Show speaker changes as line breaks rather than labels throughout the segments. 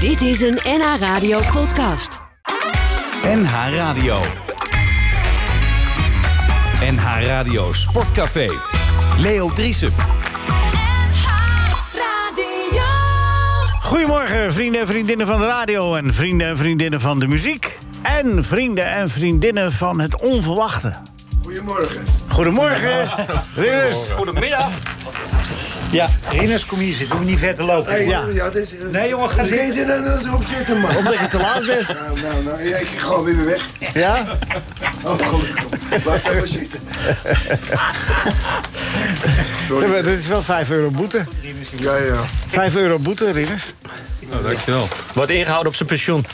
Dit is een NH Radio podcast.
NH Radio. NH Radio Sportcafé. Leo Driesen.
Radio.
Goedemorgen, vrienden en vriendinnen van de radio en vrienden en vriendinnen van de muziek. En vrienden en vriendinnen van het onverwachte.
Goedemorgen.
Goedemorgen, Rinus.
Goedemiddag.
Ja,
Rinus, kom hier zitten. Hoef niet ver te lopen.
Hey,
Ja.
ja. ja dit, eh, is-
Nee, jongen, ga
Hoe
zitten.
kun je er nou op zitten, man?
omdat je te laat bent.
Nou, nou, nou, ja, ik ga gewoon weer weg.
Ja?
Oh, gelukkig. Laat even zitten.
Zeg maar,
Sorry.
Dit is wel 5 euro boete.
Ja, ja.
5 euro boete, Rinus.
Wordt ingehouden op zijn pensioen.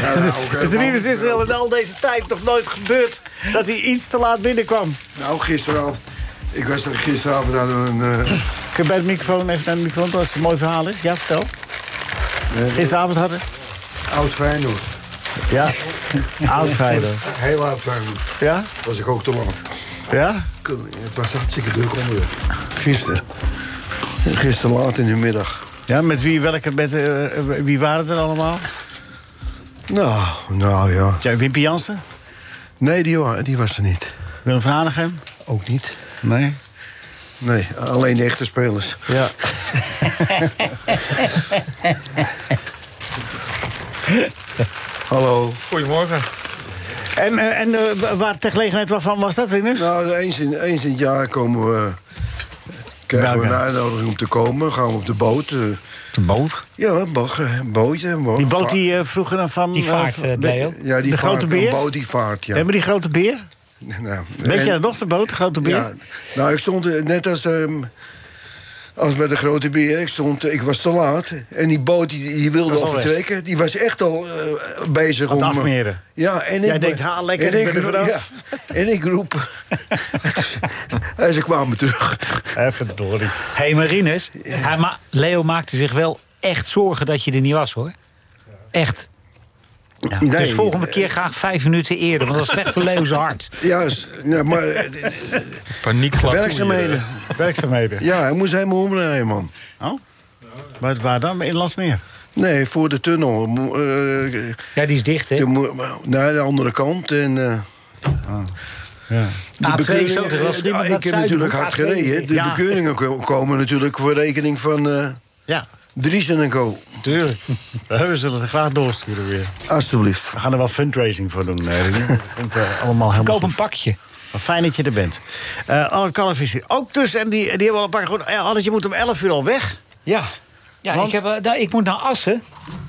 ja, nou, oké,
Dus Rinus
man.
is er in al deze tijd nog nooit gebeurd dat hij iets te laat binnenkwam.
Nou, gisteravond. Ik was er gisteravond aan een... eh,
Kun je bij de microfoon even naar de microfoon, als het een mooi verhaal is? Ja, vertel.
eh,
Gisteravond hadden.
oud Feyenoord.
Ja. Oud Feyenoord.
Heel oud Feyenoord.
Ja?
Was ik ook te laat.
Ja?
Het was hartstikke druk onderweg. Gisteren. Gisteren laat in de middag.
Ja, met wie, welke, met, eh, eh, wie waren het er allemaal?
Nou, nou ja.
Ja, Wimpy Jansen?
Nee, die, wa- die was er niet.
Willem van Hanegem?
Ook niet.
Nee.
Nee, alleen de echte spelers.
Ja.
Hallo.
Goedemorgen.
En, eh, en eh, wa- waar ter gelegenheid waarvan was dat, Rinus?
Nou, eens in, eens in het jaar komen we, krijgen we een
Welke?
uitnodiging om te komen. Gaan we op de boot. eh,
de boot.
ja, een boot, eh, een bootje. een boot.
Die boot die eh, vroeger dan van...
Die
eh,
vaart,
van-
eh,
de-
Leo.
Ja, die
de
vaart,
grote beer?
Een boot die vaart, ja.
Nee, maar die grote beer?
Nou,
Weet
en-
je dat nog, de boot, de grote beer?
Ja, nou, ik stond eh, net als, ehm, als bij de grote beer. Ik, stond, eh, ik was te laat. En die boot die, die wilde
Was
al
al weg.
vertrekken. Die was echt al eh, bezig
Aan
om... eh,
het afmeren.
Ja, en
Jij
ik...
denkt, haal lekker, ik ben er vanaf.
ja, en ik roep... en ze kwamen terug.
Even door.
Hé, hey, Marinus. Hij ma- Leo maakte zich wel echt zorgen dat je er niet was, hoor. Echt. Ja.
Nee.
Dus volgende keer graag vijf minuten eerder. Want dat is slecht voor Leo's hart.
Ja, s- ja, maar eh, werkzaamheden.
Werkzaamheden.
Ja, hij moest helemaal omrijden, man.
Oh? Maar waar dan? In Landsmeer?
Nee, voor de tunnel. Mo- eh, eh,
Ja, die is dicht, hè?
de mo- naar de andere kant. En, eh,
Ah. Ja.
de
Ah, twee
bekeuringen-
is ook, er was
eh,
niemand naar
ik
het
heb
zuiden,
natuurlijk
hoor.
hard
Ah, twee is
gereden.
dicht.
De
Ja.
bekeuringen ko- komen natuurlijk voor rekening van eh
Ja,
Driesen en Co.
tuurlijk. Eh, We zullen ze graag doorsturen weer.
Alsjeblieft.
We gaan er wel fundraising voor doen. eh, Rinus. Dat komt eh, allemaal helemaal
Koop
goed.
een pakje.
Maar fijn dat je er bent. Eh Allen Kallevisie ook dus. En die, die hebben al een paar... Goed, Allen, je moet om 11 uur al weg.
Ja. Ja,
Want?
ik, heb, eh, daar, ik moet naar Assen.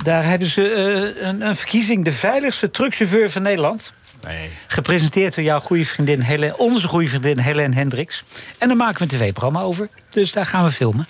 Daar hebben ze eh, een, een verkiezing. De veiligste truckchauffeur van Nederland.
Nee.
Gepresenteerd door jouw goede vriendin Helen, onze goede vriendin Helen Hendricks. En daar maken we een tv-programma over. Dus daar gaan we filmen.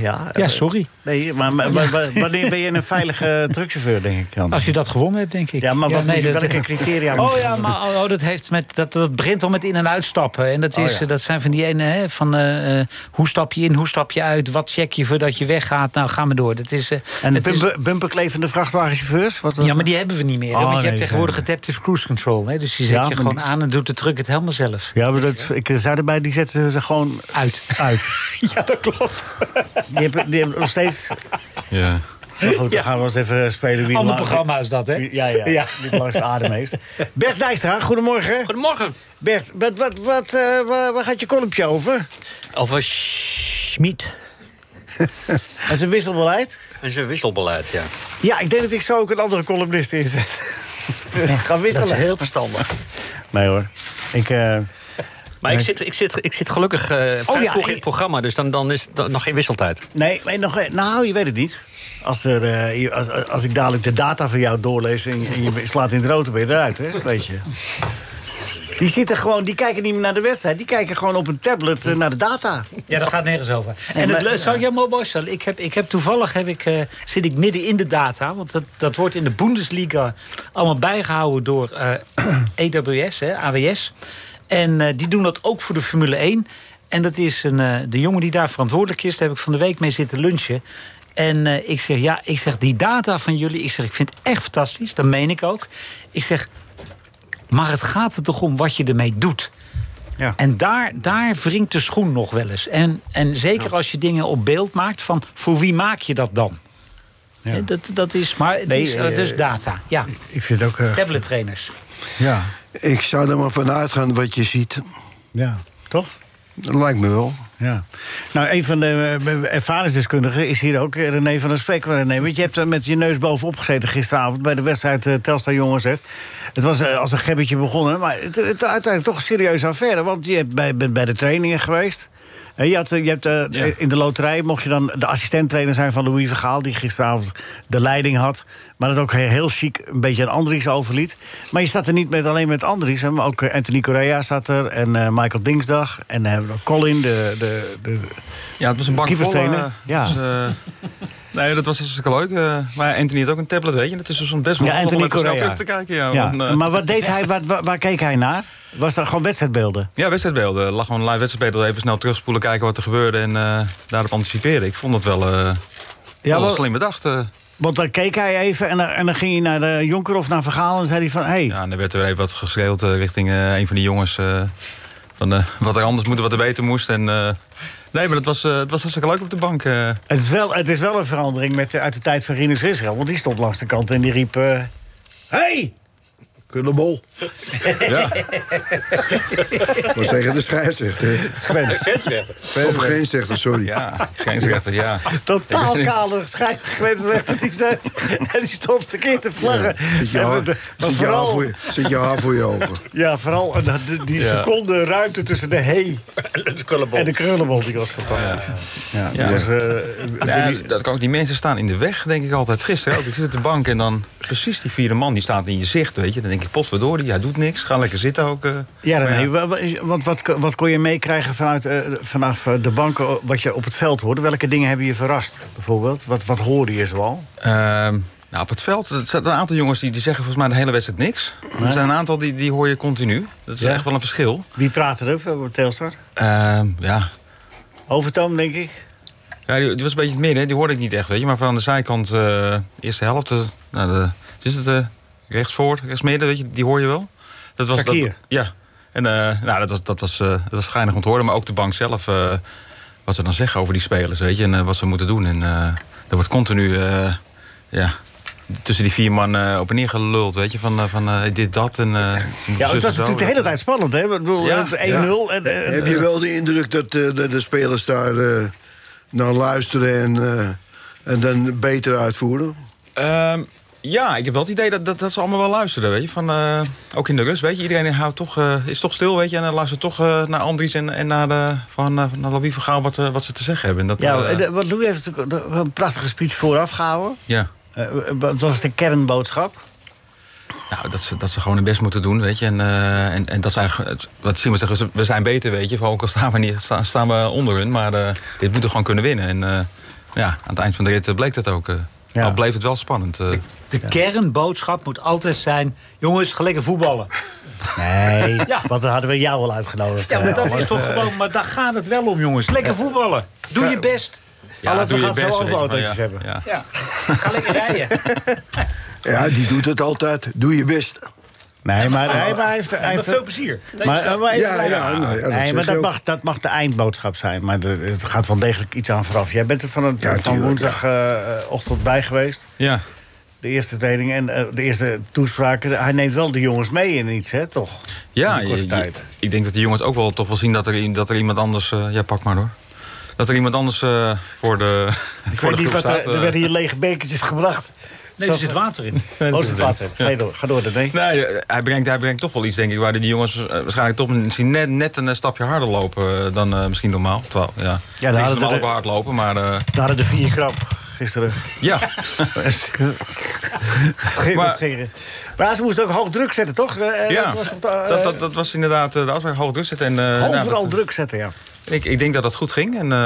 Ja,
Ja,
eh,
sorry.
Nee, maar, maar- maar- maar- wanneer ben je een veilige truckchauffeur, denk ik dan?
Als je dat gewonnen hebt, denk ik.
Ja, maar wat moet je- welke criteria moet
Oh
je
ja,
dan
maar oh, oh, dat, heeft met, dat, dat begint al met in- en uitstappen. En dat, is,
Oh ja.
eh, dat zijn van die ene, hè, van eh, eh, hoe stap je in, hoe stap je uit... wat check je voordat je weggaat, nou gaan we door. Dat is, eh,
En de
het is-
bumper, bumperklevende vrachtwagenchauffeurs? Wat, wat-
Ja, maar die hebben we niet meer. hè,
Oh,
want je
nee,
hebt
die
tegenwoordig
zijn
adaptive cruise control. Hè? Dus die zet
Ja,
je
maar
gewoon
die-
aan en doet de truck het helemaal zelf.
Ja, maar dat, ik zei erbij, die zetten ze gewoon
Uit.
uit.
Ja, dat klopt.
Die hebben, die hebben nog steeds...
Ja.
Maar goed, dan gaan we eens even spelen wie...
Ander
lang-
programma is dat, hè?
Ja, ja.
Ja.
Wie het langst adem heeft. Bert Dijkstra, goedemorgen.
Goedemorgen.
Bert, wat, wat, wat, eh, waar, waar gaat je kolompje over?
Over Schmid
Dat is een wisselbeleid.
en zijn wisselbeleid, ja.
Ja, ik denk dat ik zo ook een andere columnist inzet. Ga
Dat is
wisselen.
heel verstandig.
Nee hoor. Ik, eh,
Maar ik zit, ik zit, ik zit gelukkig eh vrij
ja,
vroeg in
je-
het programma, dus dan, dan is het nog geen wisseltijd.
nee, nee, nog, eh, nou, je weet het niet. Als, er, eh, je- als, als ik dadelijk de data van jou doorlees en, en je slaat in het rood, dan ben je eruit, hè? Weet je. Die, zitten gewoon, die kijken niet meer naar de wedstrijd. Die kijken gewoon op een tablet eh, naar de data.
Ja, dat gaat nergens over. en eh,
maar-
het leu- zou ik jou mooi voorstellen? Ik heb, ik heb toevallig heb ik, eh, zit ik midden in de data. Want dat, dat wordt in de Bundesliga allemaal bijgehouden door eh, EWS, hè, AWS. En eh, die doen dat ook voor de Formule 1. En dat is een, eh, de jongen die daar verantwoordelijk is. Daar heb ik van de week mee zitten lunchen. En eh, ik zeg, ja, ik zeg, die data van jullie, ik zeg, ik vind het echt fantastisch. Dat meen ik ook. Ik zeg, maar het gaat er toch om wat je ermee doet.
Ja.
En daar, daar wringt de schoen nog wel eens. En, en zeker als je dingen op beeld maakt, van voor wie maak je dat dan? Hè, Dat, dat is, maar het
Nee,
is eh,
eh,
dus data. Ja,
Ik vind het ook... eh,
tablet trainers.
ja,
Ik zou er maar vanuit gaan wat je ziet.
ja, toch?
Dat lijkt me wel.
Ja. Nou, een van de eh, ervaringsdeskundigen is hier ook eh, René van der Spek. René, want je hebt er met je neus bovenop gezeten gisteravond bij de wedstrijd eh, Telstar Jongens. Hè. Het was eh, als een gebbetje begonnen, maar het, het, uiteindelijk toch een serieuze affaire. Want je hebt bij, bent bij de trainingen geweest. Eh, Je, had, eh, je hebt, eh,
Ja.
In de loterij mocht je dan de assistent-trainer zijn van Louis Vergaal... die gisteravond de leiding had. Maar dat ook heel chic een beetje aan Andries overliet. Maar je staat er niet met, alleen met Andries. hè, Maar ook eh, Anthony Correa zat er en eh, Michael Dingsdag. En eh, Colin, de, de, de,
Ja, het was een bank vol.
Kieverstenen,
eh,
ja.
dus, eh, nee, dat was hartstikke leuk. eh, maar Anthony had ook een tablet, weet je. Dat is dus best wel
Ja,
handig
Anthony
om even snel
Correa.
terug te kijken. Ja,
Ja,
want, eh,
maar wat deed hij, waar, waar, waar keek hij naar? Was dat gewoon wedstrijdbeelden?
ja, wedstrijdbeelden. Lag gewoon live wedstrijdbeelden. Even snel terugspoelen, kijken wat er gebeurde en eh, daarop anticiperen. Ik vond dat wel, eh, wel
want-
slim bedacht. eh.
Want dan keek hij even en dan, en dan ging hij naar de Jonker of naar Vergaal en zei hij van... hey,
Ja, en er werd er even wat geschreeuwd eh, richting eh, een van die jongens. eh, van eh, wat er anders moet, en wat er beter moest. En, eh, nee, maar dat was, eh, het was hartstikke leuk op de bank. eh.
het, is wel, het is wel een verandering met, de- uit de tijd van Rinus Israël. Want die stond langs de kant en die riep... eh, hey!
Kullebol.
ja.
Wat zeggen de scheidsrechter? Of grensrechter, sorry.
ja, scheidsrechter, ja.
Totaal kale schijngewend zegt dat hij zei. En die stond verkeerd te vlaggen.
Zit je
En
haar-
de- maar
zit je haar voor
vooral,
je- zit je haar voor je ogen?
ja, vooral eh, dat- die- die seconde ruimte tussen de hey en de krullenbol. Die was fantastisch. Ja, dus, eh,
Ja, dat kan ook. Die mensen staan in de weg, denk ik altijd. Gisteren ook. Ik zit op de bank en dan precies die vierde man die staat in je zicht, weet je. Dan denk ik, potverdorie, hij doet niks. Ga lekker zitten ook. eh.
Ja,
Maar
René, wa- wa- is- want wat, ko- wat kon je meekrijgen vanuit, eh, vanaf eh, de banken o- wat je op het veld hoorde? Welke dingen hebben je verrast, bijvoorbeeld? Wat, wat hoorde je zoal?
Ehm, nou, op het veld, er zijn een aantal jongens die, die zeggen volgens mij de hele wedstrijd niks. Er zijn een aantal die, die hoor je continu. Dat is
Ja.
echt wel een verschil.
Wie praatte er over op Telstar?
Ehm, ja.
Overtoom, denk ik.
ja, die, die was een beetje in het midden, hè. die hoorde ik niet echt, weet je. Maar van aan de zijkant, eh eerste helft, eh, nou, de, wat is het eh rechts voor, rechts midden, weet je, die hoor je wel. Dat was dat,
Shakir.
Ja. En eh, nou, dat was, dat, was, eh, dat was geinig om te horen, maar ook de bank zelf, eh, wat ze dan zeggen over die spelers, weet je, en eh, wat ze moeten doen. En eh er wordt continu, eh, ja, tussen die vier man eh, op en neer geluld, weet je, van, eh, van eh, dit, dat en... eh, ze moeten
Ja, het
zus en zo.
was natuurlijk de hele tijd spannend, hè? Ik bedoel,
Ja,
het 1-0. En, eh,
Heb je wel de indruk dat eh, de, de spelers daar eh, naar luisteren en, eh, en dan beter uitvoeren?
Ehm, ja, ik heb wel het idee dat, dat, dat ze allemaal wel luisteren, weet je. Van, eh, ook in de rust, weet je. Iedereen houdt toch, eh, is toch stil, weet je. En eh, luistert toch eh, naar Andries en, en naar, de, van, eh, naar Louis van Gaal wat, eh, wat ze te zeggen hebben. En dat,
ja,
eh,
de- want Louis heeft natuurlijk ook een prachtige speech vooraf gehouden.
ja.
Eh, wat was de kernboodschap?
Nou, dat ze, dat ze gewoon hun best moeten doen, weet je. En, eh, en, en dat is eigenlijk, het- wat Simon zegt, we- we zijn beter, weet je. Van, ook al staan we, niet, staan, staan we onder hun, maar eh, dit moeten we gewoon kunnen winnen. En eh, ja, aan het eind van de rit eh, bleek dat ook. eh
Ja.
Al bleef het wel spannend. eh.
De kernboodschap moet altijd zijn... jongens, ga lekker voetballen.
Nee, want dan hadden we jou al uitgenodigd.
Ja, maar
eh,
dat
Albert.
is toch gewoon... Maar daar gaat het wel om, jongens. Lekker voetballen. Doe je best.
ja,
laten we
doe je
gaan zo
best,
over
weet je. Maar
autootjes
ja,
hebben.
Ja.
Ja. Ga lekker rijden.
Ja, die doet het altijd. Doe je best.
Nee, maar hij hij heeft... hij
Met
heeft-
veel plezier.
Maar, maar even
Ja,
blijven.
ja, nou ja, dat
nee,
zeg
maar
je
dat
ook.
mag, dat mag de eindboodschap zijn. Maar er het gaat wel degelijk iets aan vooraf. Jij bent er van,
Ja,
van
tuurlijk,
woensdagochtend bij geweest.
ja.
De eerste training en eh, de eerste toespraken. Hij neemt wel de jongens mee in iets, hè, toch?
Ja,
In die korte
je- je-
tijd.
ik denk dat die jongens ook wel toch wel zien dat er, i- dat er iemand anders... eh, ja, pak maar hoor. Dat er iemand anders eh, voor de,
Ik
voor de
weet
groep
niet wat
staat.
er, er
eh.
werden hier lege bekertjes gebracht.
Nee, er zit water in.
Oh, is het water. Ga je door, ga door nee.
Nee, eh, hij brengt, hij brengt toch wel iets, denk ik. Waar die jongens eh, waarschijnlijk toch misschien net, net een eh, stapje harder lopen eh, dan eh, misschien normaal. Terwijl, ja, ja
hadden
is
er-
normaal ook wel hard lopen, maar eh,
Daar hadden de vier krap gisteren.
ja.
maar, maar ze moesten ook hoog druk zetten, toch? Eh, eh,
ja.
dat was toch, eh,
Dat, dat, dat was inderdaad eh, de afspraak hoog druk zetten. En, eh, nou, dat-
overal druk zetten, ja.
ik, ik denk dat dat goed ging. En, eh,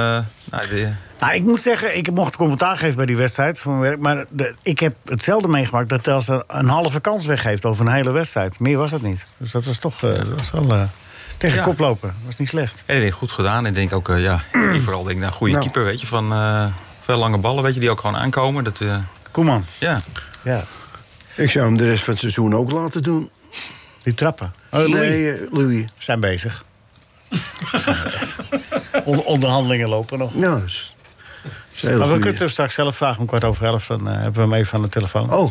nou, die-
Nou, ik moet zeggen, ik mocht commentaar geven bij die wedstrijd van mijn werk. Maar de- ik heb hetzelfde meegemaakt dat Telstra een halve kans weggeeft over een hele wedstrijd. Meer was dat niet. Dus dat was toch eh, dat was wel eh, tegen
Ja.
koplopen. Dat was niet slecht.
En ik denk goed gedaan. Ik denk ook, eh, ja, ik vooral denk naar een goede keeper, weet je, van eh, veel lange ballen, weet je, die ook gewoon aankomen. Dat, eh,
Koeman,
ja.
ja,
Ik zou hem de rest van het seizoen ook laten doen.
die trappen. Oh, Louis,
Nee, eh, Louis.
zijn bezig. On- onderhandelingen lopen nog.
Ja, is- is een hele
maar we
goeie.
kunnen het hem straks zelf vragen om kwart over elf. Dan eh, hebben we hem even aan de telefoon.
Oh,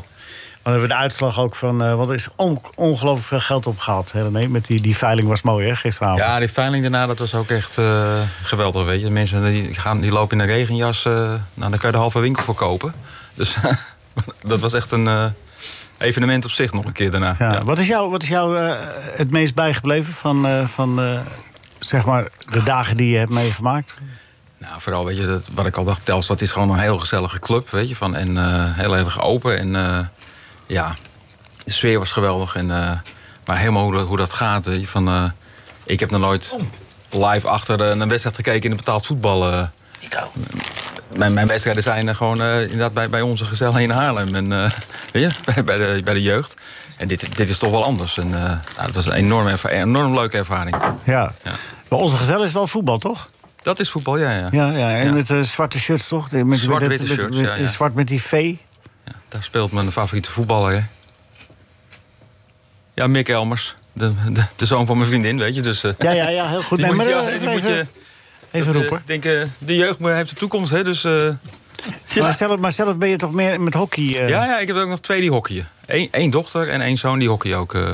Dan hebben we de uitslag ook van... eh, want er is on- ongelooflijk veel geld opgehaald. Hè, René? Met die, die veiling was mooi, hè, gisteravond.
Ja, die veiling daarna, dat was ook echt eh, geweldig, weet je. De mensen die, gaan, die lopen in een regenjas, eh, nou, daar kan je de halve winkel voor kopen. Dus dat was echt een eh, evenement op zich nog een keer daarna.
Ja,
Ja.
Wat is jou, wat is jou eh, het meest bijgebleven van, eh, van eh, zeg maar de dagen die je hebt meegemaakt?
Nou, vooral, weet je, dat, wat ik al dacht, Telstra is gewoon een heel gezellige club, weet je. Van, en eh, heel erg open en eh, ja, de sfeer was geweldig. En, eh, maar helemaal hoe dat, hoe dat gaat, weet je, van... eh, ik heb nog nooit live achter eh, een wedstrijd gekeken in het betaald voetbal... eh.
Ik ook.
Mijn, mijn wedstrijden zijn eh, gewoon eh, inderdaad bij, bij onze gezellig in Haarlem. En, eh, weet je, bij, bij, de, bij de jeugd. En dit, dit is toch wel anders. En, eh, nou, dat was een enorm, erva- enorm leuke ervaring.
Ja.
Ja.
Maar Onze gezel is wel voetbal, toch?
Dat is voetbal, ja. ja.
Ja, ja. en
Ja.
met eh, zwarte shirts, toch? Met- Met,
Zwart-witte
met- met-
shirts,
met-
ja, ja.
Zwart met die V.
Daar speelt mijn favoriete voetballer. Hè? Ja, Mick Elmers. De, de, de zoon van mijn vriendin, weet je. Dus, eh,
Ja, ja, ja, heel goed.
die
Nee,
moet
maar
je-
eh,
die
even,
moet je-
even
eh,
roepen.
Ik denk, eh, de jeugd heeft de toekomst, hè. Dus, eh, ja.
Maar, zelf, maar zelf ben je toch meer met hockey... eh,
Ja, ja, ik heb ook nog twee die hockeyen. Eén één dochter en één zoon die hockey ook. eh.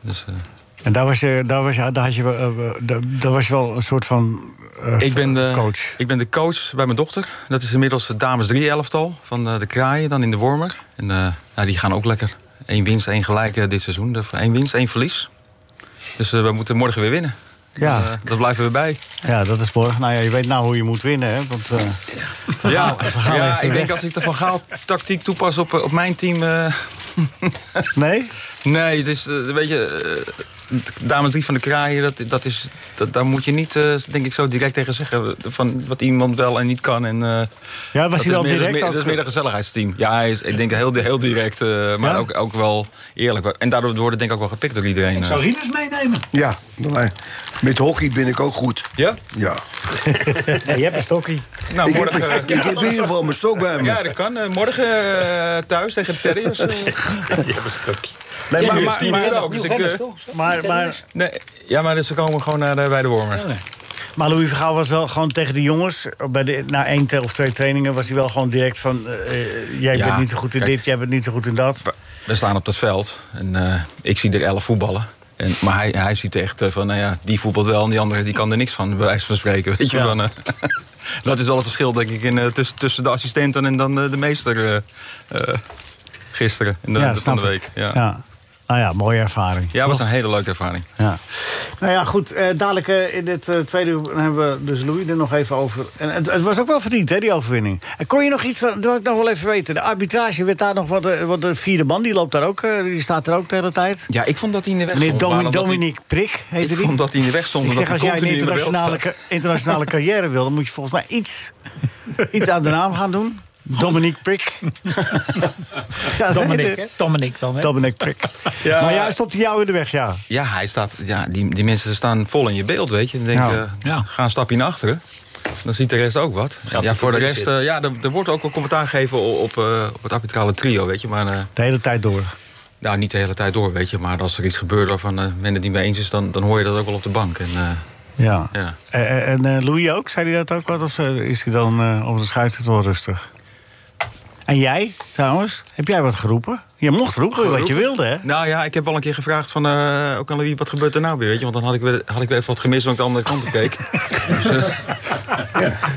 dus... eh,
En daar was je, daar was je, daar had je, wel, eh, eh, daar, daar was je wel een soort van eh,
Ik ben, de,
coach.
ik ben de coach bij mijn dochter. Dat is inmiddels de dames 3 elftal van eh, de Kraaien, dan in de Wormer. En eh, nou, die gaan ook lekker. Eén winst, één gelijk eh, dit seizoen. Eén winst, één verlies. Dus eh, we moeten morgen weer winnen.
Ja.
Dus, eh, dat blijven we bij.
Ja, dat is morgen. Nou ja, je weet nou hoe je moet winnen, hè? Want, eh,
Ja,
Gaal heeft
ja
hem
ik denk
weg.
als ik de Van Gaal tactiek toepas op, eh, op mijn team... eh,
nee?
nee, het is, eh, weet je... eh, de dames 3 van de Kraaien, dat, dat is, dat, daar moet je niet, eh, denk ik, zo direct tegen zeggen... eh, van wat iemand wel en niet kan en... eh,
Ja, was hij wel
dat is meer-
direct?
Dat is meer,
ook-
dat is meer een gezelligheidsteam. Ja, hij is, ik denk heel, heel direct, eh, maar
Ja?
ook, ook wel eerlijk. En daardoor worden denk ik ook wel gepikt door iedereen. eh.
Zou Rieders meenemen?
ja. maar Met hockey ben ik ook goed.
Ja?
Ja.
Nee, je hebt een stokkie.
Nou,
Ik heb,
morgen...
ik heb in ieder geval mijn stok bij me.
ja, dat kan. Eh, morgen eh, thuis tegen de Terriers. eh.
Nee,
Ja,
maar,
maar- maar- maar ook, dus ik, eh,
maar, maar,
nee, ja, maar ze komen gewoon naar de, bij de Wormer.
maar Louis Vergaal was wel gewoon tegen de jongens. eh, Bij de, na één te- of twee trainingen was hij wel gewoon direct van... eh, eh, jij
Ja,
bent niet zo goed in
kijk.
dit, jij bent niet zo goed in dat.
We- We staan op dat veld en eh, ik zie er elf voetballen. En, maar hij, hij ziet echt eh, van, nou ja, die voetbalt wel en die andere die kan er niks van, bij wijze van spreken. Weet je,
Ja.
van, eh, dat is wel het verschil, denk ik, in, eh, tussen, tussen de assistenten en dan eh, de meester eh, eh, gisteren, in de,
ja,
de- van
snap
de
ik.
week. Ja, ja.
ja. Nou ja, mooie ervaring.
was een hele leuke ervaring.
Ja. Nou ja, goed. eh, dadelijk eh, in dit eh, tweede uur dan hebben we dus Louis er nog even over. En het, het was ook wel verdiend, hè, die overwinning. En kon je nog iets van... Dat wil ik nog wel even weten. De arbitrage werd daar nog... wat, eh, Want de vierde man, die loopt daar ook. eh, Die staat er ook de hele tijd.
Ja, ik vond dat hij in de weg
Meneer
stond. waarom
Domi-
dat hij-
Dominique Prik heette
ik
die.
vond dat hij in de weg stond.
Ik
omdat
zeg, als
hij
jij een
continu in de beeld
internationale,
staat.
ca- internationale carrière wil... dan moet je volgens mij iets, iets aan de naam gaan doen. Dominique Prik. ja, eh,
Dominic, hè? Dominic dan, hè?
Dominique Prik.
Ja.
Maar ja, stond hij jou in de weg, ja.
Ja, hij staat, ja die, die mensen staan vol in je beeld, weet je. Dan denk je,
Ja.
eh, ga een stapje naar achteren. Dan ziet de rest ook wat. ja, voor de rest, eh, ja, er, er wordt ook wel commentaar gegeven o- op, eh, op het arbitrale trio, weet je. Maar eh,
De hele tijd door.
nou, niet de hele tijd door, weet je. Maar als er iets gebeurt waarvan eh men het niet mee eens is, dan, dan hoor je dat ook wel op de bank. En, eh,
Ja.
Ja.
En, en- en, eh, Louis ook? Zei hij dat ook wat? Of eh, is hij dan eh over de scheidsrechter wel rustig? En jij, trouwens? Heb jij wat geroepen? Je mocht roepen wat je wilde, hè?
nou ja, ik heb wel een keer gevraagd van, eh, ook aan Louis, wat gebeurt er nou weer, weet je. Want dan had ik weer, had ik weer even wat gemist omdat ik de andere kant op keek. Dus, eh,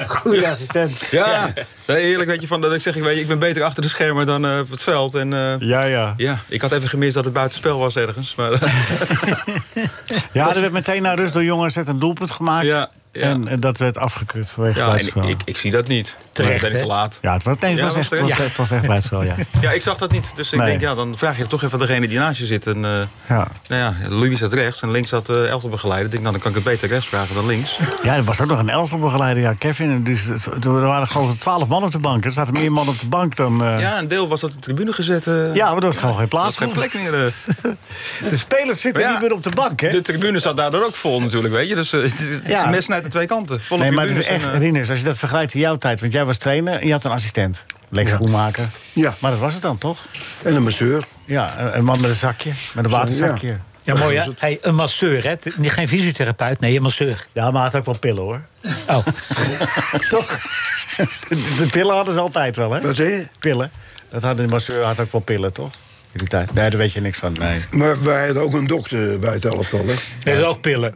Goeie assistent.
ja, Nee, eerlijk, weet je, van, dat ik zeg, ik, weet je, ik ben beter achter de schermen dan eh, op het veld. En, eh,
Ja, ja.
ja, ik had even gemist dat het buitenspel was ergens, maar...
Ja, er werd meteen naar rust door jongens werd een doelpunt gemaakt.
Ja, ja.
En eh, dat werd afgekeurd vanwege
Ja, en ik,
buitenspel.
ik, ik zie dat niet. dan
Terecht,
ben ik
hè?
te laat.
Ja, het was, nee, het
Ja,
was
was
echt,
er-
het was,
ja.
het was echt buitenspel, ja.
Ja, ik zag dat niet. Dus ik
Nee.
denk, ja, dan vraag je toch even aan degene die naast je zit. En, eh,
Ja.
Nou ja, Louis zat rechts en links zat uh, begeleider. Ik denk, nou, dan kan ik het beter rechts vragen dan links.
Ja, er was ook nog een elftalbegeleider, ja, Kevin. En Dus het- er waren gewoon twaalf man op de bank. Er zaten meer man op de bank dan... eh, ja.
Ja, een deel was op de tribune gezet. eh
maar er was gewoon geen
Er
plaats
was geen
voor.
plek meer. eh.
De spelers zitten
Ja.
niet meer op de bank, hè?
De tribune zat daardoor ook vol natuurlijk, weet je. Dus eh, het is
Ja.
een mes snijdt aan twee kanten. Volle
Nee, maar het is
tribunes
echt,
en, eh,
Rinus, als je dat vergelijkt in jouw tijd... want jij was trainer en je had een assistent. Lex Schoenmaker.
Ja.
Maar dat was het dan, toch?
En een masseur.
Ja, eh, een- een man met een zakje, met een waterzakje.
ja.
Ja, mooi hè? Hey, een masseur, hè? T- Geen fysiotherapeut, nee, een masseur.
Ja, maar hij had ook wel pillen, hoor.
Oh.
toch? de, de pillen hadden ze altijd wel, hè?
Wat zei je?
Pillen. Dat hadden de masseur had ook wel pillen, toch? In die tijd. Nee, daar weet je niks van. Nee.
Maar wij hadden ook een dokter bij het elftal, hè?
Dat is ook pillen.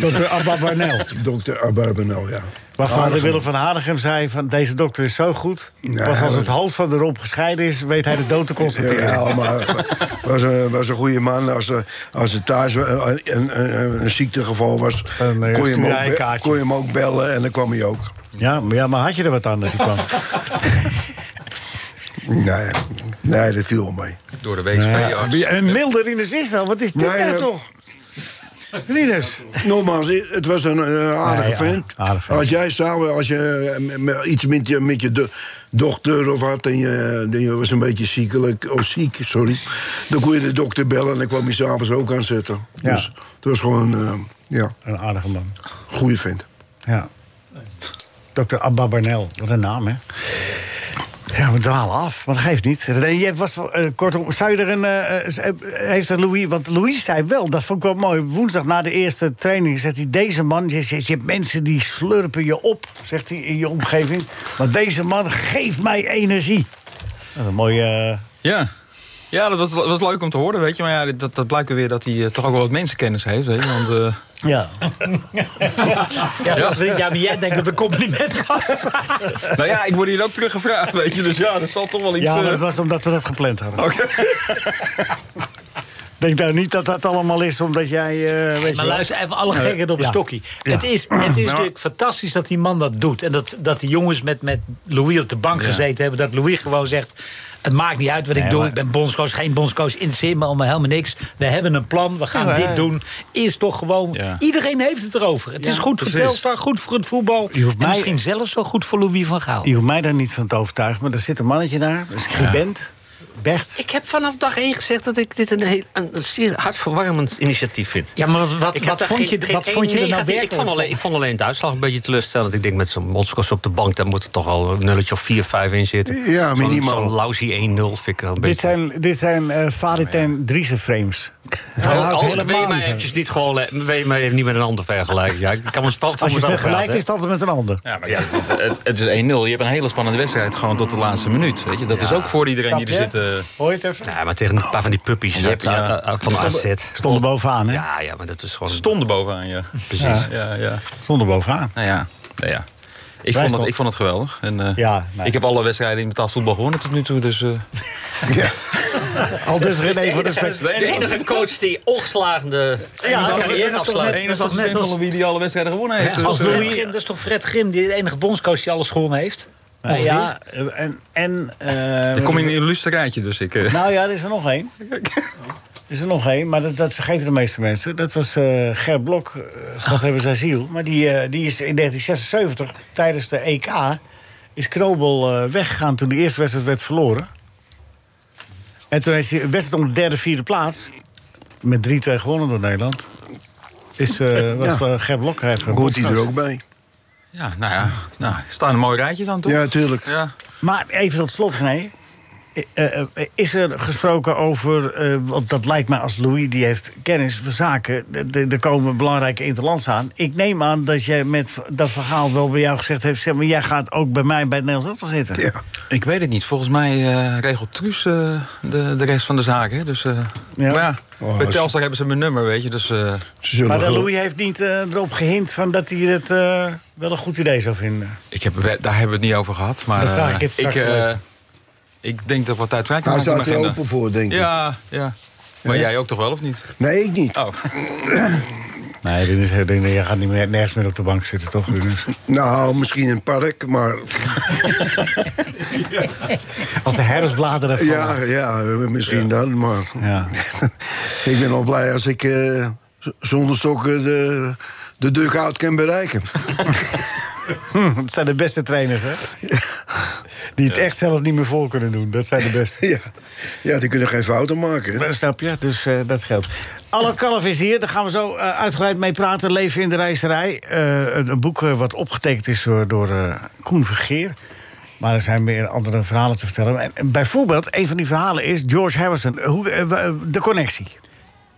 Dokter Abba Barnel.
Dokter Abarbanel, ja.
Waar vader
Hanegem.
Willem van Hanegem zei van deze dokter is zo goed.
Nee,
pas als
maar-
het hoofd van de romp gescheiden is, weet hij de dood te constateren.
Ja, maar was een, was een goede man. Als er, als er thuis een, een, een, een ziektegeval was,
Dan, eh,
kon, je hem
stuurde hij een
ook, be-
kaartje.
kon je hem ook bellen en dan kwam hij ook.
Ja, maar, ja, maar had je er wat aan als je kwam?
Nee, nee dat viel wel mee.
Door de WSV-arts.
Een milde Rinus is dan, wat is dit
Nee,
nou
eh,
toch? Rinus.
Nogmaals, het was een eh,
Nee,
aardige
ja,
vent.
aardig vent.
Als jij samen, als je eh, met- iets met je, met je do- dochter of had en je, en je was een beetje ziekelijk, of ziek, sorry, dan kon je de dokter bellen en dan kwam hij s'avonds ook aan zitten.
Ja.
Dus het was gewoon, eh, ja,
Een aardige man.
goede vent.
Ja. Dr. Abba Barnel, wat een naam, hè? Ja, we dwalen af, maar dat geeft niet. Nee, je was, eh, kortom, zou je er een... eh, eh, eh, heeft er Louis... Want Louis zei wel, dat vond ik wel mooi. Woensdag na de eerste training zegt hij... Deze man, je, je, je hebt mensen die slurpen je op, zegt hij in je omgeving. Maar deze man geeft mij energie. Dat is een mooie... eh,
Ja. Ja, dat was, was leuk om te horen, weet je. Maar ja, dat, dat blijkt weer dat hij eh, toch ook wel wat mensenkennis heeft, weet je. Want, eh,
ja.
Ja, dat- ja, maar jij denkt dat het een compliment was.
nou ja, ik word hier ook teruggevraagd, weet je. Dus ja, dat zal toch wel iets...
ja, maar
eh,
dat was omdat we dat gepland hadden.
Oké.
Denk nou niet dat dat allemaal is omdat jij... eh, weet je
Maar
wel. Eh,
luister, even alle gekken op een
Ja. Nou,
stokkie. Het is, het is natuurlijk fantastisch dat die man dat doet. En dat, dat die jongens met, met Louis op de bank gezeten hebben. Dat Louis gewoon zegt... Het maakt niet uit wat ik
Nee,
doe.
maar-
Ik ben bondscoach, geen bondscoach. Interesseert me allemaal helemaal niks. We hebben een plan. We gaan dit doen. Is toch gewoon...
Ja.
Iedereen heeft het erover. Het is goed voor
precies.
Telstar, goed voor het voetbal.
Je hoeft
en
mij-
misschien zelfs wel goed voor Louis van Gaal.
Je hoeft mij daar niet van te overtuigen, maar er zit een mannetje daar, een scribent, Bert.
Ik heb vanaf dag één gezegd dat ik dit een, heel, een, een zeer hartverwarmend initiatief vind.
Ja, maar wat, wat,
Ik
wat
heb daar
vond,
geen-
je,
geen
wat
één
vond je er nou
negatief-
werkelijk
ik vond, alleen,
van?
ik vond alleen de uitslag een beetje teleurstellend. Ik denk met zo'n Motskos op de bank, daar moet er toch al een nulletje of 4-5 in zitten.
Ja, minimaal.
Zo'n, zo'n lousy 1-0 vind ik wel een
Dit
beetje...
zijn, dit zijn eh Valentijn Driesen frames. Hij
Oh,
houdt
oh,
helemaal
dan ben je
niet
mij
van.
eventjes niet gewoon... eh, Ben je mij even niet met een ander vergelijken. Ja, ik kan me span van
Als je
mezelf
vergelijkt
praten,
is het altijd met een ander.
Ja, maar ja, het, het is 1-0. Je hebt een hele spannende wedstrijd gewoon tot de laatste minuut. Weet je? Dat is ook voor iedereen die er
Snap
zit. eh.
je? Hoor je het even?
hè. Ja, maar tegen een paar van die puppies
Je hebt,
uit-
ja.
eh,
uit- uit- van de AZ.
Stonden bovenaan, hè?
Ja, ja, maar dat is gewoon...
stonden bovenaan, ja.
Precies.
Ja, ja.
Stonden bovenaan.
Nou ja, nou ja.
Wij
Ik, vond het,
stonden-
ik vond het geweldig. En, eh,
Ja, nee.
Ik heb alle wedstrijden in betaald voetbal gewonnen tot nu toe. Dus, eh,
Al dus René van de Spek.
De enige coach die ongeslagende
dat is
carrière
toch
afsluit.
de enige
net
assistent
als-
van wie die alle wedstrijden gewonnen heeft.
Als
dus, eh,
Louis, dat is toch Fred Grim, die de enige bondscoach die alles gewonnen heeft?
Nou Ja, eh, en... en eh,
ik kom in een lustig rijtje, dus ik... eh,
Nou ja, er is er nog één. Er is er nog één, maar dat, dat vergeten de meeste mensen. Dat was eh Ger Blok, eh, God hebben zijn ziel. Maar die, eh, die is in 1976, tijdens de EK... is Knobel eh, weggegaan toen de eerste wedstrijd werd verloren. En toen is hij wedstrijd om de derde, vierde plaats... met 3-2 gewonnen door Nederland. Is, eh was eh, Ger Blok heeft een
Hoort hij er
podcast.
ook bij?
Ja, nou ja. Nou, ik sta in een mooi rijtje dan, toch?
Ja, tuurlijk.
Ja.
Maar even tot slot, nee. eh, is er gesproken over, eh, want dat lijkt me als Louis, die heeft kennis van zaken. de- de- Er komen belangrijke interlands aan. Ik neem aan dat jij met v- dat verhaal wel bij jou gezegd heeft... zeg maar, jij gaat ook bij mij bij het Nederlands elftal zitten.
Ja.
Ik weet het niet. Volgens mij eh, regelt Truus eh, de, de rest van de zaken. hè. Dus, eh,
Ja.
Maar ja,
Oh,
bij
is-
Telstar hebben ze mijn nummer, weet je. Dus, eh,
Ze zullen
Maar de
gel-
Louis heeft niet eh, erop gehind van dat hij het eh, wel een goed idee zou vinden.
ik heb, we- daar hebben we het niet over gehad. Maar
Dat vraag ik
eh,
het straks
eh,
wel even.
ik denk dat we tijd kwijt
Hij
kunnen
staat
maken
er
in mijn
open voor, denk ik.
agenda. Ja, Ah, ja. Maar jij ook toch wel, of niet?
Nee, ik niet.
Oh.
Nee, dit is, ding, jij gaat niet meer, nergens meer op de bank zitten, toch? Rinus?
Nou, misschien een park, maar
Als de herfstbladeren vallen.
ja, ja, misschien dan. Maar
Ja.
ik ben al blij als ik eh, z- zonder stokken de, de dugout kan bereiken.
Dat zijn de beste trainers, hè? Die het echt zelf niet meer vol kunnen doen. Dat zijn de beste.
ja. ja, die kunnen geen fouten maken. hè.
Dat snap je, dus eh, dat scheelt. Allard Kalf is hier, daar gaan we zo eh, uitgebreid mee praten. Leven in de reiserij. Eh, een- een boek eh, wat opgetekend is door, door eh, Koen Vergeer. Maar er zijn meer andere verhalen eh, te vertellen. En, en bijvoorbeeld, een van die verhalen is George Harrison. Hoe, eh, wa- de connectie.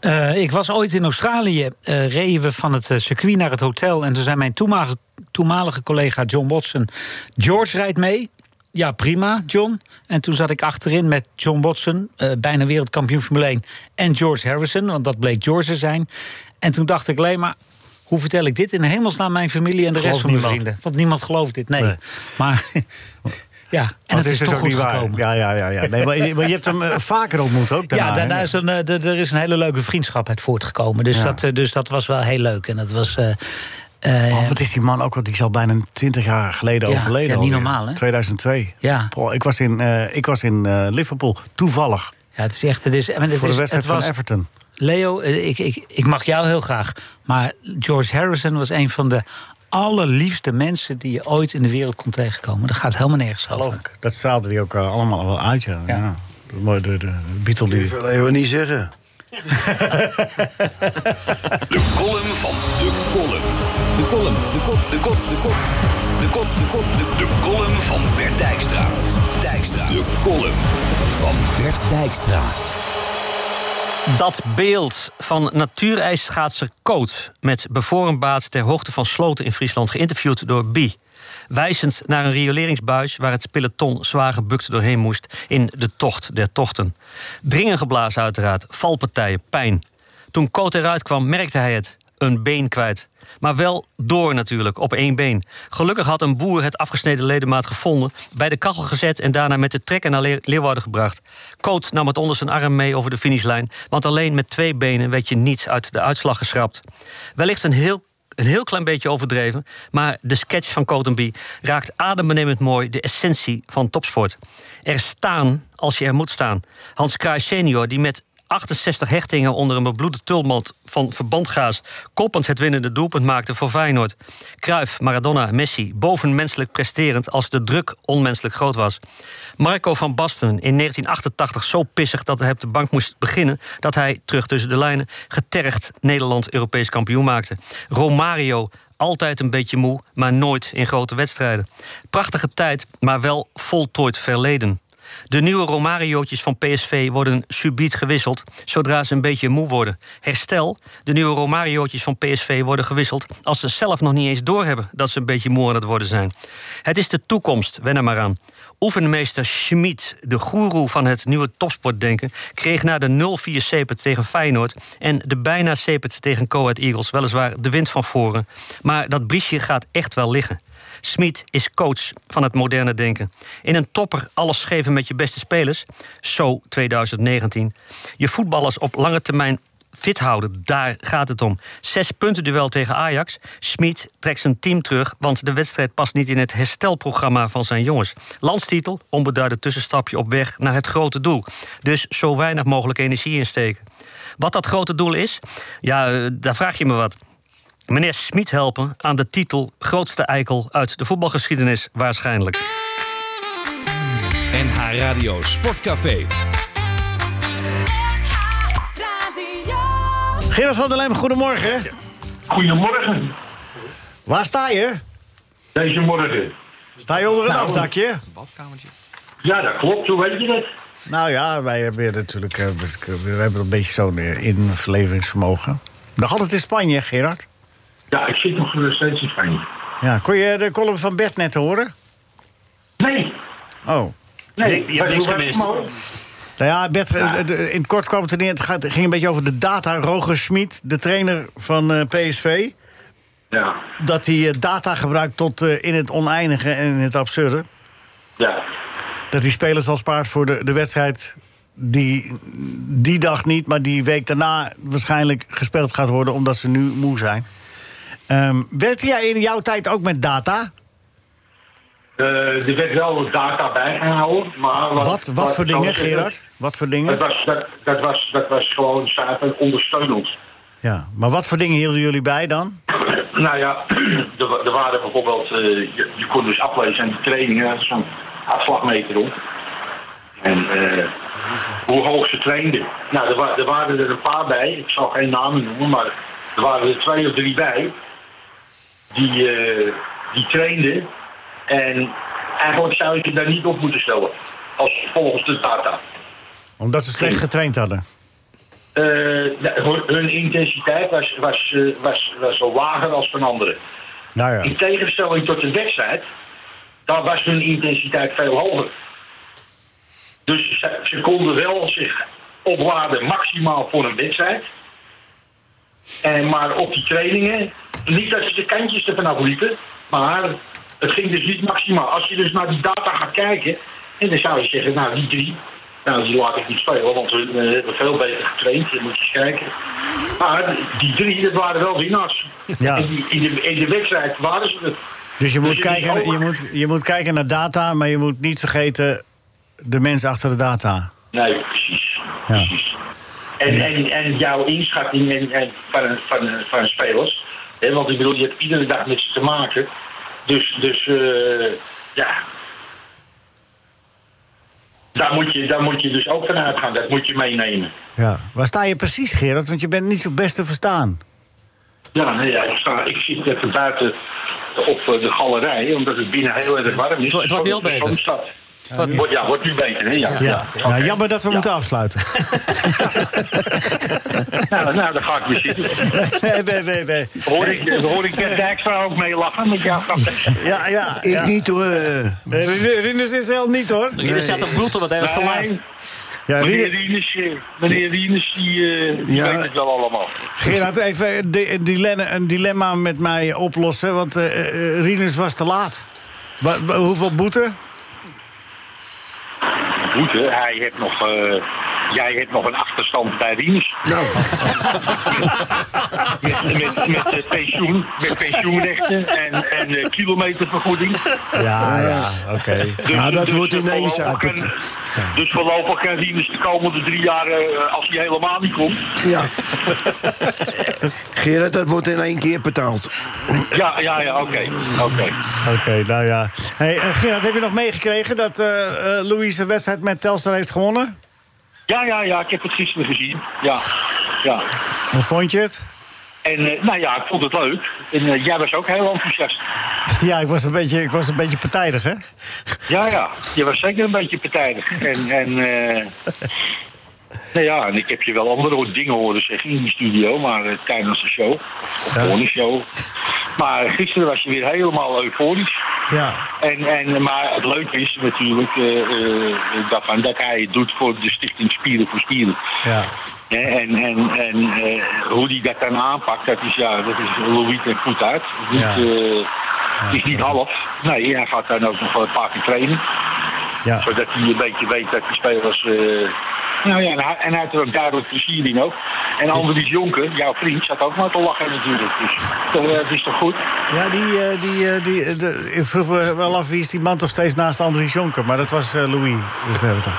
Eh, ik was ooit in Australië. eh reden we van het eh, circuit naar het hotel. En toen zei mijn toenmalige, toenmalige collega John Watson... George rijdt mee. Ja, prima, John. En toen zat ik achterin met John Watson... eh, bijna wereldkampioen Formule 1. En George Harrison, want dat bleek George te zijn. En toen dacht ik alleen maar... Hoe vertel ik dit in hemelsnaam mijn familie en de
Gelooft
rest van mijn
niemand.
vrienden? Want niemand gelooft dit, nee.
Nee.
Maar ja, en het
Want
is,
dus
toch goed gekomen.
Ja, ja, ja. ja. Nee, maar, je- maar je hebt hem eh, vaker ontmoet ook daarna.
ja, daarna
hè?
is een, eh, d- er is een hele leuke vriendschap uit voortgekomen. Dus,
Ja.
dat, eh, dus dat was wel heel leuk. En dat was. eh, eh,
Oh, wat is die man ook al? Die is al bijna 20 jaar geleden
Ja,
overleden.
ja, niet
alweer.
normaal, hè?
2002.
Ja.
Boah, ik was in, eh, ik was in eh, Liverpool, toevallig.
ja, het is echt. Het is, en het
voor
is,
de wedstrijd
het was,
van Everton.
Leo, eh, ik, ik, ik mag jou heel graag. Maar George Harrison was een van de allerliefste mensen die je ooit in de wereld kon tegenkomen. Dat gaat helemaal nergens
Geloof
over.
ik. Dat straalde hij ook eh, allemaal wel uit, ja.
Ja.
ja. Mooi, de, de Beatle
Dat
die...
wil even niet zeggen.
De column van de column. De column, de kop, de kop, de kop. De kop, de kop, de De column van Bert Dijkstra. Dijkstra. De column van Bert Dijkstra.
Dat beeld van natuurijsschaatser Koot... met bevoren baat ter hoogte van Sloten in Friesland... geïnterviewd door B. Wijzend naar een rioleringsbuis waar het peloton zwaar gebukt doorheen moest... in de tocht der tochten. Dringen geblazen uiteraard, valpartijen, pijn. Toen Koot eruit kwam, merkte hij het. Een been kwijt. Maar wel door natuurlijk, op één been. Gelukkig had een boer het afgesneden ledemaat gevonden... bij de kachel gezet en daarna met de trekker naar Leer- Leeuwarden gebracht. Koot nam het onder zijn arm mee over de finishlijn... want alleen met twee benen werd je niet uit de uitslag geschrapt. Wellicht een heel een heel klein beetje overdreven, maar de sketch van Cotenby raakt adembenemend mooi de essentie van topsport. Er staan als je er moet staan. Hans Kraai senior, die met 68 hechtingen onder een bebloede tulband van verbandgaas... koppend het winnende doelpunt maakte voor Feyenoord. Cruijff, Maradona, Messi, bovenmenselijk presterend... als de druk onmenselijk groot was. Marco van Basten in 1988 zo pissig dat hij op de bank moest beginnen... dat hij, terug tussen de lijnen, getergd Nederland Europees kampioen maakte. Romario, altijd een beetje moe, maar nooit in grote wedstrijden. Prachtige tijd, maar wel voltooid verleden. De nieuwe Romariootjes van PSV worden subiet gewisseld zodra ze een beetje moe worden. Herstel, de nieuwe Romariootjes van PSV worden gewisseld als ze zelf nog niet eens doorhebben dat ze een beetje moe aan het worden zijn. Het is de toekomst, wen er maar aan. Oefenmeester Schmid, de goeroe van het nieuwe topsportdenken, kreeg na de 0-4 sepet tegen Feyenoord en de bijna sepet tegen Coat Eagles weliswaar de wind van voren. Maar dat briesje gaat echt wel liggen. Smit is coach van het moderne denken. In een topper alles geven met je beste spelers. Zo 2019. Je voetballers op lange termijn fit houden, daar gaat het om. Zes punten duel tegen Ajax. Smit trekt zijn team terug, want de wedstrijd past niet in het herstelprogramma van zijn jongens. Landstitel, onbeduidend tussenstapje op weg naar het grote doel. Dus zo weinig mogelijk energie insteken. Wat dat grote doel is? Ja, eh, daar vraag je me wat. Meneer Smit helpen aan de titel grootste eikel uit de voetbalgeschiedenis waarschijnlijk.
NH Radio Sportcafé.
Gerard van der Lijm, goedemorgen.
Goedemorgen,
Waar sta je?
deze morgen.
Sta je onder een
Nou,
afdakje?
Ja, dat klopt, hoe weet je dat?
Nou ja, wij hebben hier natuurlijk eh, we hebben een beetje zo'n eh, inlevingsvermogen. Nog altijd in Spanje, Gerard.
Ja, ik zit nog eh, steeds in Spanje.
Ja, kon je de column van Bert net horen?
Nee,
Oh.
nee,
Je- je hebt niks gemist.
Maar,
Nou ja, Bert, eh, de- in het kort kwam het er neer. Het gaat- ging een beetje over de data. Roger Schmid, de trainer van eh, PSV.
ja,
Dat hij eh, data gebruikt tot eh, in het oneindige en in het absurde.
ja,
Dat hij spelers al spaart voor de, de wedstrijd die die dag niet, maar die week daarna waarschijnlijk gespeeld gaat worden omdat ze nu moe zijn. Ehm werkte jij in jouw tijd ook met data?
Eh, er werd wel wat data bijgehouden, maar...
Wat, wat voor dingen, Gerard? Wat voor
Dat
dingen?
was, dat, dat was, dat was gewoon zaken ondersteunend.
Ja, maar wat voor dingen hielden jullie bij dan?
Nou ja, er, wa- er waren bijvoorbeeld, eh, je, je kon dus aflezen aan die trainingen, dat is zo'n afslagmeter om. En eh, hoe hoog ze trainden. Nou, er, wa- er waren er een paar bij, ik zal geen namen noemen, maar er waren er twee of drie bij. Die, eh, die trainden. En eigenlijk zou je ze daar niet op moeten stellen. Als volgens de data.
Omdat ze slecht getraind hadden.
eh, hun, hun intensiteit was, was, eh, was, was al lager dan van anderen.
Nou ja.
In tegenstelling tot een wedstrijd, daar was hun intensiteit veel hoger. Dus ze, ze konden wel zich opladen maximaal voor een wedstrijd. En maar op die trainingen, niet dat ze de kantjes er vanaf liepen, maar het ging dus niet maximaal. Als je dus naar die data gaat kijken, en dan zou je zeggen, nou die drie, nou die laat ik niet spelen, want we eh, hebben veel beter getraind, je moet eens kijken. Maar die drie, dat waren wel winnaars.
Ja.
In, die- in de, in de wedstrijd waren ze het.
Dus je moet,
Dus je moet
kijken,
ook-
je, moet, je moet kijken naar data, maar je moet niet vergeten de mensen achter de data.
Nee, precies.
Ja.
precies. En, en, en jouw inschatting en, en van, van, van spelers. Hè, want ik bedoel, je hebt iedere dag met ze te maken. Dus, dus eh, ja. Daar moet, je, daar moet je dus ook van uitgaan. Dat moet je meenemen.
Ja. Waar sta je precies, Gerard? Want je bent niet zo best te verstaan.
Ja, nee, ja ik, sta, ik zit even buiten op eh, de galerij, omdat het binnen heel erg warm
Het
is.
wordt- het wordt nu al beter.
Zo'n stad. Wordt- Ja, wordt nu beter, hè? Ja.
Ja. Nou, jammer dat we moeten afsluiten.
Nou, nou, dan ga ik weer zitten.
nee, nee, nee, nee.
Hoor ik, hoor ik Bert Dijkstra ook mee lachen met jouw
Ja, ja.
Ik
ja.
niet hoor. eh.
Nee, Rinus- Rinus is heel niet hoor.
Jullie zaten op bloed, want hij was te laat.
Nee,
Ja,
meneer
Rinus-
Rienus, eh, meneer Rienus, die, eh, die
Ja.
weet het wel allemaal.
Gerard, even een di- een dilemma, een dilemma met mij oplossen. Want eh, eh, Rinus was te laat. Wa- wa- hoeveel boete?
Dus Goed, hè? Hij heeft nog, eh, jij hebt nog een achterstand bij Rienus.
Nou,
met met eh, pensioen, met pensioenrechten en, en eh, kilometervergoeding.
Ja, ja, oké.
Dus,
Nou, dat wordt
eh,
ineens
voorlopig
uit-
kan- Dus voorlopig kan Rienus de komende drie jaar, eh, als hij helemaal niet komt...
ja. Gerard, dat wordt in één keer betaald.
Ja, ja, ja, oké. oké.
Oké, nou ja. Hey, eh, Gerard, heb je nog meegekregen dat eh eh, Louis de wedstrijd met Telstar heeft gewonnen?
Ja, ja, ja, ik heb het gisteren gezien. Ja, ja.
Hoe vond je het?
En eh, nou ja, ik vond het leuk. En eh, jij was ook heel enthousiast.
Ja, ik was een beetje, ik was een beetje partijdig, hè?
Ja, ja. Je was zeker een beetje partijdig. En, en eh, nou ja, en ik heb je wel andere dingen horen zeggen in de studio, maar eh, tijdens de show. Of voor de show. Maar gisteren was je weer helemaal euforisch.
Ja.
En, en, maar het leuke is natuurlijk eh, eh, daarvan dat hij het doet voor de stichting Spieren voor Spieren.
Ja.
Hè, En, en, en eh, hoe die dat dan aanpakt, dat is, ja, dat is Louis en goed uit. Niet,
Ja.
eh, het is niet half. Nee, hij gaat dan ook nog een paar keer trainen.
Ja.
Zodat hij een beetje weet dat die spelers... eh, nou ja, en hij, en hij heeft er ook duidelijk plezier in ook. En Andries Jonker, jouw vriend, zat ook maar te lachen natuurlijk. Dus toch, eh, het is toch goed?
Ja, die, eh, die, eh, die, eh, de- ik vroeg me wel af wie is die man toch steeds naast Andries Jonker. Maar dat was eh, Louis. Dus de hele tijd.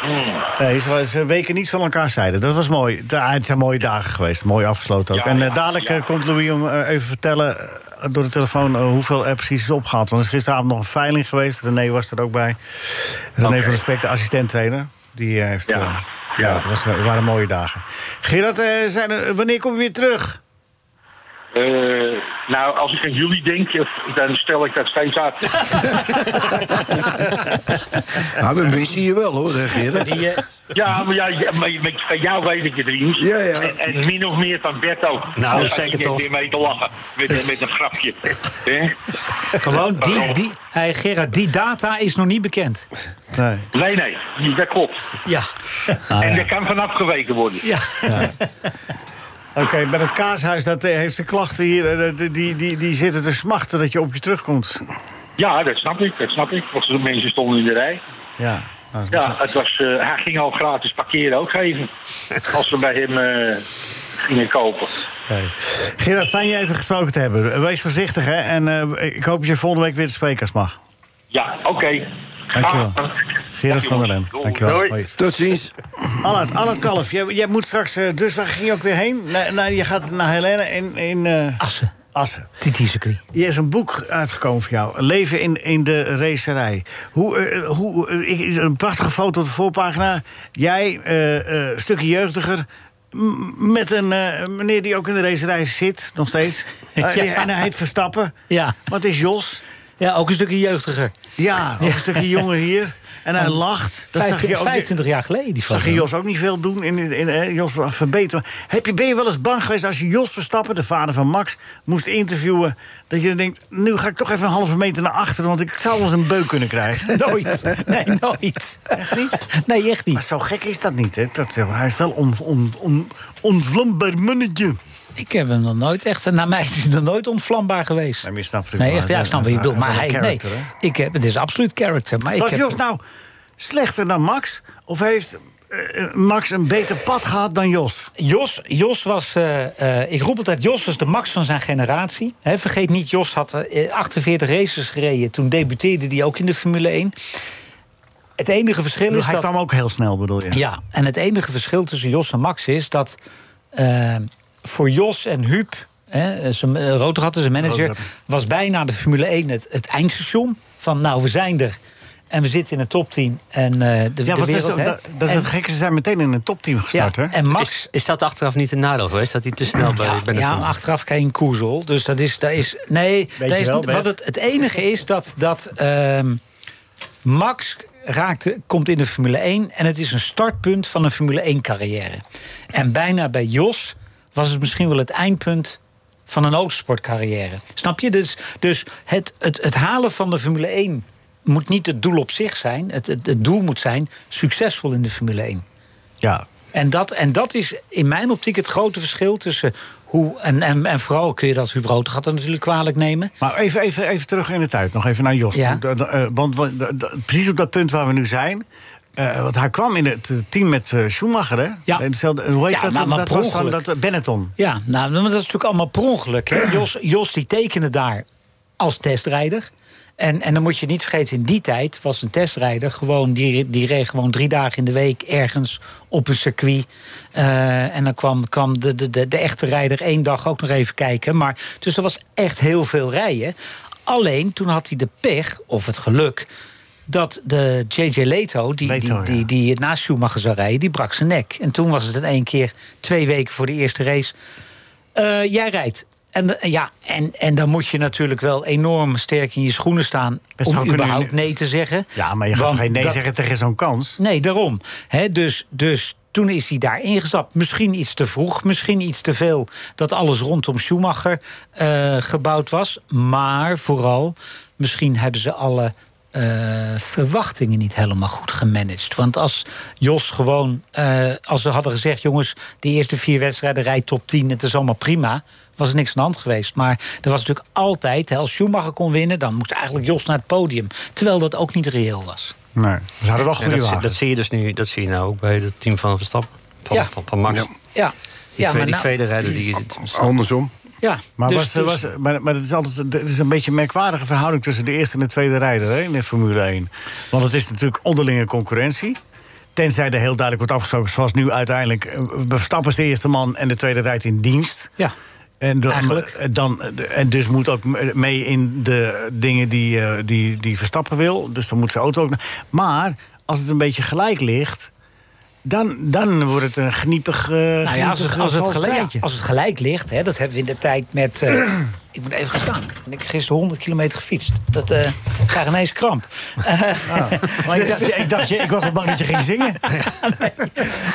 nee, ze, ze weken niet van elkaar zeiden. Dat was mooi. Da- het zijn mooie dagen geweest. Mooi afgesloten ook.
Ja,
en eh,
ja,
dadelijk
ja.
eh, komt Louis om eh, even vertellen eh, door de telefoon eh, hoeveel er precies is opgehaald. Want er is gisteravond nog een veiling geweest. René was er ook bij. René van der Spek, de assistent-trainer. Die eh, heeft...
Ja,
eh,
ja.
het, was, het waren mooie dagen. Gerard, eh, zijn er, wanneer kom je weer terug?
Eh, nou, als ik aan jullie denk, eh, dan stel ik dat steeds uit.
Maar Nou, we missen je wel hoor, hè, Gerard.
Die, eh,
Ja, maar, ja, ja, maar met, van jou weet ik het, Riens.
Ja, ja.
En, en min of meer van Bert ook.
Nou,
Daar zat
zeker
hij net
toch.
weer mee te lachen, met, met een grapje. Hè?
gewoon die,
Waarom?
die, hey Gerard, die data is nog niet bekend.
Nee.
Nee, nee, dat klopt.
Ja.
En daar kan van afgeweken worden.
ja.
Oké, met het kaashuis, dat eh, heeft de klachten hier, eh, die, die, die, die zitten te smachten dat je op je terugkomt.
Ja, dat snap ik, dat snap ik. Want de mensen stonden in de rij.
Ja, nou, dat is
Ja, het was, eh, hij ging al gratis parkeren ook geven. Als we bij hem eh, gingen kopen.
oké. Gerard, fijn je even gesproken te hebben. Eh, Wees voorzichtig, hè. En eh, ik hoop dat je volgende week weer te spreken als het mag.
Ja, oké.
Dankjewel.
Ah,
Gerard van der Lem,
Doei.
dankjewel.
Doei.
Hoi.
Tot ziens.
Allard, Allard Kalf, jij, jij moet straks... eh, dus waar ging je ook weer heen? Na, na- je gaat naar Helene in, in eh,
Assen,
Assen.
TT-circuit.
Hier is een boek uitgekomen voor jou. Leven in, in de racerij. Hoe, eh, hoe, eh, ik- is een prachtige foto op de voorpagina. Jij, eh eh stukje jeugdiger... m- Met een eh, meneer die ook in de racerij zit, nog steeds. Eh,
Ja.
En hij heet Verstappen.
Ja.
Wat is Jos?
Ja, ook een stukje jeugdiger.
Ja, ook een stukje jongen hier. En hij lacht. Dat zag
25,
je ook niet-
25 jaar geleden, die
Zag je
foto.
Jos ook niet veel doen in, in, hè, Jos van verbeteren. Heb je, ben je wel eens bang geweest als je Jos Verstappen, de vader van Max, moest interviewen? Dat je dan denkt, nu ga ik toch even een halve meter naar achteren, want ik zou wel eens een beuk kunnen krijgen.
Nooit. Nee, nooit.
Echt niet?
Nee, echt
Maar
niet.
zo gek is dat niet, hè? Dat, eh, hij is wel on, on, on, onvlambaar mannetje.
Ik heb hem nog nooit echt... Naar mij is hij nog nooit ontvlambaar geweest.
Nee, maar je snapt het
Nee,
wel.
echt, ja, ik snap wat je
Hij-
bedoelt. Maar
hij
hij...
heeft
Nee,
wel character,
ik heb, het is absoluut character. Maar ik
Was
heb,
Jos nou slechter dan Max? Of heeft eh, eh, Max een beter pad gehad dan Jos?
Jos, Jos was, eh, eh, ik roep altijd, Jos was de max van zijn generatie. Hè, vergeet niet, Jos had eh, 48 races gereden. Toen debuteerde hij ook in de Formule 1. Het enige verschil is
Dus hij
dat...
kwam ook heel snel, bedoel je?
Ja, en het enige verschil tussen Jos en Max is dat eh, voor Jos en Huub, hè, zijn, eh, Roodgat, zijn manager,
Roodgat.
was bijna de Formule 1 het, het eindstation. Van nou, we zijn er en we zitten in het topteam en eh, de,
Ja,
de
want dat is,
wereld... hè.
dat, dat is
En-
het gekke. Ze zijn meteen in een topteam gestart,
ja,
hè?
en Max...
Is, is dat achteraf niet een nadeel geweest? Dat hij te snel bij, bij de
ja,
film-
achteraf geen koezel. Dus dat is. Dat is nee,
Weet
dat
je
is,
wel, Bert?
wat het, het enige is dat, dat ehm, Max raakte, komt in de Formule 1 en het is een startpunt van een Formule 1-carrière. En bijna bij Jos was het misschien wel het eindpunt van een autosportcarrière. Snap je? Dus, dus het, het, het halen van de Formule 1 moet niet het doel op zich zijn. Het, het, het doel moet zijn succesvol in de Formule 1.
Ja.
En dat, en dat is in mijn optiek het grote verschil tussen hoe. En, en, en vooral kun je dat Huub Rood natuurlijk kwalijk nemen.
Maar even, even, even terug in de tijd, nog even naar Jos.
Ja.
toe. Eh, eh, Want wa- da- da- precies op dat punt waar we nu zijn. eh, want hij kwam in het eh, team met eh, Schumacher, hè?
Ja.
Eh, Hetzelfde, hoe heet
Ja,
dat?
maar- maar
dat
per
was van
ongeluk.
dat eh, Benetton.
Ja, nou, maar dat is natuurlijk allemaal per ongeluk. Hè? Jos, Jos die tekende daar als testrijder. En, en dan moet je niet vergeten, in die tijd was een testrijder gewoon, die, die reed gewoon drie dagen in de week ergens op een circuit. Eh, en dan kwam, kwam de, de, de, de echte rijder één dag ook nog even kijken. Maar, dus er was echt heel veel rijden. Alleen toen had hij de pech, of het geluk, dat de JJ Leto, die,
Leto,
die,
ja.
die, die het naast Schumacher zou rijden, die brak zijn nek. En toen was het in één keer, twee weken voor de eerste race, eh, jij rijdt. En, eh, ja, en, en dan moet je natuurlijk wel enorm sterk in je schoenen staan
Dat zou
om
kunnen-
überhaupt nee te zeggen.
Ja, maar je gaat
Want
geen nee
dat-
zeggen tegen zo'n kans.
Nee, daarom. Hè, dus, dus toen is hij daar ingestapt. Misschien iets te vroeg, misschien iets te veel dat alles rondom Schumacher eh, gebouwd was. Maar vooral, misschien hebben ze alle eh, verwachtingen niet helemaal goed gemanaged. Want als Jos gewoon, eh, als ze hadden gezegd: jongens, de eerste vier wedstrijden rijdt top 10, het is allemaal prima. Was er niks aan de hand geweest. Maar er was natuurlijk altijd, hè, als Schumacher kon winnen, dan moest eigenlijk Jos naar het podium. Terwijl dat ook niet reëel was.
Nee. Ze hadden wel
Ja,
goede
dat, zie-
wagen.
dat zie je dus nu dat zie je nou ook bij het team van Verstappen. Van,
Ja.
van, van Max. Die,
Ja, ja,
tweede,
maar
die
nou-
tweede rijder die zit.
Andersom.
ja,
Maar,
dus-
was,
dus-
was, maar, maar het is altijd het is een beetje een merkwaardige verhouding tussen de eerste en de tweede rijder hè, in de Formule 1. Want het is natuurlijk onderlinge concurrentie. Tenzij er heel duidelijk wordt afgesproken, zoals nu uiteindelijk. eh, Verstappen is de eerste man en de tweede rijdt in dienst.
ja.
En, dan,
Eigenlijk.
eh, dan, eh, en dus moet ook m- mee in de dingen die, eh, die, die Verstappen wil. Dus dan moet zijn auto ook... na- Maar als het een beetje gelijk ligt... dan, dan wordt het een geniepig... eh
Nou ja, als het,
geniepig,
als het,
vals
gelijk,
strijdje.
als het gelijk ligt, hè, dat hebben we in de tijd met. eh, ik moet even gaan staan. En ik heb gisteren 100 kilometer gefietst. Dat eh krijg ineens kramp.
Ah, Maar ik, dacht, je- ik, dacht je, ik was al bang dat je ging zingen.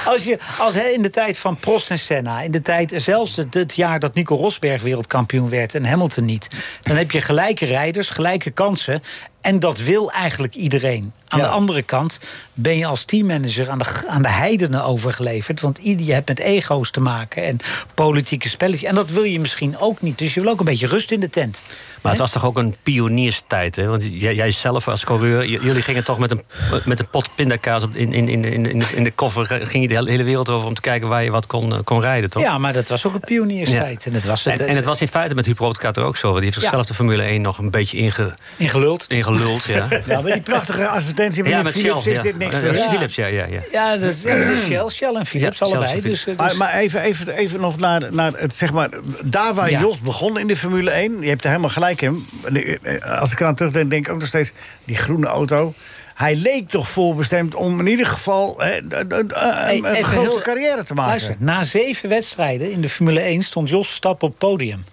Als je als hè, in de tijd van Prost en Senna, in de tijd zelfs het, het jaar dat Nico Rosberg wereldkampioen werd en Hamilton niet, dan heb je gelijke rijders, gelijke kansen. En dat wil eigenlijk iedereen. Aan
Ja.
de andere kant ben je als teammanager aan de, g- aan de heidenen overgeleverd. Want ieder, je hebt met ego's te maken en politieke spelletjes. En dat wil je misschien ook niet. Dus je wil ook een beetje rust in de tent.
Maar het was toch ook een pionierstijd, hè? Want jij, jij zelf als coureur, j- jullie gingen toch met een, met een pot pindakaas op, in, in, in, in, in de- in de koffer... eh, ging je de hele- hele wereld over om te kijken waar je wat kon, eh, kon rijden, toch?
Ja, maar dat was ook een pionierstijd.
Ja.
En het was het. eh,
En, en het was in feite met Huub Roodkater ook zo. Want die heeft zichzelf de Formule 1 nog een beetje inge,
ingeluld.
ingeluld. Ja,
Ja, maar die prachtige advertentie met,
ja
de Philips
Shell,
is
ja.
dit niks
Eh,
voor.
Ja.
Philips, ja, ja, ja.
Ja, dat is, ja, dat is Shell, Shell en Philips
Ja, Shell en
allebei.
Philips.
Dus, eh,
Maar,
dus-
maar even, even, even nog naar, naar het, zeg maar, daar waar
Ja.
Jos begon in de Formule 1. Je hebt er helemaal gelijk in. eh, Als ik eraan terugdenk, denk ik ook nog steeds... die groene auto. Hij leek toch voorbestemd om in ieder geval hè, d- d- d- eh, een,
Hey,
een
even
grote
heel-
carrière te maken.
Luister, na zeven wedstrijden in de Formule 1 stond Jos Stappen op het podium.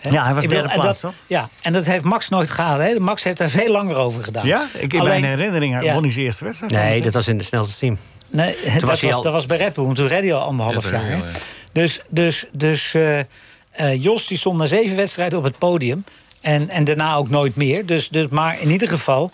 Hè?
Ja, hij was
Ik bedoel,
derde
en
plaats,
dat-
toch?
Ja, en dat heeft Max nooit gehaald. Hè? Max heeft daar veel langer over gedaan.
Ja, ik, in
Alleen-
mijn herinnering had
ja.
won hij zijn eerste wedstrijd.
Nee, dat was in de snelste team.
Nee, dat,
was
was
hij al-
dat was bij Red Bull, want toen redde hij al anderhalf
Ja, bij
jaar.
Red
hè.
Bull, ja.
Dus, dus, dus eh, eh, Jos die stond na zeven wedstrijden op het podium. En, en daarna ook nooit meer. Dus, dus, maar in ieder geval,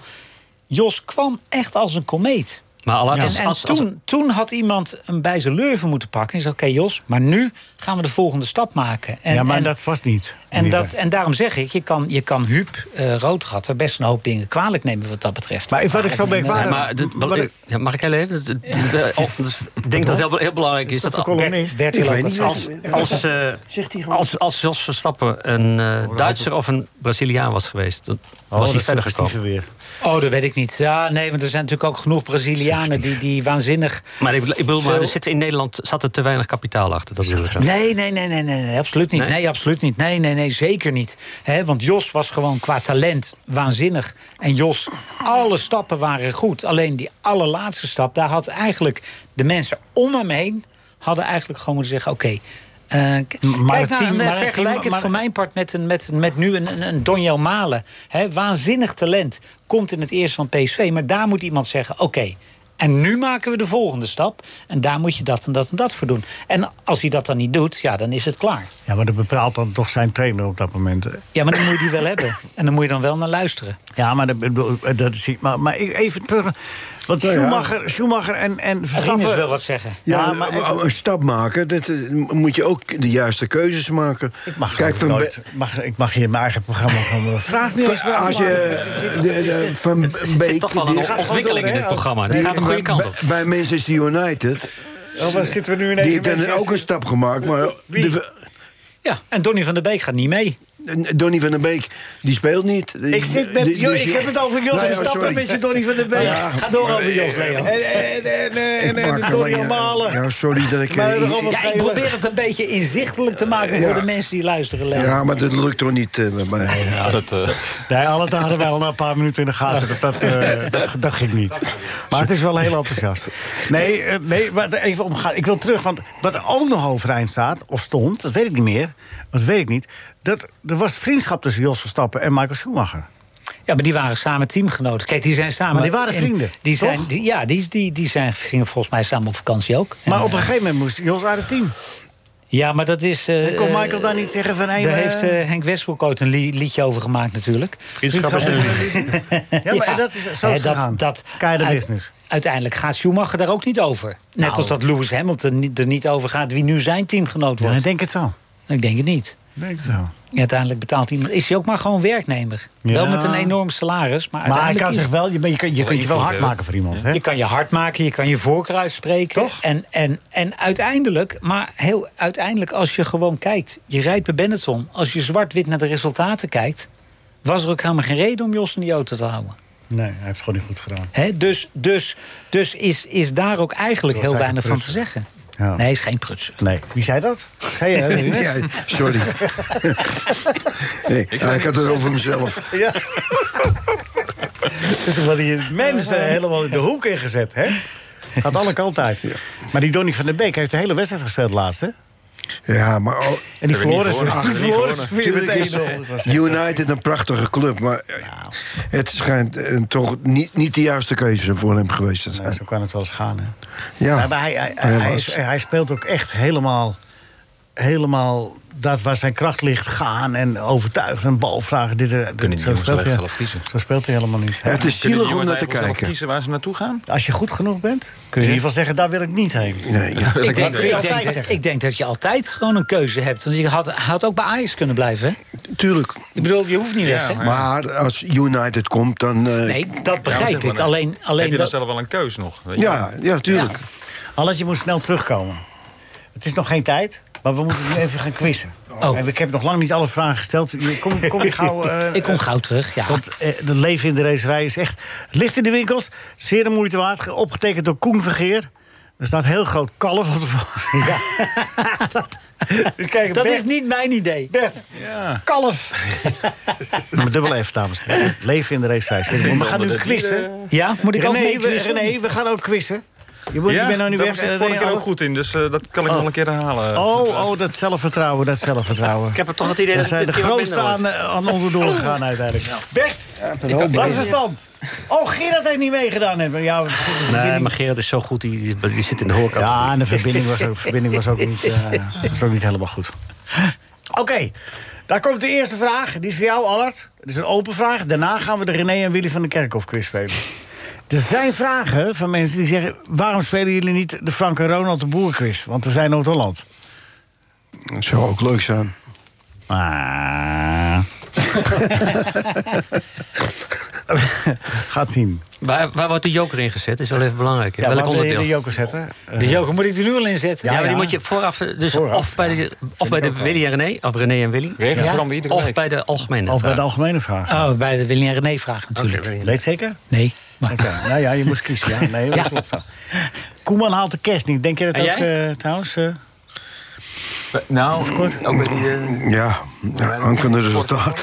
Jos kwam echt als een komeet.
Maar al had-
En,
als,
en
als- als-
toen, toen had iemand hem bij zijn lurven moeten pakken. En zei, oké Jos, maar nu gaan we de volgende stap maken. En,
ja, maar
en,
dat was niet.
en,
Die
dat,
dag.
en daarom zeg ik, je kan, je kan Huub eh Roodgat er best een hoop dingen kwalijk nemen wat dat betreft.
Maar wat ik zo
Ja,
merkwaardig...
maar dit- wel-
wat-
ja, mag ik heel even? Dat- dat- dat- oh, dat is- Ik denk dat het heel, heel belangrijk is.
dat de
dat
kolom-
Bert,
columnist.
Bert
Ik
wil ook
weet
wat
niet.
zeggen.
als, als, eh,
Zegt hij gewoon.
als, als Jos Verstappen een eh,
Oh,
Duitser of een Braziliaan was geweest, dan was hij verder gekomen.
weer.
Oh, dat weet ik niet. Ja, nee, want er zijn natuurlijk ook genoeg Brazilianen die, die waanzinnig.
Maar ik, bedoel- ik bedoel, maar er
Veel-
zit in Nederland zat er te weinig kapitaal achter. Dat bedoel ik. dan.
Nee, nee, nee, nee, nee, nee, absoluut niet.
Nee?
Nee, absoluut niet. Nee, nee, nee, zeker niet. Hè, want Jos was gewoon qua talent waanzinnig. En Jos, alle stappen waren goed. Alleen die allerlaatste stap, daar had eigenlijk de mensen om hem heen... hadden eigenlijk gewoon moeten zeggen, oké... eh, k-
Maar het
kijk
team-
nou, nee,
maar het
vergelijk
team-
het
maar-
voor mijn part met, een, met, met nu een, een, een Donjo Malen. Hè, waanzinnig talent. Komt in het eerste van PSV. Maar daar moet iemand zeggen: oké. en nu maken we de volgende stap. En daar moet je dat en dat en dat voor doen. En als hij dat dan niet doet, ja, dan is het klaar.
Ja, maar dat bepaalt dan toch zijn trainer op dat moment. hè?
Ja, maar dan moet je die wel hebben. En dan moet je dan wel naar luisteren.
Ja, maar dat, dat is... Maar, maar ik- even terug... Want
Nou ja.
Schumacher, Schumacher en, en
Rinus
Verstappen...
wil wat zeggen.
Ja,
Ja, maar
een- een stap maken, dat eh, moet je ook de juiste keuzes maken.
Ik mag,
Kijk, van
nooit,
Be-
mag, ik mag hier in mijn eigen programma gewoon eh, vraag niet eens
van- als je eh, de, de- van
Het zit
Beek,
toch wel
die-
een ontwikkeling in dit programma. Dit
die-
gaat de goede
bij-
kant op.
bij- Bij Manchester United,
Oh, zitten we nu
die
ineens
heeft dan ook een stap gemaakt, maar
Wie?
de-
Ja, en Donny van der Beek gaat niet mee.
Donny van der Beek die speelt niet.
Ik zit met...
Die-
Jo,
dus
ik
je-
heb het over Jos
Nou ja,
Verstappen
sorry.
met je Donny van der Beek.
Ja,
Ga door over Jos,
En,
Leo.
en,
Ik
en, en, en,
maak
en
er
Donny
wel-
Malen.
Ja, sorry dat ik...
Maar we hebben allemaal
Ja, ik probeer het een beetje inzichtelijk te maken voor
Ja.
de mensen die luisteren. Leo.
Ja, maar dat lukt toch niet eh, bij mij.
Ja, dat, eh,
Nee, al het hadden wij al na een paar minuten in de gaten. Dus dat, eh, dat, dat ging niet. Maar het is wel heel enthousiast. Nee, eh, nee maar even omgaan. Ik wil terug, want wat er ook nog overeind staat, of stond, dat weet ik niet meer. Dat weet ik niet. Dat, er was vriendschap tussen Jos Verstappen en Michael Schumacher.
Ja, maar die waren samen teamgenoten. Kijk, die zijn samen.
Maar die waren
in-
vrienden,
die
toch?
zijn, die, ja, die, die, die zijn, gingen volgens mij samen op vakantie ook. En,
Maar op
eh,
een gegeven moment moest Jos uit het team.
ja, maar dat is. eh,
Kon
eh,
Michael daar niet zeggen van... Hey,
daar
eh,
heeft eh, Henk Westbroek ooit een li- liedje over gemaakt, natuurlijk.
Vriendschap is een-
Ja, maar dat is zo
Hè,
is het gegaan.
dat, dat,
Keiharde
uit-
business. Nou.
Uiteindelijk gaat Schumacher daar ook niet over. Net als dat Lewis Hamilton niet- er niet over gaat wie nu zijn teamgenoot
Ja,
wordt.
ik denk het wel.
Ik denk het niet.
Ik Denk het wel.
Ja, uiteindelijk betaalt iemand. Is hij ook maar gewoon werknemer?
Ja.
Wel met een enorm salaris,
Maar
maar
hij
uiteindelijk
kan
is-
zich wel, je, je, kan- je kunt je wel hard maken voor iemand. Hè?
Je kan je hard maken, je kan je voorkeur uitspreken.
Toch?
En, en, en uiteindelijk, maar heel uiteindelijk, als je gewoon kijkt, je rijdt bij Benetton, als je zwart-wit naar de resultaten kijkt, was er ook helemaal geen reden om Jos in die auto te houden.
Nee, hij heeft het gewoon niet goed gedaan.
Hè, dus dus, dus is, is daar ook eigenlijk
Het was
heel weinig van te
eigenlijk
zeggen.
Ja.
Nee, is geen prutser.
Nee. Wie zei dat? Zei jij dat? Ines?
Ja, sorry. Nee, hij had het over mezelf.
Ja. Toen worden hier mensen
eh,
helemaal in de hoek ingezet, hè? Gaat alle kanten uit. Maar die Donny van der Beek heeft de hele wedstrijd gespeeld laatst, hè?
Ja, maar al-
En die verloren is
gewonnen.
die verloren is weer
Tuurlijk
meteen.
is United een prachtige club, maar eh, het schijnt eh, toch niet, niet de juiste keuze voor hem geweest te
Nee,
zijn.
zo kan het wel eens gaan, hè? Ja,
Ja,
maar hij, hij, hij, hij
Helaas.
is- hij speelt ook echt helemaal, helemaal dat waar zijn kracht ligt gaan en overtuigd en balvragen. Dit, en- dit,
die jongens
speelt
wel
hij-
zelf kiezen?
Zo speelt hij helemaal niet.
het is
kunnen
zielig
die
om naar te
jongens zelf
kijken.
kiezen waar ze naartoe gaan?
Als je goed genoeg bent, kun je in ieder geval zeggen, daar wil ik niet heen.
Nee, ja.
Ik denk,
kun je
ik,
altijd
denk, dat-
zeggen.
ik denk dat je altijd gewoon een keuze hebt. Want je had, had ook bij Ajax kunnen blijven. hè?
Tuurlijk.
Ik bedoel, je hoeft niet weg. Hè?
Maar als United komt, dan... eh,
Nee, dat
Ja,
begrijp
zeg maar,
ik.
dan
Alleen, alleen
heb je dan
dat,
zelf wel een keus nog? Weet je?
Ja, ja, tuurlijk.
Alles, je moet snel terugkomen. Het is nog geen tijd, maar we moeten nu even gaan quizzen.
Oh.
En ik heb nog lang niet alle vragen gesteld. Kom, kom je gauw. eh,
ik kom gauw terug. Ja.
Want eh, de leven in de racerij is echt... Het ligt in de winkels, zeer de moeite waard. ge- Opgetekend door Koen Vergeer. Er staat heel groot kalf op de voor- dat kijk,
dat
Bert,
is niet mijn idee.
Bert,
Ja.
kalf. Met dubbel F, dames en heren. Leven in de racerij. is heel mooi. We gaan nu
Onder de
quizzen.
dieren.
Ja, moet ik ook
René,
mee
we,
quizzen?
René, we gaan ook quizzen. Je, moet, je bent nou niet
daar
weg.
was ik vorige keer ook eh, goed in, dus eh, dat kan ik
Oh.
nog een keer herhalen.
Oh, oh, dat zelfvertrouwen, dat zelfvertrouwen.
Ik heb er toch het idee
Daar
dat ik
zijn de
dit keer wat
grootste
minder word.
aan, eh, aan onderdoor gegaan uiteindelijk. Bert, wat is de stand? Oh, Gerard heeft niet meegedaan. net, maar Ja, de
Nee,
verbinding-
maar Gerard is zo goed, die, die, die zit in de horeca.
ja en de verbinding was ook, verbinding was ook, niet, eh, was ook niet helemaal goed. Oké, daar komt de eerste vraag. Die is voor jou, Allard. Het is een open vraag. Daarna gaan we de René en Willy van de Kerkhof quiz spelen. Er zijn vragen van mensen die zeggen... waarom spelen jullie niet de Frank en Ronald de Boer quiz? Want we zijn Noord-Holland.
Dat zou ook leuk zijn.
Eh,
Ah. Gaat zien.
Waar, waar wordt de joker in gezet? Is wel even belangrijk. hè?
Ja,
Welk
laten we
onderdeel?
de joker zetten. Eh,
De joker moet ik er nu al in zetten.
ja, maar
ja.
die moet je vooraf, eh, dus
Vooraf,
of bij de, of bij de Willy en René, of René en Willy.
Regels
Ja.
veranderen iedere
Of
week.
bij de algemene.
of bij
vraag.
de algemene vraag.
Oh, bij de Willy en René vraag natuurlijk.
Oké, René.
Weet zeker?
Nee. Maar
Oké, nou ja, je moest kiezen. Ja. Nee, dat
Ja.
klopt wel. Koeman haalt de kerst niet. Denk je dat
En
ook
jij?
eh, trouwens? eh?
Nou, ook bij die... eh,
Ja, ja hangt van de resultaat.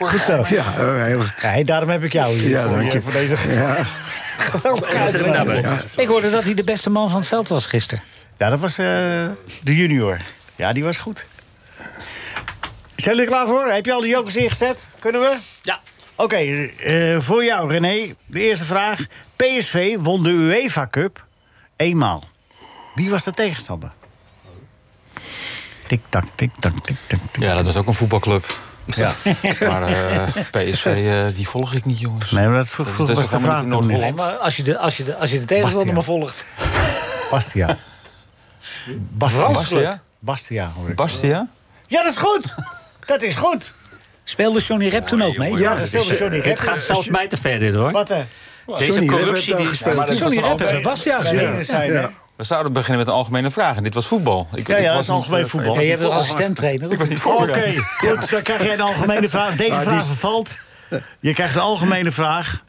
goed zo.
Ja, eh, heel-
Nee, daarom heb ik jou hier.
Ja,
voor,
dank
eh,
je.
voor deze
ja.
geweldige
Zet hem
uitzending.
daarbij.
Ik hoorde dat hij de beste man van het veld was gisteren.
Ja, dat was eh, de junior. Ja, die was goed. Zijn jullie er klaar voor? Heb je al de jokers ingezet? Kunnen we?
Ja.
Oké, eh, voor jou René. De eerste vraag. PSV won de UEFA Cup eenmaal. Wie was de tegenstander? Tik tak, tik tak, tik tak. tik.
Ja, dat was ook een voetbalclub. Ja. maar eh, PSV, eh, die volg ik niet, jongens.
Nee, maar dat vroeg,
Dus Dat is-
vroeg
dat is
was de
toch helemaal
vraag.
niet
nog
in
niet.
Noord-Holland?
Maar als je de, als je de, als je de tegenstander
Bastiaan.
maar volgt.
Bastia. Bastia.
Bastia?
Bastia, hoor ik.
Bastia?
Ja, dat is goed! Dat is goed!
Speelde Johnny Rep toen ook mee?
Ja,
Dat speelde Johnny Rep.
Het gaat zelfs mij te ver dit hoor.
Wat hè?
Johnny
Deze
Rep heeft
eh,
corruptie
daar
die is...
gespeeld.
maar dat
Johnny
was
Rep eh,
al
hebben Bastia gespeeld.
Trainers zijn, hè?
Ja.
We zouden beginnen met een algemene vraag. En dit was voetbal. Ik,
Ja, ja, dat
was
is algemeen
niet, eh,
voetbal.
Ja, je hebt een assistenttrainer.
Ik was niet
Oké,
voorbereid. Nou,
goed, dan krijg jij een algemene vraag. Deze
Ah, die
vraag
is-
vervalt. Je krijgt een algemene vraag.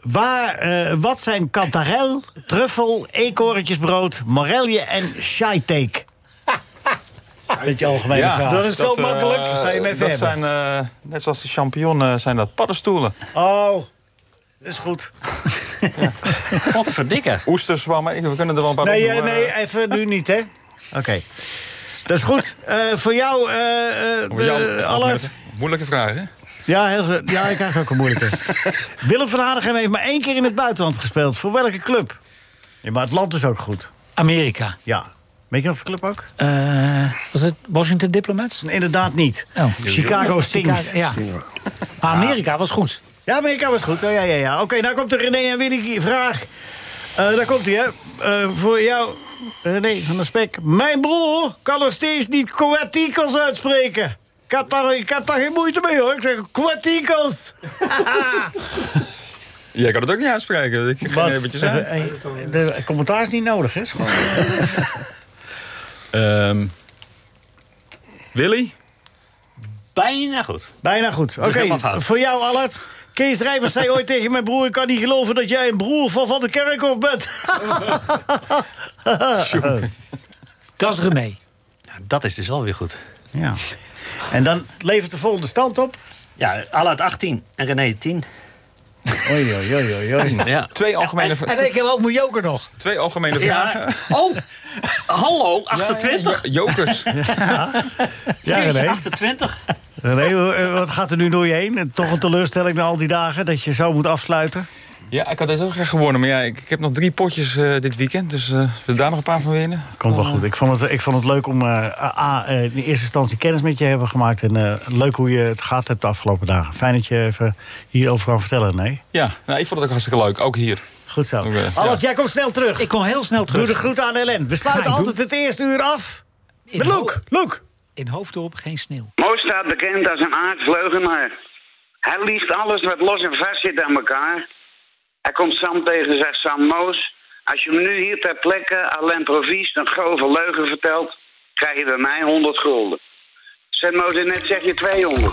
Waar, eh, wat zijn kantarel, truffel, eekhoorntjesbrood, morelje en shitake? Beetje algemene vraag. Dat is zo
eh,
makkelijk. Zou je mee
Dat
verder?
zijn, eh, net zoals de champignon, eh, zijn dat paddenstoelen.
Oh, dat is goed.
Potverdikke.
Oesterzwammen, ik- we kunnen er wel een paar
Nee,
opnoemen,
eh, nee, even nu niet, hè? Oké. Dat is goed. Eh, voor jou, eh eh,
eh, Jan,
de-
ook
Allard.
met- Moeilijke vraag, hè?
Ja, heel, goed. ja, ik krijg ook een moeilijke. Willem van Hanegem heeft maar één keer in het buitenland gespeeld. Voor welke club? Ja, maar het land is ook goed.
Amerika.
Ja. Weet je nog voor club ook?
Eh, was het Washington Diplomats?
Inderdaad niet.
Oh.
Chicago Stings.
Ja. Maar Amerika was goed.
Ja, Amerika was goed. Oh, ja, ja, ja. Oké, nou komt de René en Willy vraag. Eh, daar komt hij, hè. Eh, voor jou, René van der Spek. Mijn broer kan nog steeds niet kwartikels uitspreken. Ik had, daar, ik had daar geen moeite mee, hoor. Ik zeg kwartikels.
Jij kan het ook niet uitspreken. Ik ging eventjes aan.
eh, eh, de commentaar is niet nodig, hè. is gewoon-
Ehm, Willy?
Bijna nou goed.
Bijna goed. Oké,
helemaal fout.
voor jou, Allard. Kees Rijvers zei ooit tegen mijn broer... ik kan niet geloven dat jij een broer van Van de Kerkhof bent.
Dat is René.
Nou, dat is dus wel weer goed.
Ja. En dan levert de volgende stand op.
Ja, Allard 18 en René 10.
Oei, oei, oei, oei, oei.
Ja.
Twee algemene,
En,
vra-
en ik heb ook mijn joker nog.
twee algemene vragen.
ja. Oh, hallo, 28.
Ja, jokers.
Ja,
Jeetje,
René.
28.
René, hoe- eh, wat gaat er nu door je heen? En Toch een teleurstelling na al die dagen dat je zo moet afsluiten.
Ja, ik had deze ook graag gewonnen. Maar ja, ik, ik heb nog drie potjes eh, dit weekend. Dus eh wil je daar nog een paar van winnen?
Komt wel goed. Ik vond het, ik vond het leuk om eh, A, eh, in eerste instantie kennis met je te hebben gemaakt. En eh, leuk hoe je het gehad hebt de afgelopen dagen. Fijn dat je even hierover kan vertellen, nee?
Ja, nou, ik vond het ook hartstikke leuk. Ook hier.
Goed zo.
Oké,
Allard, jij komt snel terug.
Ik kom heel snel terug.
Doe de groet aan Helen. We sluiten
Ga ik
altijd het eerste uur af
In
met
Ho-
Loek. Loek.
In Hoofddorp geen sneeuw.
Moos staat bekend als een aardvleugenaar. Hij liegt alles wat los en vast zit aan elkaar. Hij komt Sam tegen en zegt Sam Moos... als je me nu hier ter plekke à l'improvies een grove leugen vertelt... krijg je bij mij 100 gulden. Zet Moos en net zeg je 200.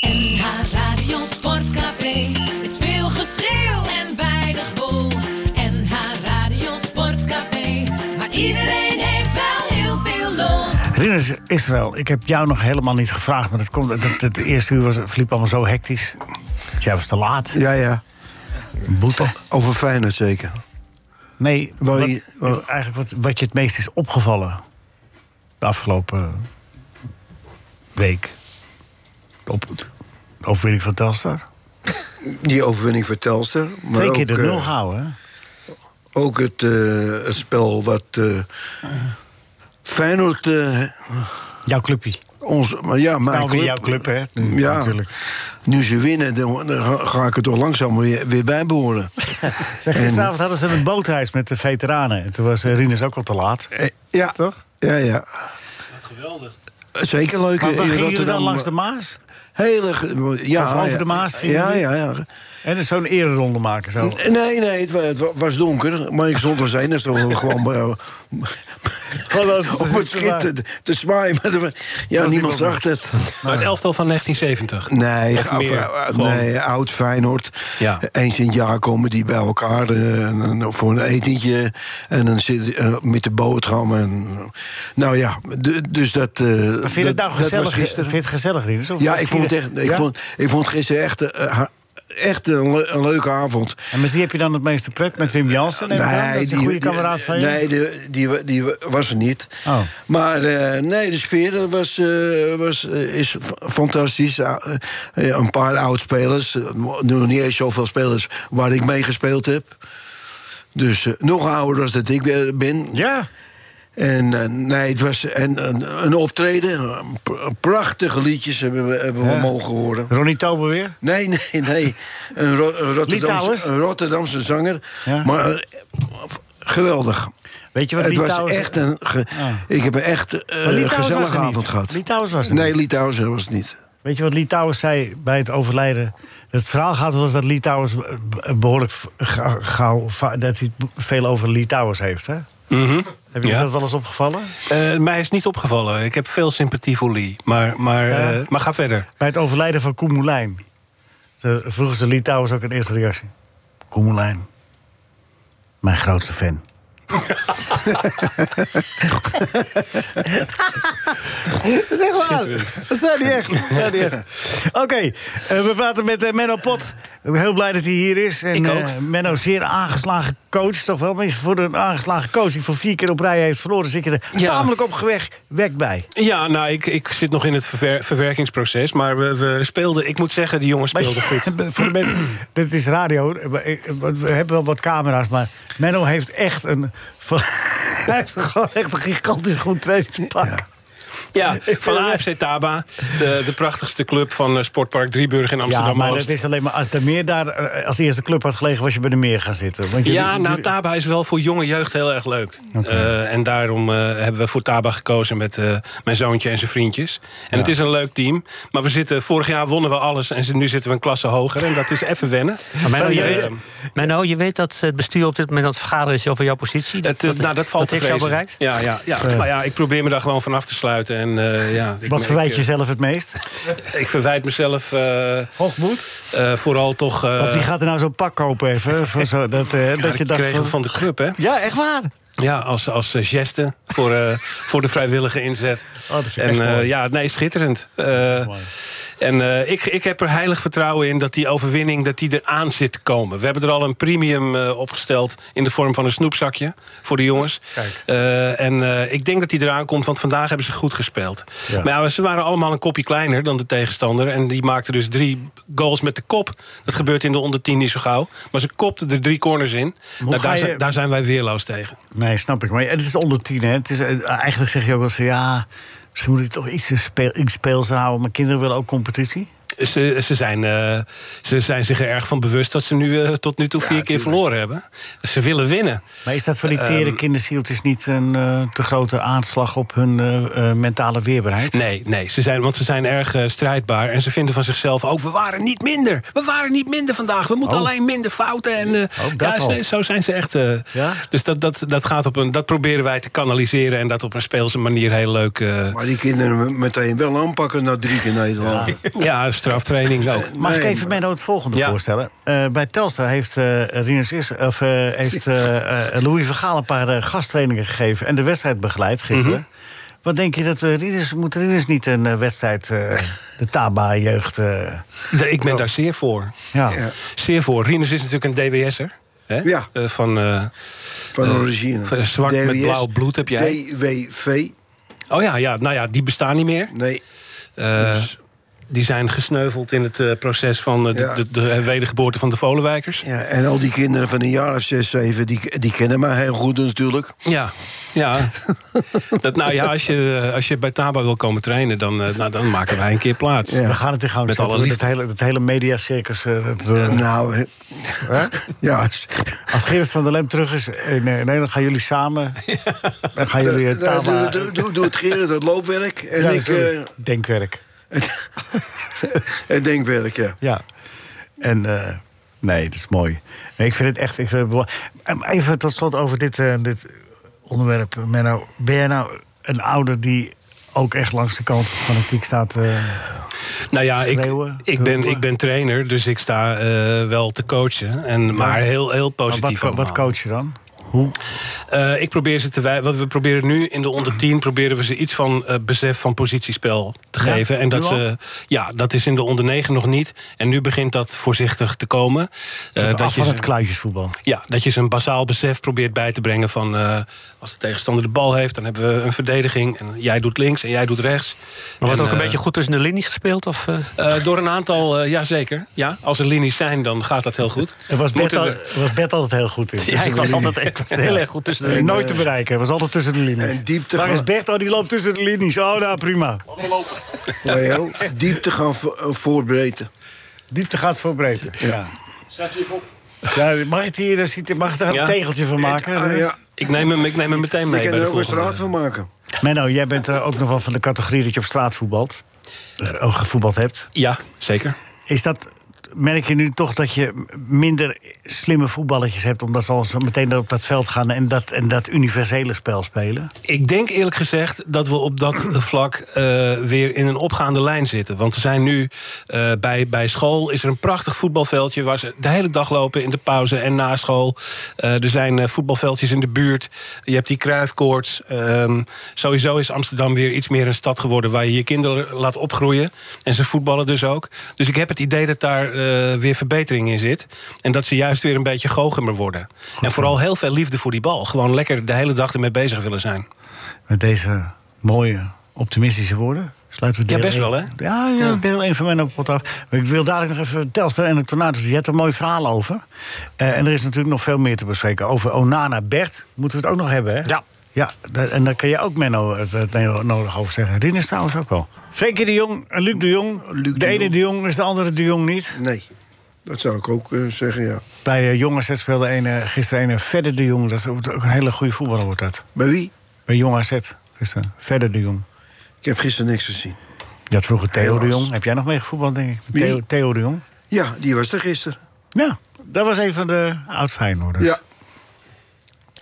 NH Radio Sportcafé is veel geschreeuw en weinig wol. NH Radio Sportcafé, maar iedereen heeft wel heel veel lol.
Rinus Israël, ik heb jou nog helemaal niet gevraagd. Maar dat komt, dat, het eerste uur was, verliep allemaal zo hectisch. Jij was te laat.
ja, ja.
Boete.
Over Feyenoord zeker.
Nee,
Waar
wat,
je- waar-
eigenlijk wat, wat je het meest is opgevallen de afgelopen week. Op de overwinning van Telstar.
Die overwinning voor Telstar. Maar
Twee keer
ook,
de nul
eh,
houden. hè?
Ook het, eh, het spel wat eh Feyenoord... eh,
jouw clubje.
Ons, maar ja, mijn
Nou, weer
club.
jouw club, hè? Nu,
ja,
natuurlijk.
Nu ze winnen, dan, dan ga- ga ik er toch langzaam weer, weer bij behoren.
Zeg,
En-
gisteravond hadden ze een bootreis met de veteranen. En toen was eh, Rinus ook al te laat.
ja.
Toch?
Eh, Ja, ja. Geweldig. Zeker leuk.
Maar waar
in
gingen jullie
Rotterdam.
dan langs de Maas?
Hele, ge- ja,
Of over
ja.
de Maas gingen
Ja,
jullie?
ja, ja.
En dus zo'n ereronde maken zo.
Nee, nee, het, wa- het wa- was donker, maar ik stond er zijn. Dat is toch gewoon eh,
Oh,
op het
dus
schip te, te zwaaien. Maar er wa- ja, niemand
was niemand
zag het.
Maar het elftal van 1970.
Nee,
Of
of,
meer,
eh,
gewoon.
nee, oud Feyenoord.
Ja.
Eens in het jaar komen die bij elkaar eh, en dan voor een etentje. En dan zit eh, met de boterham. En, nou ja, du- dus dat. eh,
Maar vind je het nou
dat was
gezellig?
gisteren.
Vind je het gezellig, Rinus? Of
Ja,
wat
ik
vind
vond,
je-
het echt, ik,
Ja?
vond, ik vond gisteren echt, eh, ha- echt een, le- een leuke avond.
En met wie heb je dan het meeste pret? Met Wim Jansen? neem ik aan? Dat is een goede kameraad van je?
nee de- die, wa- die wa- was er niet.
Oh.
Maar eh, nee, de sfeer dat was, eh, was, eh, is f- fantastisch. Ah, eh, een paar oud-spelers, eh, nog niet eens zoveel spelers waar ik mee gespeeld heb. Dus eh, nog ouder dan dat ik eh, ben.
Ja.
En eh, nee, het was een, een, een optreden. P- Prachtige liedjes hebben we, hebben we
Ja.
mogen horen.
Ronnie Tober weer?
Nee, nee, nee. Een, Ro- een
Litouwers?
Rotterdamse, een Rotterdamse zanger.
Ja.
Maar eh, geweldig.
Weet je wat
Het was
Litouwers- Ah.
echt een. ge- Ik heb een echt eh,
Maar Litouwers was
gezellige
er niet.
avond gehad.
Litouwers was er
Nee,
niet.
Litouwers was het niet.
Weet je wat Litouwers zei bij het overlijden? Het verhaal gaat wel eens dat Litouwers eh, behoorlijk v- ga- gauw... va- dat hij het veel over Litouwers heeft, hè?
Mhm.
Heb je
Ja.
dat wel eens opgevallen?
Eh, mij is niet opgevallen. Ik heb veel sympathie voor Lee. Maar, maar,
Ja.
eh, maar ga verder.
Bij het overlijden van Koen Moulijn. Ze- Vroegen ze Litouwers ook een eerste reactie. Koen Moulijn. Mijn grootste fan. dat is echt waar. Dat staat niet echt. Dat staat niet echt. Oké, eh, we praten met eh, Menno Pot. Ik ben heel blij dat hij hier is. En,
Ik ook.
eh, Menno, zeer aangeslagen coach. Toch wel, maar voor een aangeslagen coach die voor vier keer op rij heeft verloren... zit je er
Ja.
tamelijk op weg, weg bij.
Ja, nou, ik, ik zit nog in het verwer- verwerkingsproces. Maar we, we speelden, ik moet zeggen, die jongens
Maar-
speelden goed.
Voor de mensen, dit is radio. We hebben wel wat camera's, maar Menno heeft echt een. Hij heeft gewoon echt een gigantisch goed trainingspak.
Ja, van AFC Taba, de, de prachtigste club van eh, Sportpark Drieburg in
Ja,
Amsterdam.
maar dat is alleen maar als de meer daar eh, als eerste club had gelegen, was je bij de meer gaan zitten. Want jullie-
Ja, nou,
jullie-
Taba is wel voor jonge jeugd heel erg leuk. Eh, en daarom eh, hebben we voor Taba gekozen met eh, mijn zoontje en zijn vriendjes. En het is een leuk team. Maar we zitten, vorig jaar wonnen we alles en nu zitten we een klasse hoger. En dat is even wennen.
Maar Menno, je
Eh,
weet, Menno, je weet dat het bestuur op dit moment aan het vergaderen is over jouw positie.
Het, eh,
is-
nou, dat valt
dat
te
heeft jou bereikt.
vrezen. Ja, ja, ja.
Eh.
Maar ja, ik probeer me daar gewoon van af te sluiten. En, eh, ja, ik
Wat
merk,
verwijt
eh,
je zelf het meest?
Ik verwijt mezelf eh,
Hoogmoed?
eh, vooral toch... eh,
Want wie gaat er nou zo'n pak kopen even? Voor zo, dat, eh,
ja,
dat je dacht
kregen
van,
we van de club, hè?
Ja, echt waar.
Ja, als, als eh, geste voor, eh, voor de vrijwillige inzet.
Oh, dat vind ik
en
echt
eh,
mooi.
ja, nee, schitterend. Eh, en eh, ik, ik heb er heilig vertrouwen in dat die overwinning dat die eraan zit te komen. We hebben er al een premium eh, opgesteld in de vorm van een snoepzakje voor de jongens. Eh, en eh, ik denk dat die eraan komt, want vandaag hebben ze goed gespeeld.
Ja.
Maar ja, ze waren allemaal een kopje kleiner dan de tegenstander. En die maakte dus drie goals met de kop. Dat gebeurt in de onder 10 niet zo gauw. Maar ze kopte er drie corners in. Nou,
ga
daar,
je-
zijn, daar zijn wij weerloos tegen.
Nee, snap ik. Maar het is onder tien, hè? Het is, eh, eigenlijk zeg je ook wel van ja. Misschien moet ik toch iets, speel, iets speels houden. Mijn kinderen willen ook competitie.
Ze, ze, zijn, eh, ze zijn zich er erg van bewust dat ze nu eh, tot nu toe vier keer verloren hebben. Ze willen winnen.
Maar is dat voor die tere
Ehm,
kinderzieltjes niet een eh, te grote aanslag op hun eh, eh, mentale weerbaarheid?
Nee, nee ze zijn, want ze zijn erg eh, strijdbaar. En ze vinden van zichzelf ook, we waren niet minder. We waren niet minder vandaag. We moeten
Oh.
alleen minder fouten. En, eh,
Ook dat
ja, ze-
al.
zo zijn ze echt. eh,
Ja?
Dus dat, dat, dat, gaat op een, dat proberen wij te kanaliseren. En dat op een speelse manier heel leuk. eh,
Maar die kinderen meteen wel aanpakken na drie keer Nederland.
ja, straftraining ook.
Mag ik
Nee,
even Menno het volgende
Ja.
voorstellen? Eh, bij Telstra heeft, eh Rinus Is, of, eh, heeft eh, eh, Louis Vergaal een paar eh, gasttrainingen gegeven... en de wedstrijd begeleid gisteren. Wat denk je dat eh, Rinus... Moet Rinus niet een eh, wedstrijd... eh, de Taba-jeugd... eh,
Ik ben daar zeer voor.
ja.
Zeer voor. Rinus is natuurlijk een DWS'er. Hè?
Ja.
Eh, van eh,
Van
eh,
origine.
van zwart met
DWS,
blauw bloed heb jij.
DWV.
Oh ja, ja, nou ja, die bestaan niet meer. Eh,
Nee. Dus-
Die zijn gesneuveld in het eh, proces van eh, de,
Ja.
de, de wedergeboorte van de Volenwijkers.
Ja, en al die kinderen van een jaar of zes, zeven, die, die kennen mij heel goed natuurlijk.
Ja, ja. dat, nou ja, als je, eh, als je bij Taba wil komen trainen, dan, eh, nou, dan maken wij een keer plaats.
We gaan het in gang
Met alle
zetten.
liefde.
Het hele, het hele mediacircus. eh, dat, eh,
Nou, ja.
Als Gerrit van der Lem terug is in eh, Nederland, gaan jullie samen. Dan gaan jullie eh,
Nou,
Taba-
doe, doe, doe, doe het Gerrit, het loopwerk. En
Ja,
ik... eh,
natuurlijk. Denkwerk.
en denkwerk, ja.
Ja. En eh, nee, dat is mooi. Nee, ik vind het echt. Ik vind het bela- Ehm, Even tot slot over dit, eh, dit onderwerp. Menno, ben jij nou een ouder die ook echt langs de kant van het kiek staat? eh,
Nou ja, ik,
Schreeuwen,
ik, ben,
roepen.
ik ben trainer, dus ik sta eh, wel te coachen. En, maar heel, heel positief.
maar wat, wat
allemaal.
coach je dan? Hoe?
Eh, ik probeer ze te wij- wat we proberen nu in de onder 10 proberen we ze iets van eh, besef van positiespel te
Ja,
geven. En dat
nu al?
ze, ja, dat is in de onder 9 nog niet. En nu begint dat voorzichtig te komen. Eh,
Even af
je
van
ze-
het kluisjesvoetbal.
ja, dat je ze een basaal besef probeert bij te brengen van eh, als de tegenstander de bal heeft, dan hebben we een verdediging. En jij doet links en jij doet rechts.
Maar wordt
En,
ook een
eh,
beetje goed tussen de linies gespeeld? Of, eh?
eh, door een aantal, eh, ja zeker. Ja, als er linies zijn, dan gaat dat heel goed.
Daar was, Bert
Moeten
al,
er-
was Bert altijd heel goed in.
Ja, ik was altijd- ik was heel erg
goed tussen
de
En,
linies.
Nooit te bereiken, hij was altijd tussen de linies.
En diepte
Waar
van-
is Bert? Oh, die loopt tussen de linies. Oh, nou, prima.
Leo, diepte gaan vo- eh, voortbreten.
Diepte gaat voorbreken. Ja. Ja, mag het hier, eh, ziet- mag het daar
Ja.
een tegeltje van maken?
Ah, ja.
Ik neem hem, ik neem hem meteen mee.
Je kan
bij
er
de
ook een
volgende.
straat van maken.
Menno, jij bent eh, ook nog wel van de categorie dat je op straat voetbalt. Eh, Ook gevoetbald hebt.
Ja, zeker.
Is dat, merk je nu toch dat je minder slimme voetballetjes hebt... omdat ze al zo meteen daar op dat veld gaan en dat, en dat universele spel spelen?
Ik denk eerlijk gezegd dat we op dat vlak eh, weer in een opgaande lijn zitten. Want we zijn nu eh, bij, bij school is er een prachtig voetbalveldje waar ze de hele dag lopen in de pauze en na school. Eh, er zijn eh, voetbalveldjes in de buurt. Je hebt die kruifkoorts. Ehm, sowieso is Amsterdam weer iets meer een stad geworden waar je je kinderen laat opgroeien. En ze voetballen dus ook. Dus ik heb het idee dat daar eh, weer verbetering in zit. En dat ze juist weer een beetje goochemer worden. En vooral heel veel liefde voor die bal. Gewoon lekker de hele dag ermee bezig willen zijn.
Met deze mooie, optimistische woorden sluiten we
Ja,
deel
best
één-
wel, hè?
Ja, ja,
Ja.
deel 1 van mijn pot af. Maar ik wil dadelijk nog even Telstra en de tornado's. Je hebt er mooie verhalen over. Eh, en er is natuurlijk nog veel meer te bespreken. Over Onana Bert moeten we het ook nog hebben, hè? Ja. Ja, da- en daar kan je ook Menno het, het ne- nodig over zeggen. Rinus trouwens ook al. Frenkie de Jong en Luc de Jong. de ene de Jong is de andere de Jong niet.
Nee, dat zou ik ook eh, zeggen, ja.
Bij de jongens hè, speelde een, eh, gisteren een Verder de Jong. Dat is ook een hele goede voetballer, wordt dat.
Bij wie?
Bij Jong AZ gisteren. Verder de Jong.
Ik heb gisteren niks gezien.
Je had vroeger Theo de
Helaas.
Jong. Heb jij nog meegevoetbald, denk ik?
Wie?
Theo, Theo de Jong.
Ja, die was er gisteren.
Ja, dat was een van de oud-Feyenoorders.
Ja.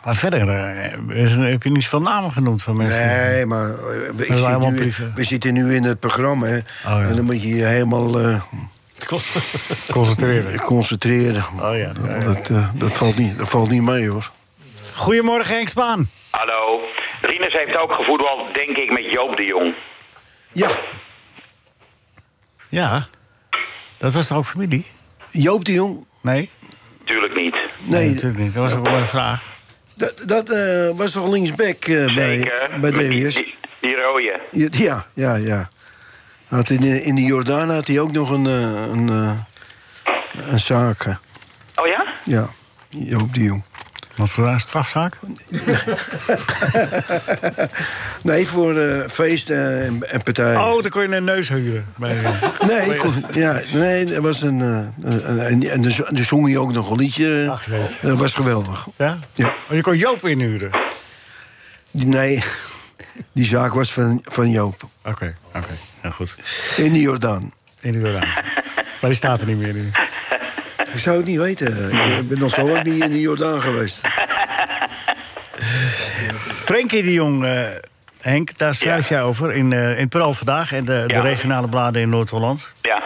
Maar verder eh, is- heb je niet veel namen genoemd van mensen.
Nee, maar eh, ik
zijn
zit
allemaal
nu in-
brieven. Oh,
we zitten nu in het programma. Hè, En dan moet je je helemaal eh,
Concentreren.
concentreren.
Oh ja.
Dat, eh, dat, valt niet, dat valt niet mee, hoor.
Goedemorgen, Henk Spaan.
Hallo. Rinus heeft ook gevoetbald, denk ik, met Joop de Jong.
Ja.
Ja. Dat was toch ook familie?
Joop de Jong?
Nee?
Tuurlijk niet.
Nee.
natuurlijk niet. Dat was ook maar een vraag.
Dat, dat eh, was toch linksback eh, bij, bij DWS?
Die rode.
Ja, ja, ja. Had in, de- in de Jordaan had hij ook nog een, eh, een, eh, een zaak. hè.
Oh ja?
Ja, Joop de Jong.
Wat voor een strafzaak?
Nee, voor eh, feesten en, en partijen.
Oh, dan kon je een neus huren. Bij
Nee, ik kon- ja, nee, er was een. eh, een- een- en dus dus zong je ook nog een liedje.
Ach, jeetje.
dat was geweldig.
Ja?
Ja.
Oh, je kon Joop inhuren?
Die, nee, die zaak was van, van Joop.
Oké, oké. Ja, goed.
In de Jordaan.
In de Jordaan. Maar die staat er niet meer nu.
Ik zou het niet weten. Ik ben- ben nog zo lang niet in de Jordaan geweest.
Frenkie de Jong, eh, Henk, daar schrijf jij over in, eh, in het Parool Vandaag... en de, de regionale bladen in Noord-Holland.
Ja.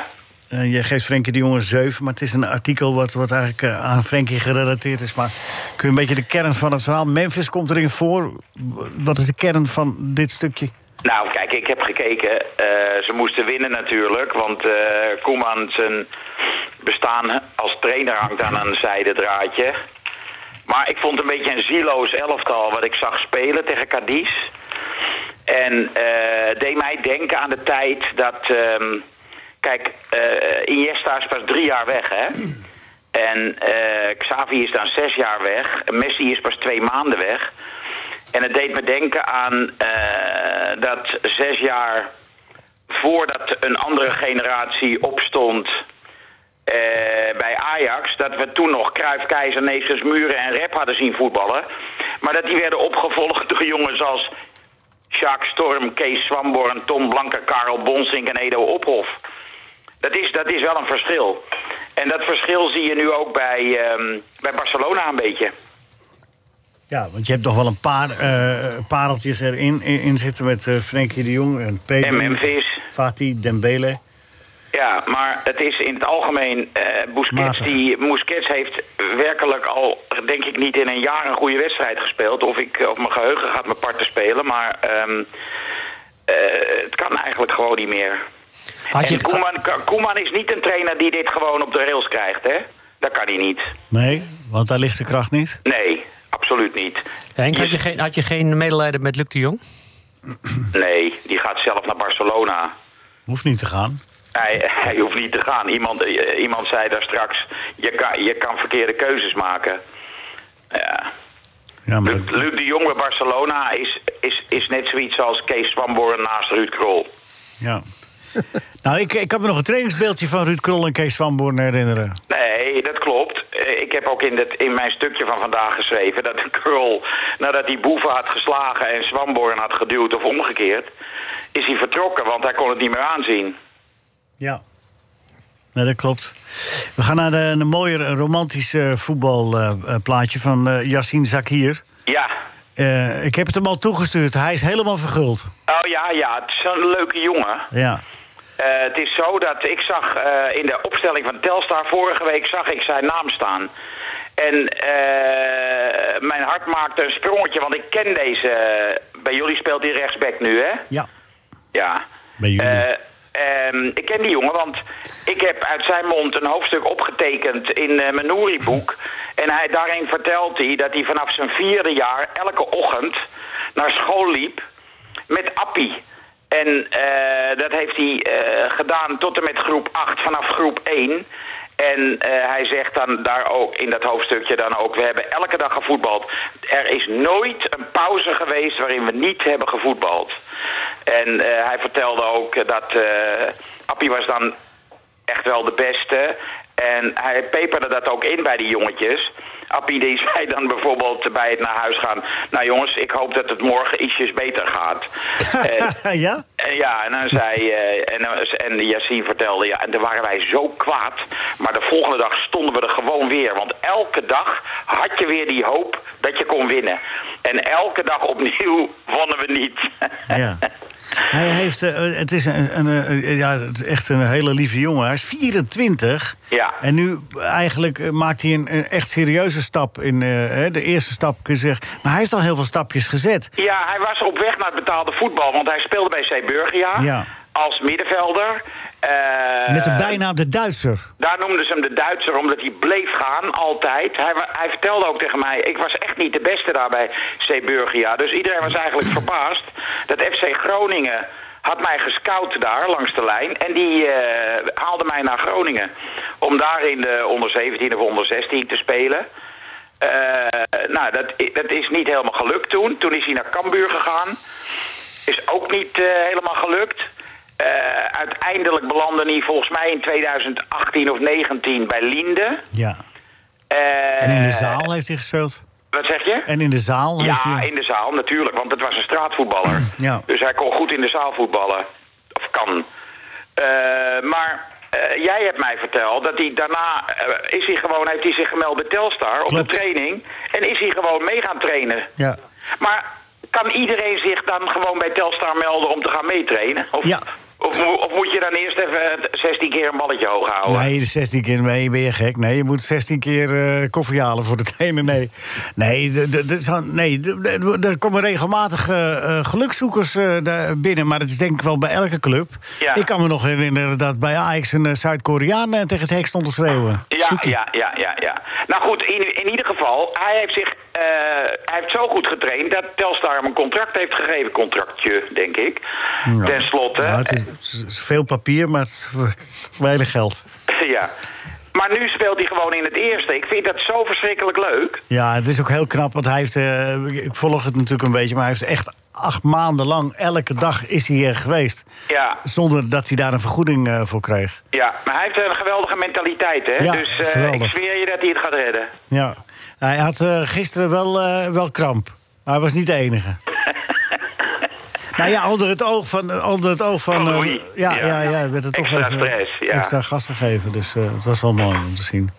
Eh, je geeft Frenkie de Jong een 7, maar het is een artikel... wat, wat eigenlijk eh, aan Frenkie gerelateerd is. Maar kun je een beetje de kern van het verhaal... Memphis komt erin voor. W- Wat is de kern van dit stukje?
Nou, kijk, ik heb gekeken. Eh, ze moesten winnen natuurlijk, want eh Koeman zijn bestaan als trainer hangt aan een zijden draadje. Maar ik vond het een beetje een zieloos elftal wat ik zag spelen tegen Cadiz. En eh, het deed mij denken aan de tijd dat... ehm, kijk, eh, Iniesta is pas drie jaar weg, hè? En eh, Xavi is dan zes jaar weg. Messi is pas twee maanden weg. En het deed me denken aan eh, dat zes jaar voordat een andere generatie opstond eh, bij Ajax... dat we toen nog Cruijff, Keizer, Neeskens, Muren en Rep hadden zien voetballen. Maar dat die werden opgevolgd door jongens als Jacques Storm, Kees Swamborn, Tom Blanke, Karel Bonsink en Edo Ophof. Dat is, dat is wel een verschil. En dat verschil zie je nu ook bij, ehm, bij Barcelona een beetje.
Ja, want je hebt toch wel een paar eh, pareltjes erin in, in zitten met eh Frenkie de Jong en Pedro.
En Memphis.
Fatih, Dembele.
Ja, maar het is in het algemeen... eh Busquets,
Matig.
die, Busquets heeft werkelijk al, denk ik, niet in een jaar een goede wedstrijd gespeeld. Of, ik, of mijn geheugen gaat me parten spelen, maar ehm, eh, het kan eigenlijk gewoon niet meer.
Had je
en Koeman, Ka- Koeman is niet een trainer die dit gewoon op de rails krijgt, hè? Dat kan hij niet.
Nee, want daar ligt de kracht niet.
Nee, absoluut niet.
Henk, had je geen, had je geen medelijden met Luc de Jong?
Nee, die gaat zelf naar Barcelona.
Hoeft niet te gaan.
Hij, hij hoeft niet te gaan. Iemand, eh, iemand zei daar straks, je kan, je kan verkeerde keuzes maken. Ja. Luc, Luc de Jong bij Barcelona is, is, is net zoiets als Kees Swamborn naast Ruud Krol.
Ja. nou, ik, ik kan me nog een trainingsbeeldje van Ruud Krol en Kees van Boorn herinneren.
Nee, dat klopt. Eh, Ik heb ook in, dat, in mijn stukje van vandaag geschreven dat de Krol, nadat hij Boeven had geslagen en Swamborn had geduwd of omgekeerd, is hij vertrokken, want hij kon het niet meer aanzien.
Ja. Nee, dat klopt. We gaan naar de, een mooier romantisch eh, voetbalplaatje van eh Yassine Zakir.
Ja.
Eh, ik heb het hem al toegestuurd. Hij is helemaal verguld.
Oh ja, ja, het is een leuke jongen.
Ja.
Eh, het is zo dat ik zag eh, in de opstelling van Telstar vorige week zag ik zijn naam staan. En eh, mijn hart maakte een sprongetje, want ik ken deze. eh, Bij jullie speelt hij rechtsback nu, hè?
Ja.
Ja. Eh, ehm,
Bij jullie.
ik ken die jongen, want ik heb uit zijn mond een hoofdstuk opgetekend in eh, mijn Nouri-boek. En hij, daarin vertelt hij dat hij vanaf zijn vierde jaar elke ochtend naar school liep met Appie. En eh, dat heeft hij eh, gedaan tot en met groep 8, vanaf groep 1. En eh, hij zegt dan daar ook in dat hoofdstukje dan ook... we hebben elke dag gevoetbald. Er is nooit een pauze geweest waarin we niet hebben gevoetbald. En eh, hij vertelde ook eh, dat eh, Appie was dan echt wel de beste. En hij peperde dat ook in bij die jongetjes. Appie die zei dan bijvoorbeeld bij het naar huis gaan... nou jongens, ik hoop dat het morgen ietsjes beter gaat. Eh,
En- ja?
en ja, en dan zei... eh en, en Yassine vertelde, ja, en toen waren wij zo kwaad. Maar de volgende dag stonden we er gewoon weer. Want elke dag had je weer die hoop dat je kon winnen. En elke dag opnieuw wonnen we niet.
Ja. Hij heeft, eh, het is een, een, eh, ja, het is echt een hele lieve jongen. Hij is 24.
Ja.
En nu eigenlijk eh, maakt hij een, een echt serieuze stap. In, eh, hè, de eerste stap kun je zeggen. Maar hij heeft al heel veel stapjes gezet.
Ja, hij was op weg naar het betaalde voetbal, want hij speelde bij Zeeburgia
Ja.
als middenvelder. Eh,
Met de bijnaam de Duitser.
Daar noemden ze hem de Duitser, omdat hij bleef gaan, altijd. Hij, wa- hij vertelde ook tegen mij, ik was echt niet de beste daar bij Zeeburgia. Dus iedereen was eigenlijk verbaasd dat FC Groningen had mij gescout daar, langs de lijn. En die eh, haalde mij naar Groningen om daar in de onder 17 of onder 16 te spelen. Eh, nou, dat, i- dat is niet helemaal gelukt toen. Toen is hij naar Cambuur gegaan. Is ook niet eh, helemaal gelukt. Eh, uiteindelijk belandde hij volgens mij in 2018 of 19 bij Linde.
Ja.
Eh,
En in de zaal heeft hij gespeeld.
Wat zeg je?
En in de zaal heeft
Ja,
hij...
in de zaal natuurlijk, want het was een straatvoetballer.
Ja.
Dus hij kon goed in de zaal voetballen. Of kan. Eh, maar eh, jij hebt mij verteld dat hij daarna... eh, is hij gewoon, heeft hij zich gemeld bij Telstar op
Klopt.
een training... en is hij gewoon mee gaan trainen.
Ja.
Maar kan iedereen zich dan gewoon bij Telstar melden om te gaan meetrainen? Of,
Ja.
of mo- of moet je dan eerst even eh, 16 keer een balletje hoog houden?
Nee, 16 keer mee ben je gek. Nee, je moet 16 keer eh koffie halen voor de trainer. Nee, nee, d- d- d- zo- nee d- d- d- er komen regelmatig eh, eh, gelukzoekers eh, daar binnen. Maar dat is denk ik wel bij elke club.
Ja.
Ik kan me nog herinneren dat bij Ajax een eh, Zuid-Koreaan eh, tegen het hek stond te schreeuwen.
Ja, ja, ja, ja, ja. Nou goed, in, in ieder geval, hij heeft zich eh, hij heeft zo goed getraind dat Telstar hem een contract heeft gegeven. Contractje, denk ik. Ten slotte.
Ja, Nou, het, is,
eh,
het is veel papier, maar het is weinig geld.
Ja. Maar nu speelt hij gewoon in het eerste. Ik vind dat zo verschrikkelijk leuk.
Ja, het is ook heel knap, want hij heeft... eh, ik volg het natuurlijk een beetje, maar hij heeft echt acht maanden lang... elke dag is hij hier geweest.
Ja.
Zonder dat hij daar een vergoeding eh, voor kreeg.
Ja, maar hij heeft een geweldige mentaliteit, hè?
Ja,
dus eh,
geweldig.
ik zweer je dat hij het gaat redden.
Ja. Hij had eh, gisteren wel, eh, wel kramp. Maar hij was niet de enige. nou ja, onder het oog van... eh, Onder het oog van, eh, ja, ja, ja, hij werd er toch
Extra
even
stress, ja.
extra gas gegeven. Dus eh, het was wel mooi om te zien.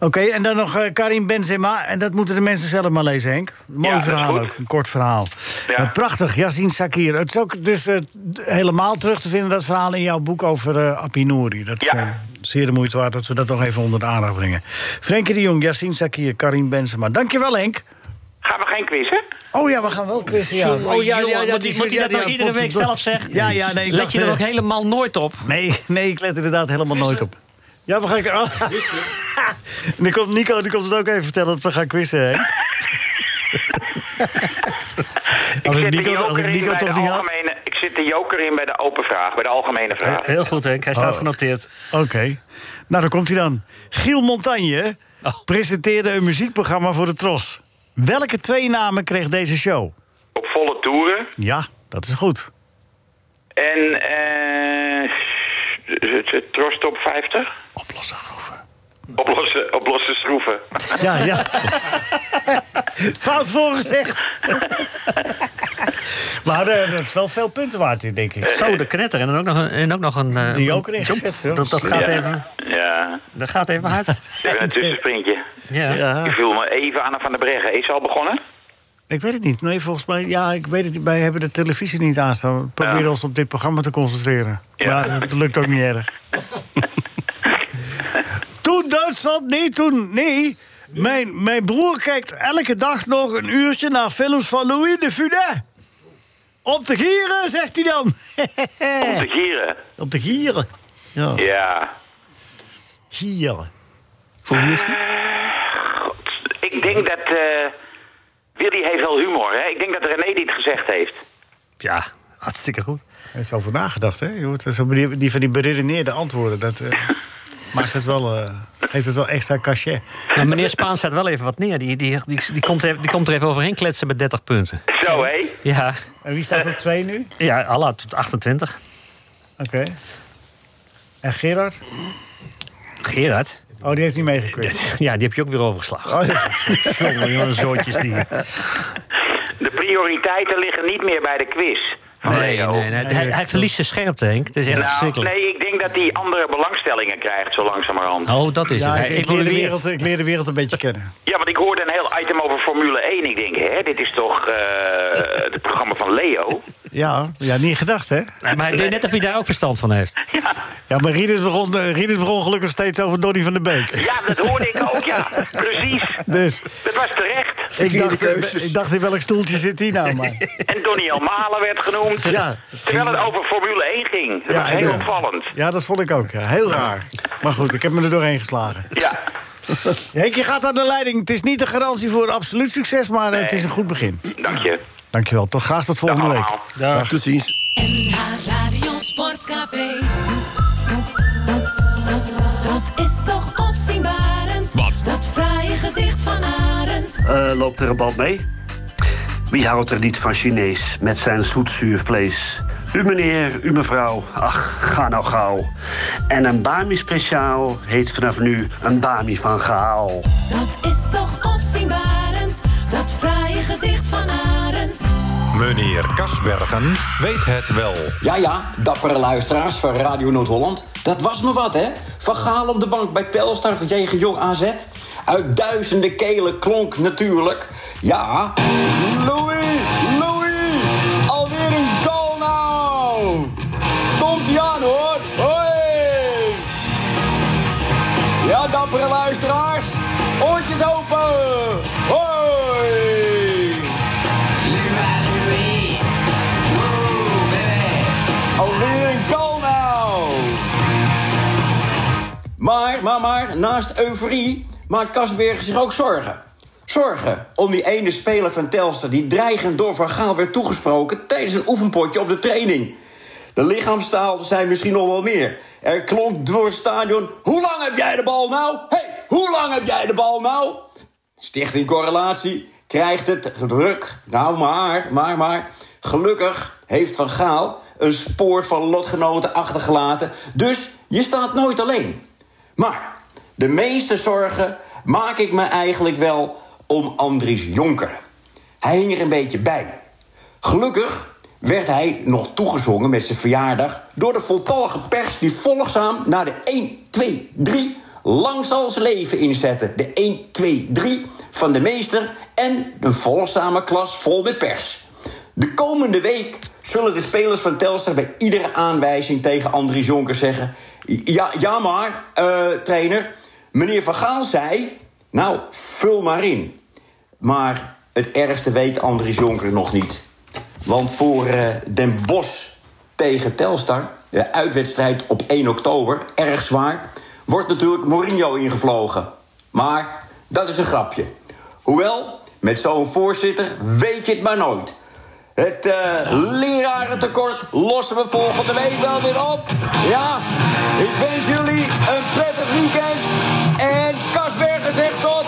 Oké, en dan nog eh, Karim Benzema. En dat moeten de mensen zelf maar lezen, Henk. Mooi
Ja, dat is
verhaal
goed.
ook, een kort verhaal. Eh, prachtig, Yassine Sakir. Het is ook dus eh, d- helemaal terug te vinden, dat verhaal in jouw boek over eh Apinouri. Dat is eh, zeer de moeite waard dat we dat nog even onder de aandacht brengen. Frenkie de Jong, Yassine Sakir, Karim Benzema. Dankjewel, Henk.
Gaan we geen quizzen?
Oh ja, we gaan wel quizzen, ja.
Jongen,
Oh, ja, ja, ja,
jongen, moet
die-
hij- moet hij dat
ja,
nou
ja,
iedere week
potverdorie.
zelf zeggen?
Ja, ja, nee. ik
Let
dacht,
je er
eh,
ook
helemaal nooit op?
Nee, nee, ik let inderdaad helemaal nooit op. Ja, we gaan... Oh. En dan komt Nico die komt het ook even vertellen dat we gaan quizzen, Henk.
Ik
Als ik
zit, de
Nico- als
joker
ik
in
Nico
bij de
toch niet had?
algemene, ik zit de joker in bij de open vraag, bij de algemene vraag.
Heel goed, Henk. Hij staat
Oh.
genoteerd.
Oké. Nou, dan komt hij dan. Giel Montagne
Oh.
presenteerde een muziekprogramma voor de Tros. Welke twee namen kreeg deze show?
Op volle toeren.
Ja, dat is goed.
En eh het- het Trost op 50?
Oplossen
schroeven. Oplossen, oplossen schroeven.
Ja, ja. Fout voorgezegd. maar eh, dat is wel veel punten waard, dit, denk ik.
Zo, de knetter. En dan ook nog een... En ook nog een eh,
Die joker
een-
ingezet, hoor.
Dat, dat gaat
Ja.
even...
Ja.
Dat gaat even hard.
Even een tussensprintje.
Ja.
Ik viel me even aan van de Breggen. Is al begonnen?
Ik weet het niet. Nee, volgens mij... Ja, ik weet het niet. Wij hebben de televisie niet aanstaan. We proberen ons op dit programma te concentreren. Maar dat lukt ook niet erg. toen Duitsland, nee, toen, nee. Mijn, mijn broer kijkt elke dag nog een uurtje naar films van Louis de Funès. Op de gieren, zegt hij dan.
Om te gieren.
Op de gieren. Eh. Ja.
Ja.
Gieren.
Voor wie
Ik denk dat... eh Willy heeft wel humor, hè? Ik denk dat René dit gezegd heeft.
Ja, hartstikke goed.
Er is over nagedacht, hè? Je hoort er zo die, die van die beredeneerde antwoorden. Dat eh, maakt het wel, eh, geeft het wel extra cachet.
Maar Nou, meneer Spaan staat wel even wat neer. Die, die, die, die, komt, er- die komt er even overheen kletsen met 30 punten.
Zo, hé?
Ja,
En wie staat op twee nu?
ja Allah tot 28.
Oké. En Gerard?
Gerard?
Oh, die heeft niet meegekregen.
Ja, die heb je ook weer overgeslagen.
Oh, ja.
Jongen, jongen, zootjes die.
De prioriteiten liggen niet meer bij de quiz.
Oh, Nee,
oh,
nee, nee. Hij, hij verliest zijn scherpte, Henk. Het is echt
nou,
verschrikkelijk.
nee, ik denk dat hij andere belangstellingen krijgt, zo langzamerhand.
Oh, dat is
Ja,
het.
ik-
Hij
ik, leer de
evolueert.
wereld, ik leer de wereld een beetje kennen.
Ja, want ik hoorde een heel item over Formule 1. Ik denk, hè, dit is toch eh, het programma van Leo?
Ja, ja niet gedacht, hè?
Maar hij deed net of hij daar ook verstand van heeft.
Ja, maar Rieders begon, eh, Rieders begon gelukkig steeds over Donny van der Beek.
Ja, dat hoorde ik ook, ja. Precies.
Dus
Dat was terecht.
ik dacht, eh, ik dacht, in welk stoeltje zit die nou? Maar.
En Donny Almalen werd genoemd.
Ja.
terwijl het over Formule 1 ging. Dat
Ja,
was heel
ja.
opvallend.
Ja, dat vond ik ook. Ja. Heel raar. Maar goed, ik heb me er doorheen geslagen.
Ja.
Henk, je gaat aan de leiding. Het is niet de garantie voor absoluut succes, maar eh, het is een goed begin.
Dank je.
Dankjewel. Toch graag tot volgende week.
Ja, tot ziens.
NH Radio Sportcafé. Dat is toch opzienbarend.
Wat?
Dat fraaie gedicht van Arend.
Eh, loopt er een band mee? Wie houdt er niet van Chinees met zijn zoetzuur vlees? U meneer, u mevrouw, ach, ga nou gauw. En een Bami speciaal heet vanaf nu een Bami van Gaal.
Dat is toch opzienbarend. Dat fraaie gedicht van Arend.
Meneer Kasbergen weet het wel.
Ja, ja, dappere luisteraars van Radio Noord-Holland. Dat was me wat, hè? Van Gaal op de bank bij Telstar tegen Jong AZ. Uit duizenden kelen klonk natuurlijk. Ja. Louis, Louis, alweer een goal nou! Komt-ie Ja, dappere luisteraars. Oortjes open. Hoi. Alweer een goal nou. Maar, maar, maar, naast euforie maakt Kasbergen zich ook zorgen. Zorgen om die ene speler van Telstar die dreigend door Van Gaal werd toegesproken tijdens een oefenpotje op de training. De lichaamstaal zijn misschien nog wel meer. Er klonk door het stadion: Hoe lang heb jij de bal nou? Hé, hey, hoe lang heb jij de bal nou? Stichting Correlatie krijgt het druk. Nou, maar, maar, maar. Gelukkig heeft Van Gaal een spoor van lotgenoten achtergelaten. Dus je staat nooit alleen. Maar de meeste zorgen maak ik me eigenlijk wel om Andries Jonker. Hij hing er een beetje bij. Gelukkig werd hij nog toegezongen met zijn verjaardag... door de voltallige pers die volgzaam naar de 1, 2, 3... lang zal zijn leven inzette. De 1, 2, 3 van de meester en een volgzame klas vol met pers. De komende week zullen de spelers van Telstar... bij iedere aanwijzing tegen Andries Jonker zeggen... Ja, ja maar, eh, trainer, meneer Van Gaal zei... nou, vul maar in. Maar het ergste weet Andries Jonker nog niet... Want voor eh, Den Bosch tegen Telstar, de uitwedstrijd op 1 oktober, erg zwaar, wordt natuurlijk Mourinho ingevlogen. Maar dat is een grapje. Hoewel, met zo'n voorzitter weet je het maar nooit. Het eh, lerarentekort lossen we volgende week wel weer op. Ja, ik wens jullie een prettig weekend. En Kasbergen zegt tot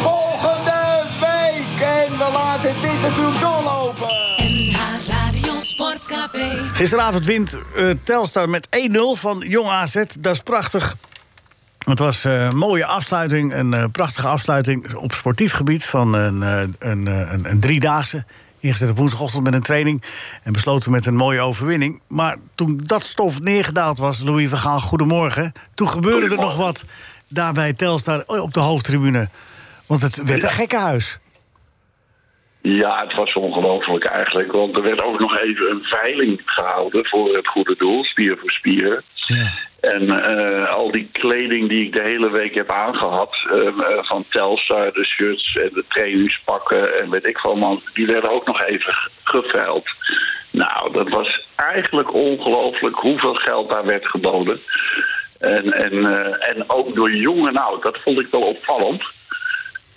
volgende week. En we laten dit natuurlijk doorlopen.
NH Radio Sportcafé.
Gisteravond wint eh, Telstar met 1-0 van Jong AZ. Dat is prachtig. Het was eh, een mooie afsluiting, een eh, prachtige afsluiting op sportief gebied van een, eh, een, eh, een, een driedaagse. Ingezet op woensdagochtend met een training en besloten met een mooie overwinning. Maar toen dat stof neergedaald was, Louis van Gaal, goedemorgen. Toen gebeurde er nog wat daar bij Telstar eh, op de hoofdtribune. Want het werd een gekkenhuis.
Ja, het was ongelooflijk eigenlijk. Want er werd ook nog even een veiling gehouden voor het goede doel, spier voor spier. En eh, al die kleding die ik de hele week heb aangehad, eh, eh, van Telstar, de shirts en de trainingspakken en weet ik veel, man, die werden ook nog even ge- geveild. Nou, dat was eigenlijk ongelooflijk hoeveel geld daar werd geboden. En, en, eh, en ook door jong en oud, dat vond ik wel opvallend.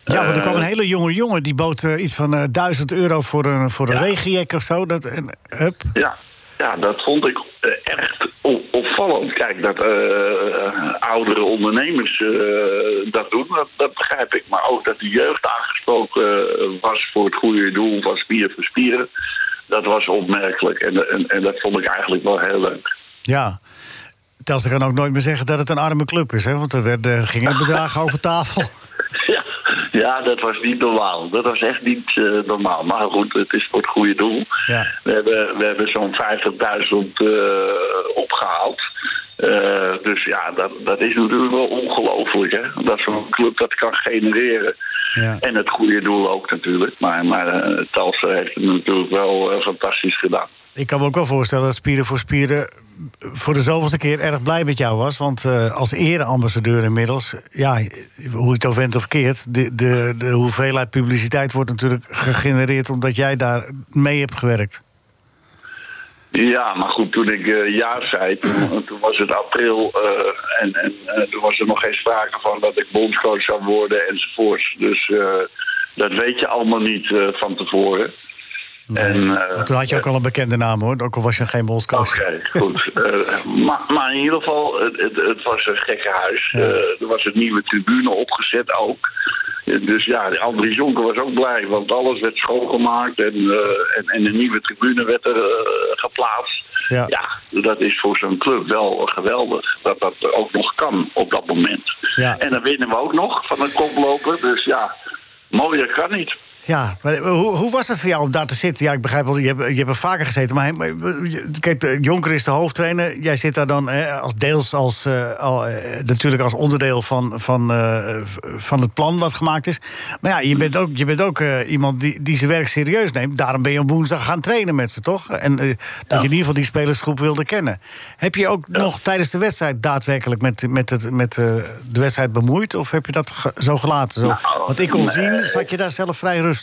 Ja, want er kwam een
Eh,
hele jonge jongen die bood eh, iets van eh 1000 euro voor een, voor een regenjek of zo. Dat, en, hup.
Ja, ja dat vond ik eh, echt o- opvallend. Kijk, dat eh, oudere ondernemers eh, dat doen, dat, dat begrijp ik. Maar ook dat de jeugd aangesproken eh, was voor het goede doel van spier voor spieren. Dat was opmerkelijk en, en, en dat vond ik eigenlijk wel heel leuk.
Ja. Telstra kan ook nooit meer zeggen dat het een arme club is, hè? Want er werd, eh, gingen bedragen over tafel.
Ja, dat was niet normaal. Dat was echt niet eh, normaal. Maar goed, het is voor het goede doel. We hebben, we hebben zo'n 50.000 eh, opgehaald. Eh, dus ja, dat, dat is natuurlijk wel ongelooflijk, hè. Dat zo'n club dat kan genereren. En het goede doel ook natuurlijk. Maar, maar eh, Telstra heeft het natuurlijk wel eh, fantastisch gedaan.
Ik kan me ook wel voorstellen dat Spieren voor Spieren voor de zoveelste keer erg blij met jou was. Want eh, als ereambassadeur inmiddels, ja, hoe je het ook went of keert... De, de, de hoeveelheid publiciteit wordt natuurlijk gegenereerd omdat jij daar mee hebt gewerkt.
Ja, maar goed, toen ik eh, ja zei, toen, toen was het april eh, en, en eh, toen was er nog geen sprake van dat ik bondscoach zou worden enzovoorts. Dus eh, dat weet je allemaal niet eh, van tevoren. en, eh,
Want toen had je ook al een bekende naam, hoor. Ook al was je geen bondscoach.
Oké, goed. Eh, maar, maar in ieder geval, het, het, het was een gekke huis. Eh, er was een nieuwe tribune opgezet ook. Eh, Dus ja, Andries Jonker was ook blij, want alles werd schoongemaakt en, eh, en, en een nieuwe tribune werd er eh, geplaatst.
Ja.
dat is voor zo'n club wel geweldig dat dat ook nog kan op dat moment.
Ja.
En dan winnen we ook nog van een koploper, dus ja, mooier kan niet.
Ja, maar eh, hoe, hoe was het voor jou om daar te zitten? Ja, ik begrijp wel, je hebt, je hebt er vaker gezeten. Maar, maar je- kijk, de Jonker is de hoofdtrainer. Jij zit daar dan hè, als deels als, eh, al, eh, natuurlijk als onderdeel van, van, eh, v- van het plan wat gemaakt is. Maar ja, je bent ook, je bent ook eh, iemand die, die zijn werk serieus neemt. Daarom ben je op woensdag gaan trainen met ze, toch? En eh, dat je in ieder geval die spelersgroep wilde kennen. Heb je ook nog tijdens de wedstrijd daadwerkelijk met, met, het, met eh, de wedstrijd bemoeid? Of heb je dat ge- zo gelaten? Zo?
Nou,
Want ik kon
nee.
zien, zat je daar zelf vrij rustig.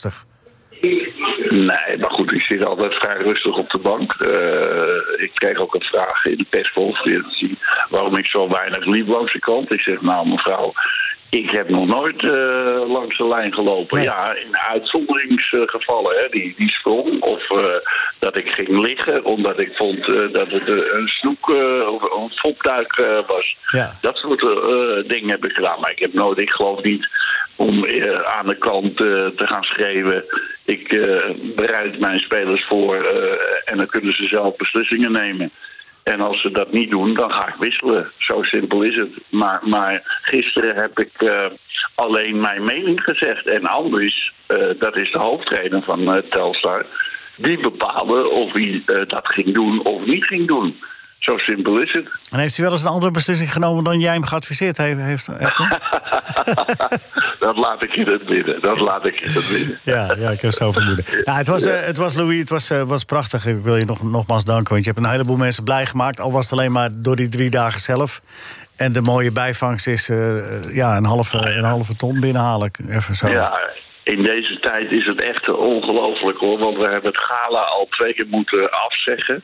Nee, maar goed, ik zit altijd vrij rustig op de bank. Eh, ik kreeg ook een vraag in de persconferentie waarom ik zo weinig liep langs de kant. Ik zeg, nou mevrouw, ik heb nog nooit eh, langs de lijn gelopen. Ja, in uitzonderingsgevallen, hè, die, die sprong. Of eh, dat ik ging liggen omdat ik vond eh, dat het eh, een snoek eh, of een fopduik eh, was. Dat soort eh, dingen heb ik gedaan. Maar ik heb nooit, ik geloof niet om eh, aan de kant eh, te gaan schreeuwen. Ik eh, bereid mijn spelers voor eh, en dan kunnen ze zelf beslissingen nemen. En als ze dat niet doen, dan ga ik wisselen. Zo simpel is het. Maar, maar gisteren heb ik eh, alleen mijn mening gezegd. En Andries, eh, dat is de hoofdtrainer van eh, Telstar... die bepaalde of hij eh, dat ging doen of niet ging doen. Zo simpel is het.
En heeft u wel eens een andere beslissing genomen dan jij hem geadviseerd heeft? heeft eh? hebt, hè?
dat laat ik in het midden. Dat laat ik in het midden.
ja, ja, ik heb zo vermoeden. Nou, het, was, eh, het was Louis, het was, eh, was prachtig. Ik wil je nog, nogmaals danken, want je hebt een heleboel mensen blij gemaakt. Al was het alleen maar door die drie dagen zelf. En de mooie bijvangst is eh, ja, een, halve, een halve ton binnenhalen. Even zo.
Ja, in deze tijd is het echt eh, ongelooflijk hoor. Want we hebben het gala al twee keer moeten afzeggen.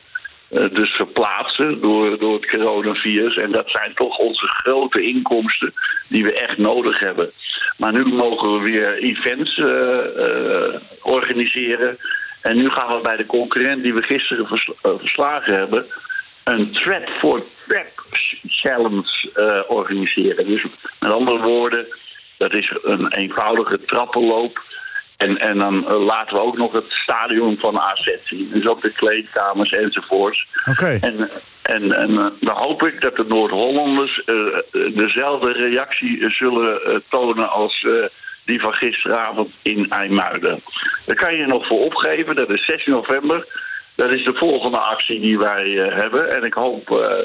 Eh, dus verplaatsen door, door het coronavirus. En dat zijn toch onze grote inkomsten die we echt nodig hebben. Maar nu mogen we weer events eh, eh, organiseren. En nu gaan we bij de concurrent die we gisteren versla- eh, verslagen hebben... een threat for trap challenge eh, organiseren. Dus met andere woorden... Dat is een eenvoudige trappenloop. En, en dan eh, laten we ook nog het stadion van AZ zien. Dus ook de kleedkamers enzovoorts. En, en, en eh, dan hoop ik dat de Noord-Hollanders eh, eh, dezelfde reactie eh, zullen eh, tonen als eh, die van gisteravond in IJmuiden. Daar kan je je nog voor opgeven, dat is 6 november. Dat is de volgende actie die wij eh, hebben. En ik hoop, eh,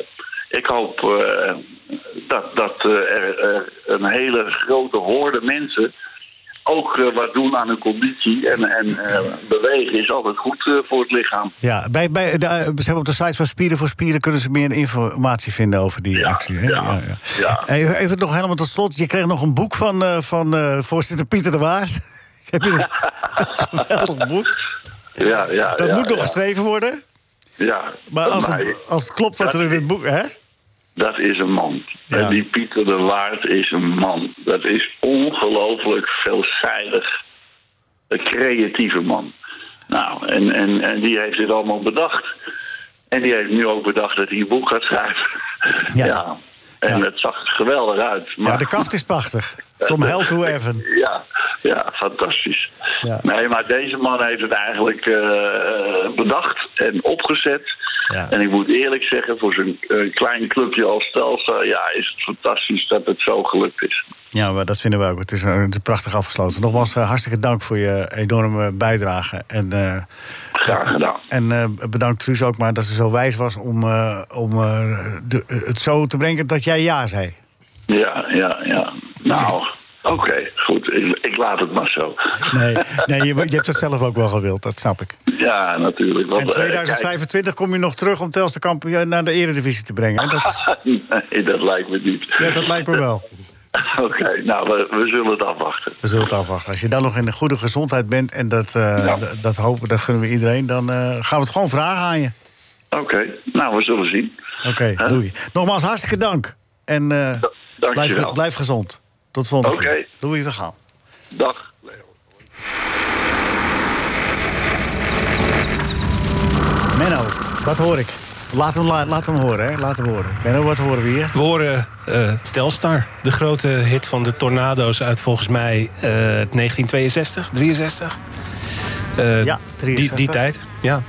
ik hoop eh, dat, dat eh, er, er een hele grote hoorde mensen ook eh, wat doen aan hun conditie. En, en eh, bewegen is altijd goed eh, voor het lichaam.
Ja, bij, bij de, eh, ze hebben op de site van Spieren voor Spieren kunnen ze meer informatie vinden over die actie. Hè? Ja, ja. Hey, even nog helemaal tot slot. Je kreeg nog een boek van, eh, van eh, voorzitter Pieter de Waard. Heb je dat? Geweldig boek.
Ja, ja,
Dat
ja,
moet nog
ja.
geschreven worden.
Ja,
Maar als
maar
het, als het klopt wat er in het boek... Hè?
dat is een man. En die Pieter de Waard is een man. Dat is ongelooflijk veelzijdig. Een creatieve man. Nou, en, en, en die heeft dit allemaal bedacht. En die heeft nu ook bedacht dat hij een boek gaat schrijven. Ja. En het zag er geweldig uit. Maar...
Ja, de kaft is prachtig. From hell to heaven.
Ja, ja fantastisch. Nee, maar deze man heeft het eigenlijk eh, bedacht en opgezet. En ik moet eerlijk zeggen, voor zo'n eh, klein clubje als Telstra... ja, is het fantastisch dat het zo gelukt is.
Ja, maar dat vinden we ook. Het is, eh, het is prachtig afgesloten. Nogmaals, eh, hartstikke dank voor je enorme bijdrage. En, eh,
Graag gedaan.
En eh, bedankt Truus ook maar dat ze zo wijs was om, eh, om eh, de- het zo te brengen dat jij ja zei.
Ja, ja, ja. Nou, oké, goed. Ik, ik laat het maar zo.
Nee, nee je, je hebt het zelf ook wel gewild, dat snap ik.
Ja, natuurlijk.
En
Want, eh, kijk,
2025 kom je nog terug om Telstar kampioen eh, naar de eredivisie te brengen. hè? Dat, is-
nee, dat lijkt me niet.
ja, dat lijkt me wel.
Oké, nou, we, we zullen het afwachten.
We zullen het afwachten. Als je dan nog in de goede gezondheid bent... en dat, eh, d- dat hopen, dat gunnen we iedereen... dan eh, gaan we het gewoon vragen aan je.
Oké, nou, we zullen zien.
Oké, doei. Nogmaals, hartstikke dank. En eh, blijf,
dankjewel.
ge- blijf gezond. Tot volgende
Oké.
keer. Louis van Gaal.
Dag.
Menno, wat hoor ik? Laat hem, Nou, la- laat hem horen, hè. Laat hem horen. Menno, wat horen we hier?
We horen eh, Telstar, de grote hit van de Tornado's uit volgens mij eh, 1962, 63. Eh,
Ja,
Die,
63.
die tijd, ja.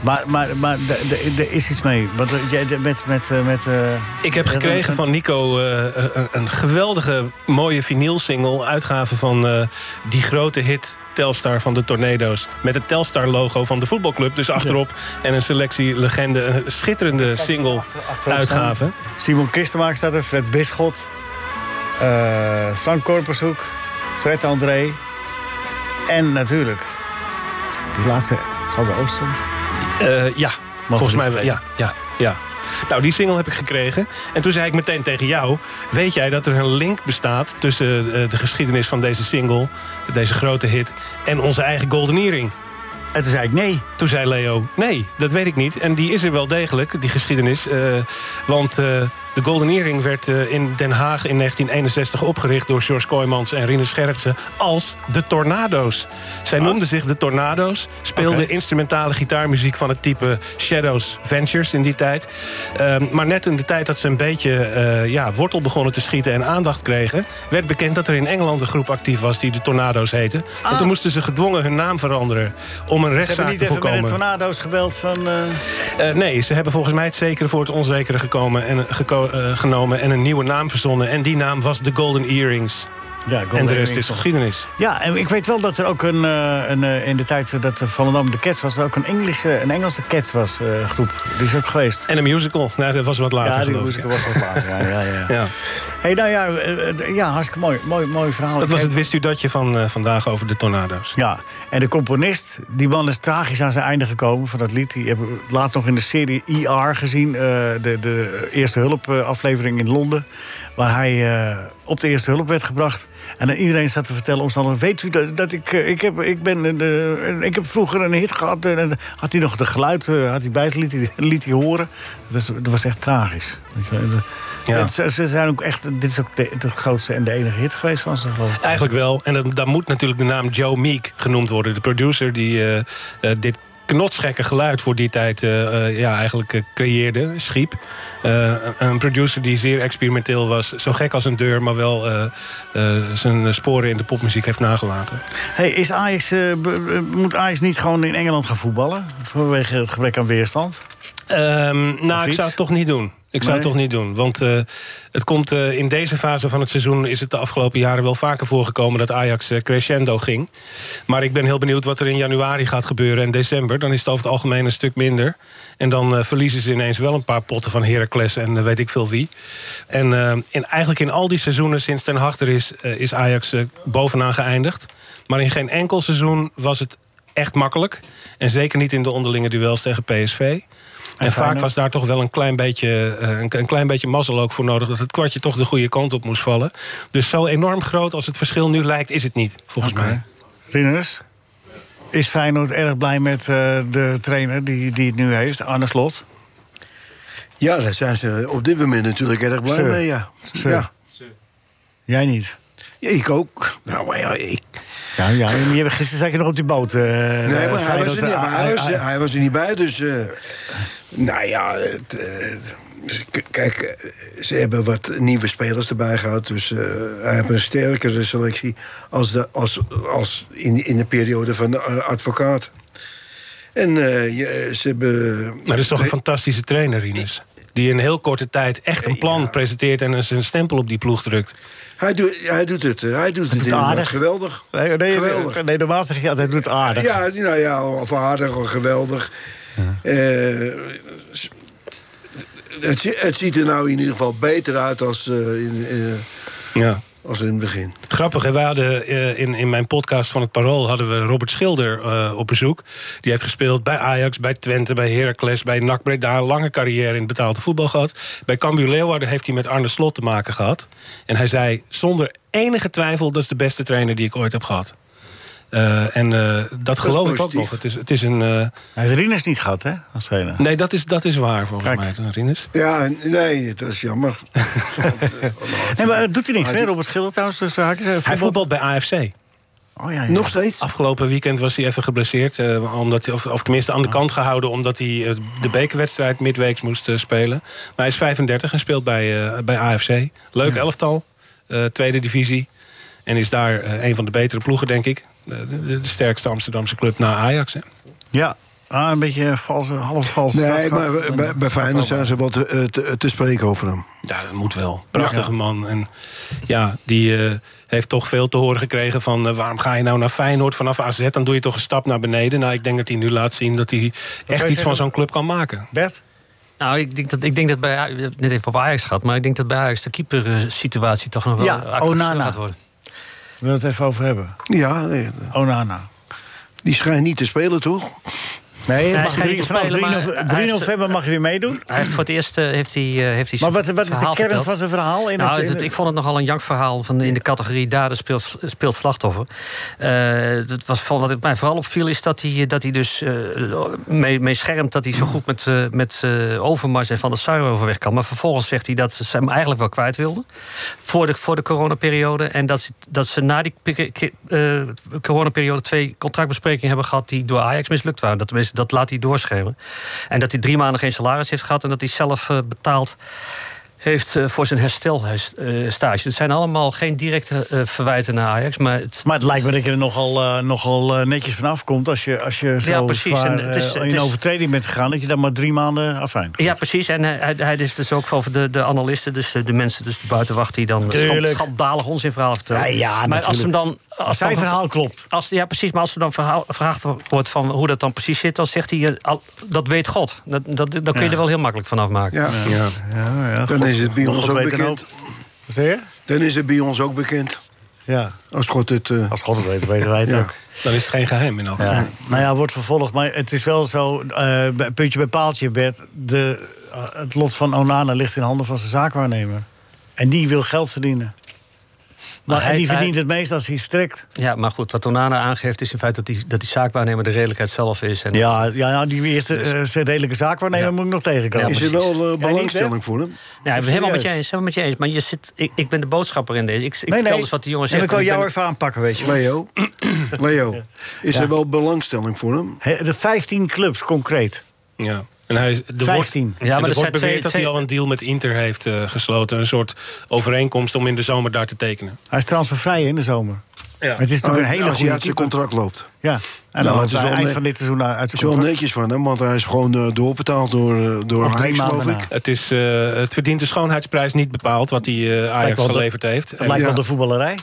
Maar, maar, maar d- d- er is iets mee. Want eh, jij d- met... met, eh, met eh,
Ik heb gekregen van Nico eh, een, een geweldige, mooie vinylsingle. Uitgave van eh, die grote hit Telstar van de Tornado's. Met het Telstar-logo van de voetbalclub, dus achterop. En een selectie legende, een schitterende single-uitgave.
Simon Kistenmaak staat er, Fred Bisschot, eh, Frank Korpershoek, Fred André en natuurlijk die laatste zal bij Oostrom.
Eh, ja,
we
volgens
niet
mij wel. Ja,
vergeten.
ja, ja. Nou, die single heb ik gekregen. En toen zei ik meteen tegen jou... weet jij dat er een link bestaat tussen eh, de geschiedenis van deze single... deze grote hit, en onze eigen Golden Earring?
En toen zei ik nee.
Toen zei Leo, nee, dat weet ik niet. En die is er wel degelijk, die geschiedenis. eh, want eh, de Golden Earring werd eh, in Den Haag in 1961 opgericht... door George Kooijmans en Rinus Gerritsen als de Tornado's. Zij
Oh.
noemden zich de Tornado's, speelden
Oké.
instrumentale gitaarmuziek van het type Shadows Ventures in die tijd. Ehm, maar net in de tijd dat ze een beetje eh, ja, wortel begonnen te schieten en aandacht kregen, werd bekend dat er in Engeland een groep actief was die de Tornado's heette. En toen moesten ze gedwongen hun naam veranderen om
Ah. Ze
een
hebben
rechtszaak
niet
te
even
voorkomen.
met de tornado's gebeld van... eh,
Eh, nee, ze hebben volgens mij het zekere voor het onzekere gekomen en, geko- eh, genomen en een nieuwe naam verzonnen. En die naam was de Golden Earrings.
Ja, Golden
en de rest
Earrings.
is geschiedenis.
Ja, en ik weet wel dat er ook een, eh, een eh, in de tijd dat de Volendam de Cats was... er ook een, Engelse, een Engelse Cats was, eh, groep. Die is ook geweest.
En een musical. Nou, dat was wat later.
ja, die
geloof ik.
musical was wat later. Ja, ja, ja.
ja.
hey, nou ja, eh, eh, ja, hartstikke mooi, mooi, mooi verhaal.
Dat was
Ik-
het wist u datje van eh, vandaag over de tornado's.
Ja, en de componist, die man is tragisch aan zijn einde gekomen van dat lied. Die hebben we laat nog in de serie ER gezien, eh, de, de Eerste Hulp eh, aflevering in Londen. Waar hij eh, op de Eerste Hulp werd gebracht. En aan iedereen zat te vertellen, omstandig, weet u dat, dat ik, eh, ik, heb, ik, ben, eh, de, ik heb vroeger een hit gehad. En, en had hij nog het geluid eh, had hij bij zich, liet hij, liet hij horen. Dus, dat was echt tragisch. Weet je wel. En, eh,
Ja.
het- ze- ze zijn ook echt, dit is ook de, de grootste en de enige hit geweest van ze, geloof ik.
Eigenlijk wel. En dan, dan moet natuurlijk de naam Joe Meek genoemd worden. De producer die eh, eh, dit knotsgekke geluid voor die tijd eh, eh, ja, eigenlijk eh, creëerde, schiep. Eh, een producer die zeer experimenteel was. Zo gek als een deur, maar wel eh, eh, zijn sporen in de popmuziek heeft nagelaten.
Hey, is Ajax, eh, be- be- moet Ajax niet gewoon in Engeland gaan voetballen? Vanwege het gebrek aan weerstand?
Ehm, nou, ik
iets?
zou het toch niet doen. Ik zou het
Nee?
toch niet doen. Want eh, het komt eh, in deze fase van het seizoen is het de afgelopen jaren wel vaker voorgekomen dat Ajax eh, crescendo ging. Maar ik ben heel benieuwd wat er in januari gaat gebeuren en december. Dan is het over het algemeen een stuk minder. En dan eh, verliezen ze ineens wel een paar potten van Heracles en eh, weet ik veel wie. En eh, in, eigenlijk in al die seizoenen sinds Ten Hag er is, eh, is Ajax eh, bovenaan geëindigd. Maar in geen enkel seizoen was het echt makkelijk. En zeker niet in de onderlinge duels tegen PSV. En, vaak
Feyenoord?
was daar toch wel een klein beetje, eh, een, een klein beetje mazzel ook voor nodig... dat het kwartje toch de goede kant op moest vallen. Dus zo enorm groot als het verschil nu lijkt, is het niet, volgens mij.
Rinus? Is Feyenoord erg blij met eh, de trainer die, die het nu heeft, Arne Slot?
Ja, daar zijn ze op dit moment natuurlijk erg blij
Sir.
mee. Ja.
Sir.
Ja.
Jij niet?
Ja, ik ook. Nou ja, ik.
Ja, ja en die hebben- gisteren zat je nog op die boot. eh,
Nee, maar hij
Feyenoord,
was, er, niet-
eh,
maar hij, was,
eh,
hij was er niet bij, dus... eh, nou ja, het, eh, k- kijk, eh, ze hebben wat nieuwe spelers erbij gehad... dus eh, hij heeft een sterkere selectie als, de, als, als in, in de periode van de advocaat. En eh, je- ze hebben...
Maar dat is toch een fantastische trainer, Rinus. Die in heel korte tijd echt een plan presenteert en zijn stempel op die ploeg drukt.
Hij, doet, hij doet het, eh, hij doet het,
doet
inderdaad.
aardig.
Geweldig.
eh, Nee, nee,
geweldig.
nee, normaal zeg je altijd, doet aardig.
Ja, nou ja, of aardig of geweldig. Eh, s- het, zi- het ziet er nou in ieder geval beter uit als, eh, in, eh,
Ja.
als in het begin.
Grappig, hè? We hadden, eh, in, in mijn podcast van het Parool hadden we Robert Schilder eh, op bezoek. Die heeft gespeeld bij Ajax, bij Twente, bij Heracles, bij NAC Breda. Een lange carrière in het betaalde voetbal gehad. Bij Cambuur Leeuwarden heeft hij met Arne Slot te maken gehad. En hij zei zonder enige twijfel... dat is de beste trainer die ik ooit heb gehad. Eh, en eh, dat,
Dat is
geloof ik ook
positief.
nog. Het is, het is een... eh,
Hij heeft Rinus niet gehad, hè, als trainer?
Nee, dat is, dat is waar volgens mij, Rinus.
Ja, nee, dat is jammer.
Nee, maar eh, doet hij niks,
Maar
hè,
die-
Robert Schilder trouwens? Dus, hij
Hij voetbalt bij AFC.
Oh, ja, ja.
Nog steeds?
Ah, Afgelopen weekend was hij even geblesseerd. eh, omdat hij, of, of tenminste
Oh.
aan de kant gehouden... omdat hij eh, de bekerwedstrijd midweeks moest eh, spelen. Maar hij is 35 en speelt bij, eh, bij AFC. Leuk elftal. eh, tweede divisie. En is daar eh, een van de betere ploegen, denk ik. De, de- de sterkste Amsterdamse club na Ajax. Hè.
Ja, oké. Ah, een beetje valse, half valse.
Nee, maar bij- bij, bij Feyenoord zijn ze wat eh, te, te spreken over hem.
Ja, dat moet wel. Prachtige man. En ja, die eh, heeft toch veel te horen gekregen van... eh, waarom ga je nou naar Feyenoord vanaf AZ? Dan doe je toch een stap naar beneden. Nou, ik denk dat hij nu laat zien dat hij echt iets
zeggen?
van zo'n club kan maken.
Bert?
Nou, ik denk dat, ik denk dat bij Aj- we hebben het net even over Ajax gehad, maar ik denk dat bij Ajax de keeper-situatie toch nog wel
Ja,
actief
Onana.
gaat worden.
Wil het even over hebben?
Ja, nee.
Onana.
Die schijnt niet te spelen, toch?
Nee,
hij
mag
schijnt
drie-
niet te
vanaf
spelen,
3,
maar hij heeft-
november mag je weer meedoen.
Hij heeft voor het eerst eh, heeft hij, eh, heeft hij
Maar wat-
zijn
wat is de
verhaal
kern
verteld.
van zijn verhaal in
nou,
het- in
het-
het-
ik vond het nogal een jankverhaal van in de categorie dader speelt, speelt slachtoffer. Eh, dat was, van- wat het mij vooral opviel is dat hij, dat hij dus eh, mee, mee schermt dat hij zo goed met, eh, met eh, Overmars en Van der Sar overweg kan. Maar vervolgens zegt hij dat ze hem eigenlijk wel kwijt wilden voor de, voor de coronaperiode. En dat ze, dat ze na die pe- ke- eh, coronaperiode twee contractbesprekingen hebben gehad die door Ajax mislukt waren. Dat, tenminste, dat laat hij doorschemeren. En dat hij drie maanden geen salaris heeft gehad en dat hij zelf eh, betaald heeft eh, voor zijn herstelstage. Dat zijn allemaal geen directe eh, verwijten naar Ajax. Maar het,
Maar het lijkt me dat je er nogal, eh, nogal eh, netjes vanaf komt als je, als je zo
Ja, precies.
zwaar,
En het
eh,
is- het
in
is-
overtreding bent gegaan... dat je dan maar drie maanden afijn.
ja, precies. En hij, hij- hij is dus ook van de, de analisten, dus de, de mensen dus de buitenwacht... die dan
Tuurlijk.
schand, schandalig onzin verhaal vertellen.
Ja, ja,
maar als hem
natuurlijk.
dan... Als
Zijn
dan-
verhaal klopt.
Als, ja, precies. Maar als er dan verhaal, gevraagd wordt van hoe dat dan precies zit... dan zegt hij, eh, al- dat weet God. Dat, dat, dan kun je
Ja.
er wel heel makkelijk van afmaken.
Ja. Ja.
Oh,
Dan is het bij ons ook bekend.
Wat zeg je?
Dan is het bij ons ook bekend.
Ja.
Als God het... eh,
Als God het weet, weten wij het ook.
Dan is het geen geheim in elk geval.
Ja. Nou ja, wordt vervolgd. Maar het is wel zo, eh, bij- puntje bij paaltje, Bert. De, eh, het lot van Onana ligt in handen van zijn zaakwaarnemer. En die wil geld verdienen. Maar, en
hij-
die
hij-
verdient het meest als hij strekt.
Ja, maar goed, wat Tonana aangeeft is in feite dat die, dat die zaakwaarnemer de redelijkheid zelf is. En
Ja, ja, ja, die eerste eh, redelijke zaakwaarnemer moet ik nog tegenkomen.
Dus- Ja, Is er precies. wel, eh, belangstelling
voor hem?
Ja, ik ben helemaal met je eens, helemaal met je eens. Maar je zit, ik, ik ben de boodschapper in deze. Ik, ik vertel dus wat die jongens
En ik
zeggen.
wil jou
ben-
even aanpakken, weet je. wel.
Leo, Leo is
Ja.
er wel belangstelling voor hem?
He- de 15 clubs concreet.
Ja. En hij, is- er wordt,
15.
ja, maar er, wordt beweerd dat hij al een deal met Inter heeft eh, gesloten. Een soort overeenkomst om in de zomer daar te tekenen.
Hij is transfervrij in de zomer. Het is natuurlijk een hele
Nou, Als hij
goede
uit zijn
keeper.
contract loopt.
Ja, en
Nou,
dan
het
loopt
is
hij
wel
eind
ne-
van dit seizoen eh, uit
Het is
zijn
wel
contract.
netjes van hem, want hij is gewoon eh, doorbetaald door, eh, door
Op drie
Ajax, geloof
maanden
ik.
Het, is, eh, het verdient de schoonheidsprijs niet bepaald wat hij eh, Ajax
lijkt wel de-
geleverd heeft.
Het lijkt
ja.
wel de voetballerij.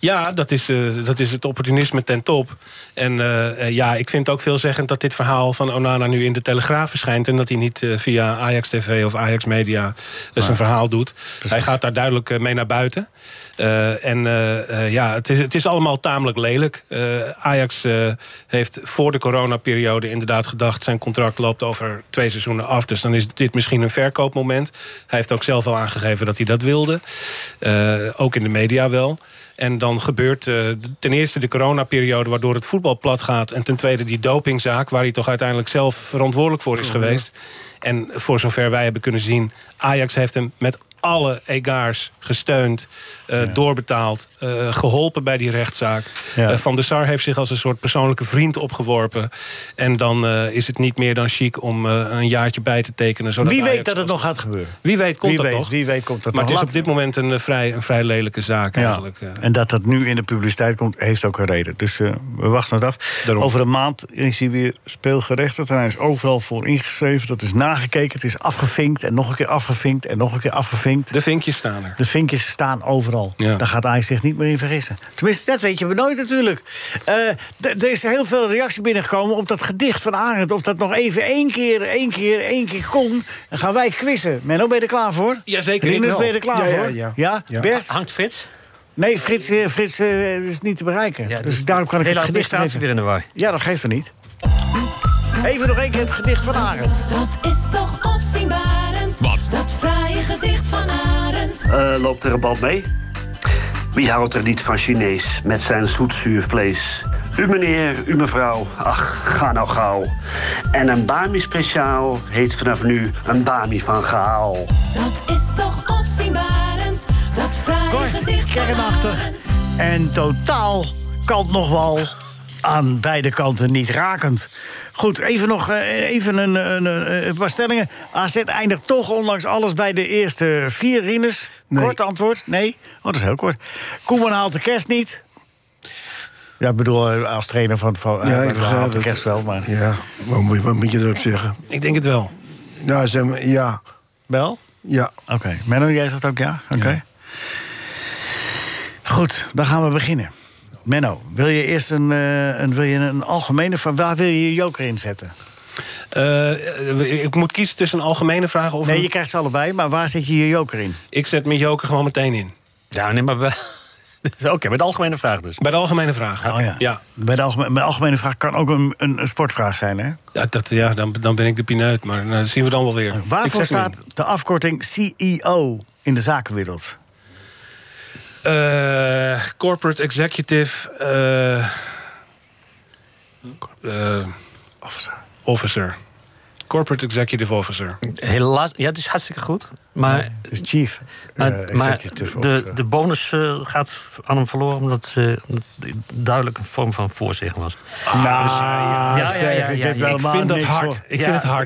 Ja, dat is, eh, dat is het opportunisme ten top. En eh, eh, ja, ik vind het ook veelzeggend dat dit verhaal van Onana nu in de Telegraaf verschijnt. En dat hij niet eh, via Ajax TV of Ajax Media eh, zijn verhaal doet. Hij gaat daar duidelijk eh, mee naar buiten. Eh, en eh, eh, ja, het is, het is allemaal tamelijk lelijk. Eh, Ajax eh, heeft voor de coronaperiode inderdaad gedacht... zijn contract loopt over twee seizoenen af. Dus dan is dit misschien een verkoopmoment. Hij heeft ook zelf al aangegeven dat hij dat wilde. Eh, ook in de media wel. En dan gebeurt eh, ten eerste de coronaperiode waardoor het voetbal plat gaat. En ten tweede die dopingzaak waar hij toch uiteindelijk zelf verantwoordelijk voor is
Mhm.
geweest. En voor zover wij hebben kunnen zien, Ajax heeft hem met alle egaars gesteund, eh, doorbetaald, eh, geholpen bij die rechtszaak.
Ja.
Eh, Van der Sar heeft zich als een soort persoonlijke vriend opgeworpen. En dan eh, is het niet meer dan chic om eh, een jaartje bij te tekenen. Zodat
Wie weet
Ajax-
dat het nog gaat gebeuren.
Wie weet komt
Wie
dat
weet,
nog.
wie weet komt dat
maar
nog.
het is
Laat-
op dit moment een, eh, vrij, een vrij lelijke zaak
Ja.
eigenlijk. eh.
En dat dat nu in de publiciteit komt, heeft ook een reden. Dus eh, we wachten het af. Over een maand is hij weer speelgerechtigd. En hij is overal voor ingeschreven. Dat is nagekeken. Het is afgevinkt. En nog een keer afgevinkt. En nog een keer afgevinkt.
De vinkjes staan er.
De vinkjes staan overal.
Ja.
Daar gaat Ajax zich niet meer in vergissen. Tenminste, dat weet je maar nooit natuurlijk. Eh, d- er is heel veel reactie binnengekomen op dat gedicht van Arend. Of dat nog even één keer, één keer, één keer kon. Dan gaan wij quizzen. Menno, ben je er klaar voor?
Jazeker, ik
Rinus,
wel.
ben je er klaar
Ja, ja,
voor?
ja. Ja.
Bert?
Hangt Frits?
Nee, Frits, eh, Frits eh, is niet te bereiken. dus, daarom kan ik
Hele
het gedicht
administratie
even-
weer in de war.
Ja, dat geeft er niet. Even nog één keer het gedicht van Arend.
Dat is toch opzienbarend.
Wat?
Dat fraaie gedicht van Arend.
Eh, loopt er een band mee? Wie houdt er niet van Chinees met zijn zoetzuur vlees? U meneer, u mevrouw, ach, ga nou gauw. En een Bami speciaal heet vanaf nu een Bami van Gaal.
Dat is toch opzienbarend. Dat fraaie gedicht van
Kernachtig. En totaal kant nog wel aan beide kanten niet rakend. Goed, even nog eh, even een, een, een- een paar stellingen. AZ eindigt toch ondanks alles bij de eerste vier, Rinus. Kort antwoord, nee. Oh, dat is heel kort. Koeman haalt de kerst niet. Ja, ik bedoel, eh, als trainer van, van eh,
ik
van
begrijp
het
het.
orkest wel, maar...
Ja, wat moet, je- wat moet je erop zeggen?
Ik denk het wel.
Nou, zeg maar, ja.
Wel?
Ja.
Oké. Menno, jij zegt ook ja? Oké. Goed, dan gaan we beginnen. Menno, wil je eerst een, eh, een, wil je een algemene... Van waar wil je je joker inzetten?
Eh, ik moet kiezen tussen een algemene vraag of...
Nee,
een-
je krijgt ze allebei, maar waar zit je je joker in?
Ik zet mijn joker gewoon meteen in.
Ja, nee, maar... Oké, met de algemene vraag dus.
Bij de algemene vraag.
Oh ja.
Ja.
Bij de algemene, bij de algemene vraag kan ook een, een, een sportvraag zijn, hè?
Ja, dat, ja dan, dan ben ik de pineut, maar nou, dat zien we dan wel weer. Ik
Waarvoor
zet hem in.
staat de afkorting CEO in de zakenwereld?
Eh, corporate executive. eh,
officer.
Officer. Corporate executive officer.
Helaas, ja, het is hartstikke goed. Maar,
is chief.
Maar,
eh,
maar
executive
de,
officer.
de bonus eh, gaat aan hem verloren omdat ze duidelijk een vorm van voorzeg was.
nou,
Dus, eh, ja, ja,
zeg,
ja,
ik
ja,
heb
ja.
helemaal niks voor.
Ik vind het hard.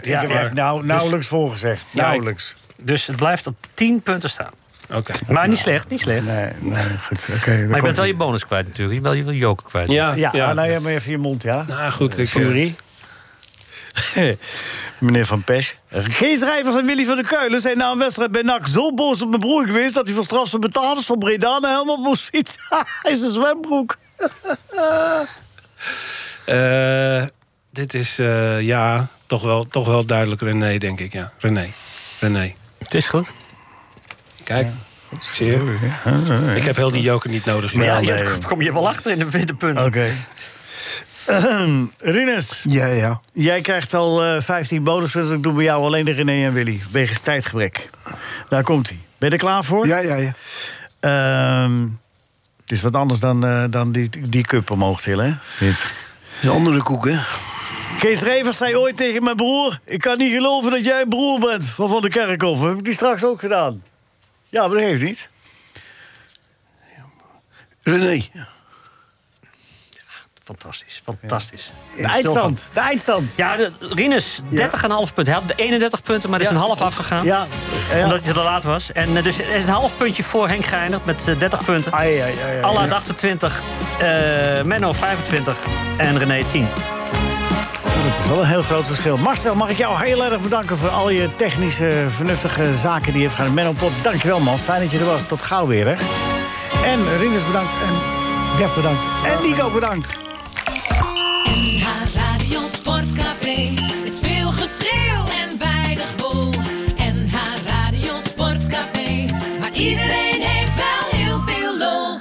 dus-
Ik heb echt nou, nauwelijks voorgezegd.
Ja, ik-
Nauwelijks.
Dus het blijft op 10 punten staan.
Oké.
Maar niet slecht, niet slecht.
Nee, goed.
maar je bent wel je bonus kwijt natuurlijk. Je bent wel je wel je joker kwijt.
Ja, ja, nou ja, maar even je mond, ja.
Nou goed,
ik, eh,
Jury. Meneer Van Pes. Gees Rijvers en Willy van der Keulen zijn na een wedstrijd bij NAC zo boos op mijn broer geweest... dat hij voor straf zijn betaald van Breda naar Helmond moest fietsen. Hij is een zwembroek.
Eh, dit is eh, ja, toch wel, toch wel duidelijk René, denk ik. Ja. René. René.
Het is goed.
Kijk. Zie je? Ik heb heel die joker niet nodig.
Maar ja,
joh.
hier kom je wel achter in de witte punten.
Oké. Rinus.
Ja, ja.
Jij krijgt al eh 15 bonuspunten. Ik doe bij jou alleen de René en Willy. Wegens tijdgebrek. Daar komt hij. Ben je er klaar voor? Ehm,
Ja, ja, ja.
het is wat anders dan, eh, dan die, die cup omhoog tillen, hè? Dit.
is een andere koek, hè?
Kees Revers zei ooit tegen mijn broer... ik kan niet geloven dat jij een broer bent van Van de Kerkhoff. Heb ik die straks ook gedaan? Ja, maar dat heeft niet.
René.
Fantastisch, fantastisch.
De eindstand, de eindstand.
Ja, de, Rinus, 30,5 punten. Hij had de 31 punten, maar er is een half afgegaan.
Ja.
Omdat hij te laat was. En eh, dus er is een half puntje voor Henk geëindigd met eh, 30 punten.
Ai, ai, ai, ai.
Allard 28, eh, Menno 25 en René 10.
Dat is wel een heel groot verschil. Marcel, mag ik jou heel erg bedanken voor al je technische, vernuftige zaken die je hebt gedaan. Menno Pop, dankjewel man. Fijn dat je er was. Tot gauw weer, hè. En Rinus bedankt. En Gert bedankt. En Nico bedankt.
NH Radio Sportcafé is veel geschreeuw en weinig wol. NH Radio Sportcafé, maar iedereen heeft wel heel veel lol.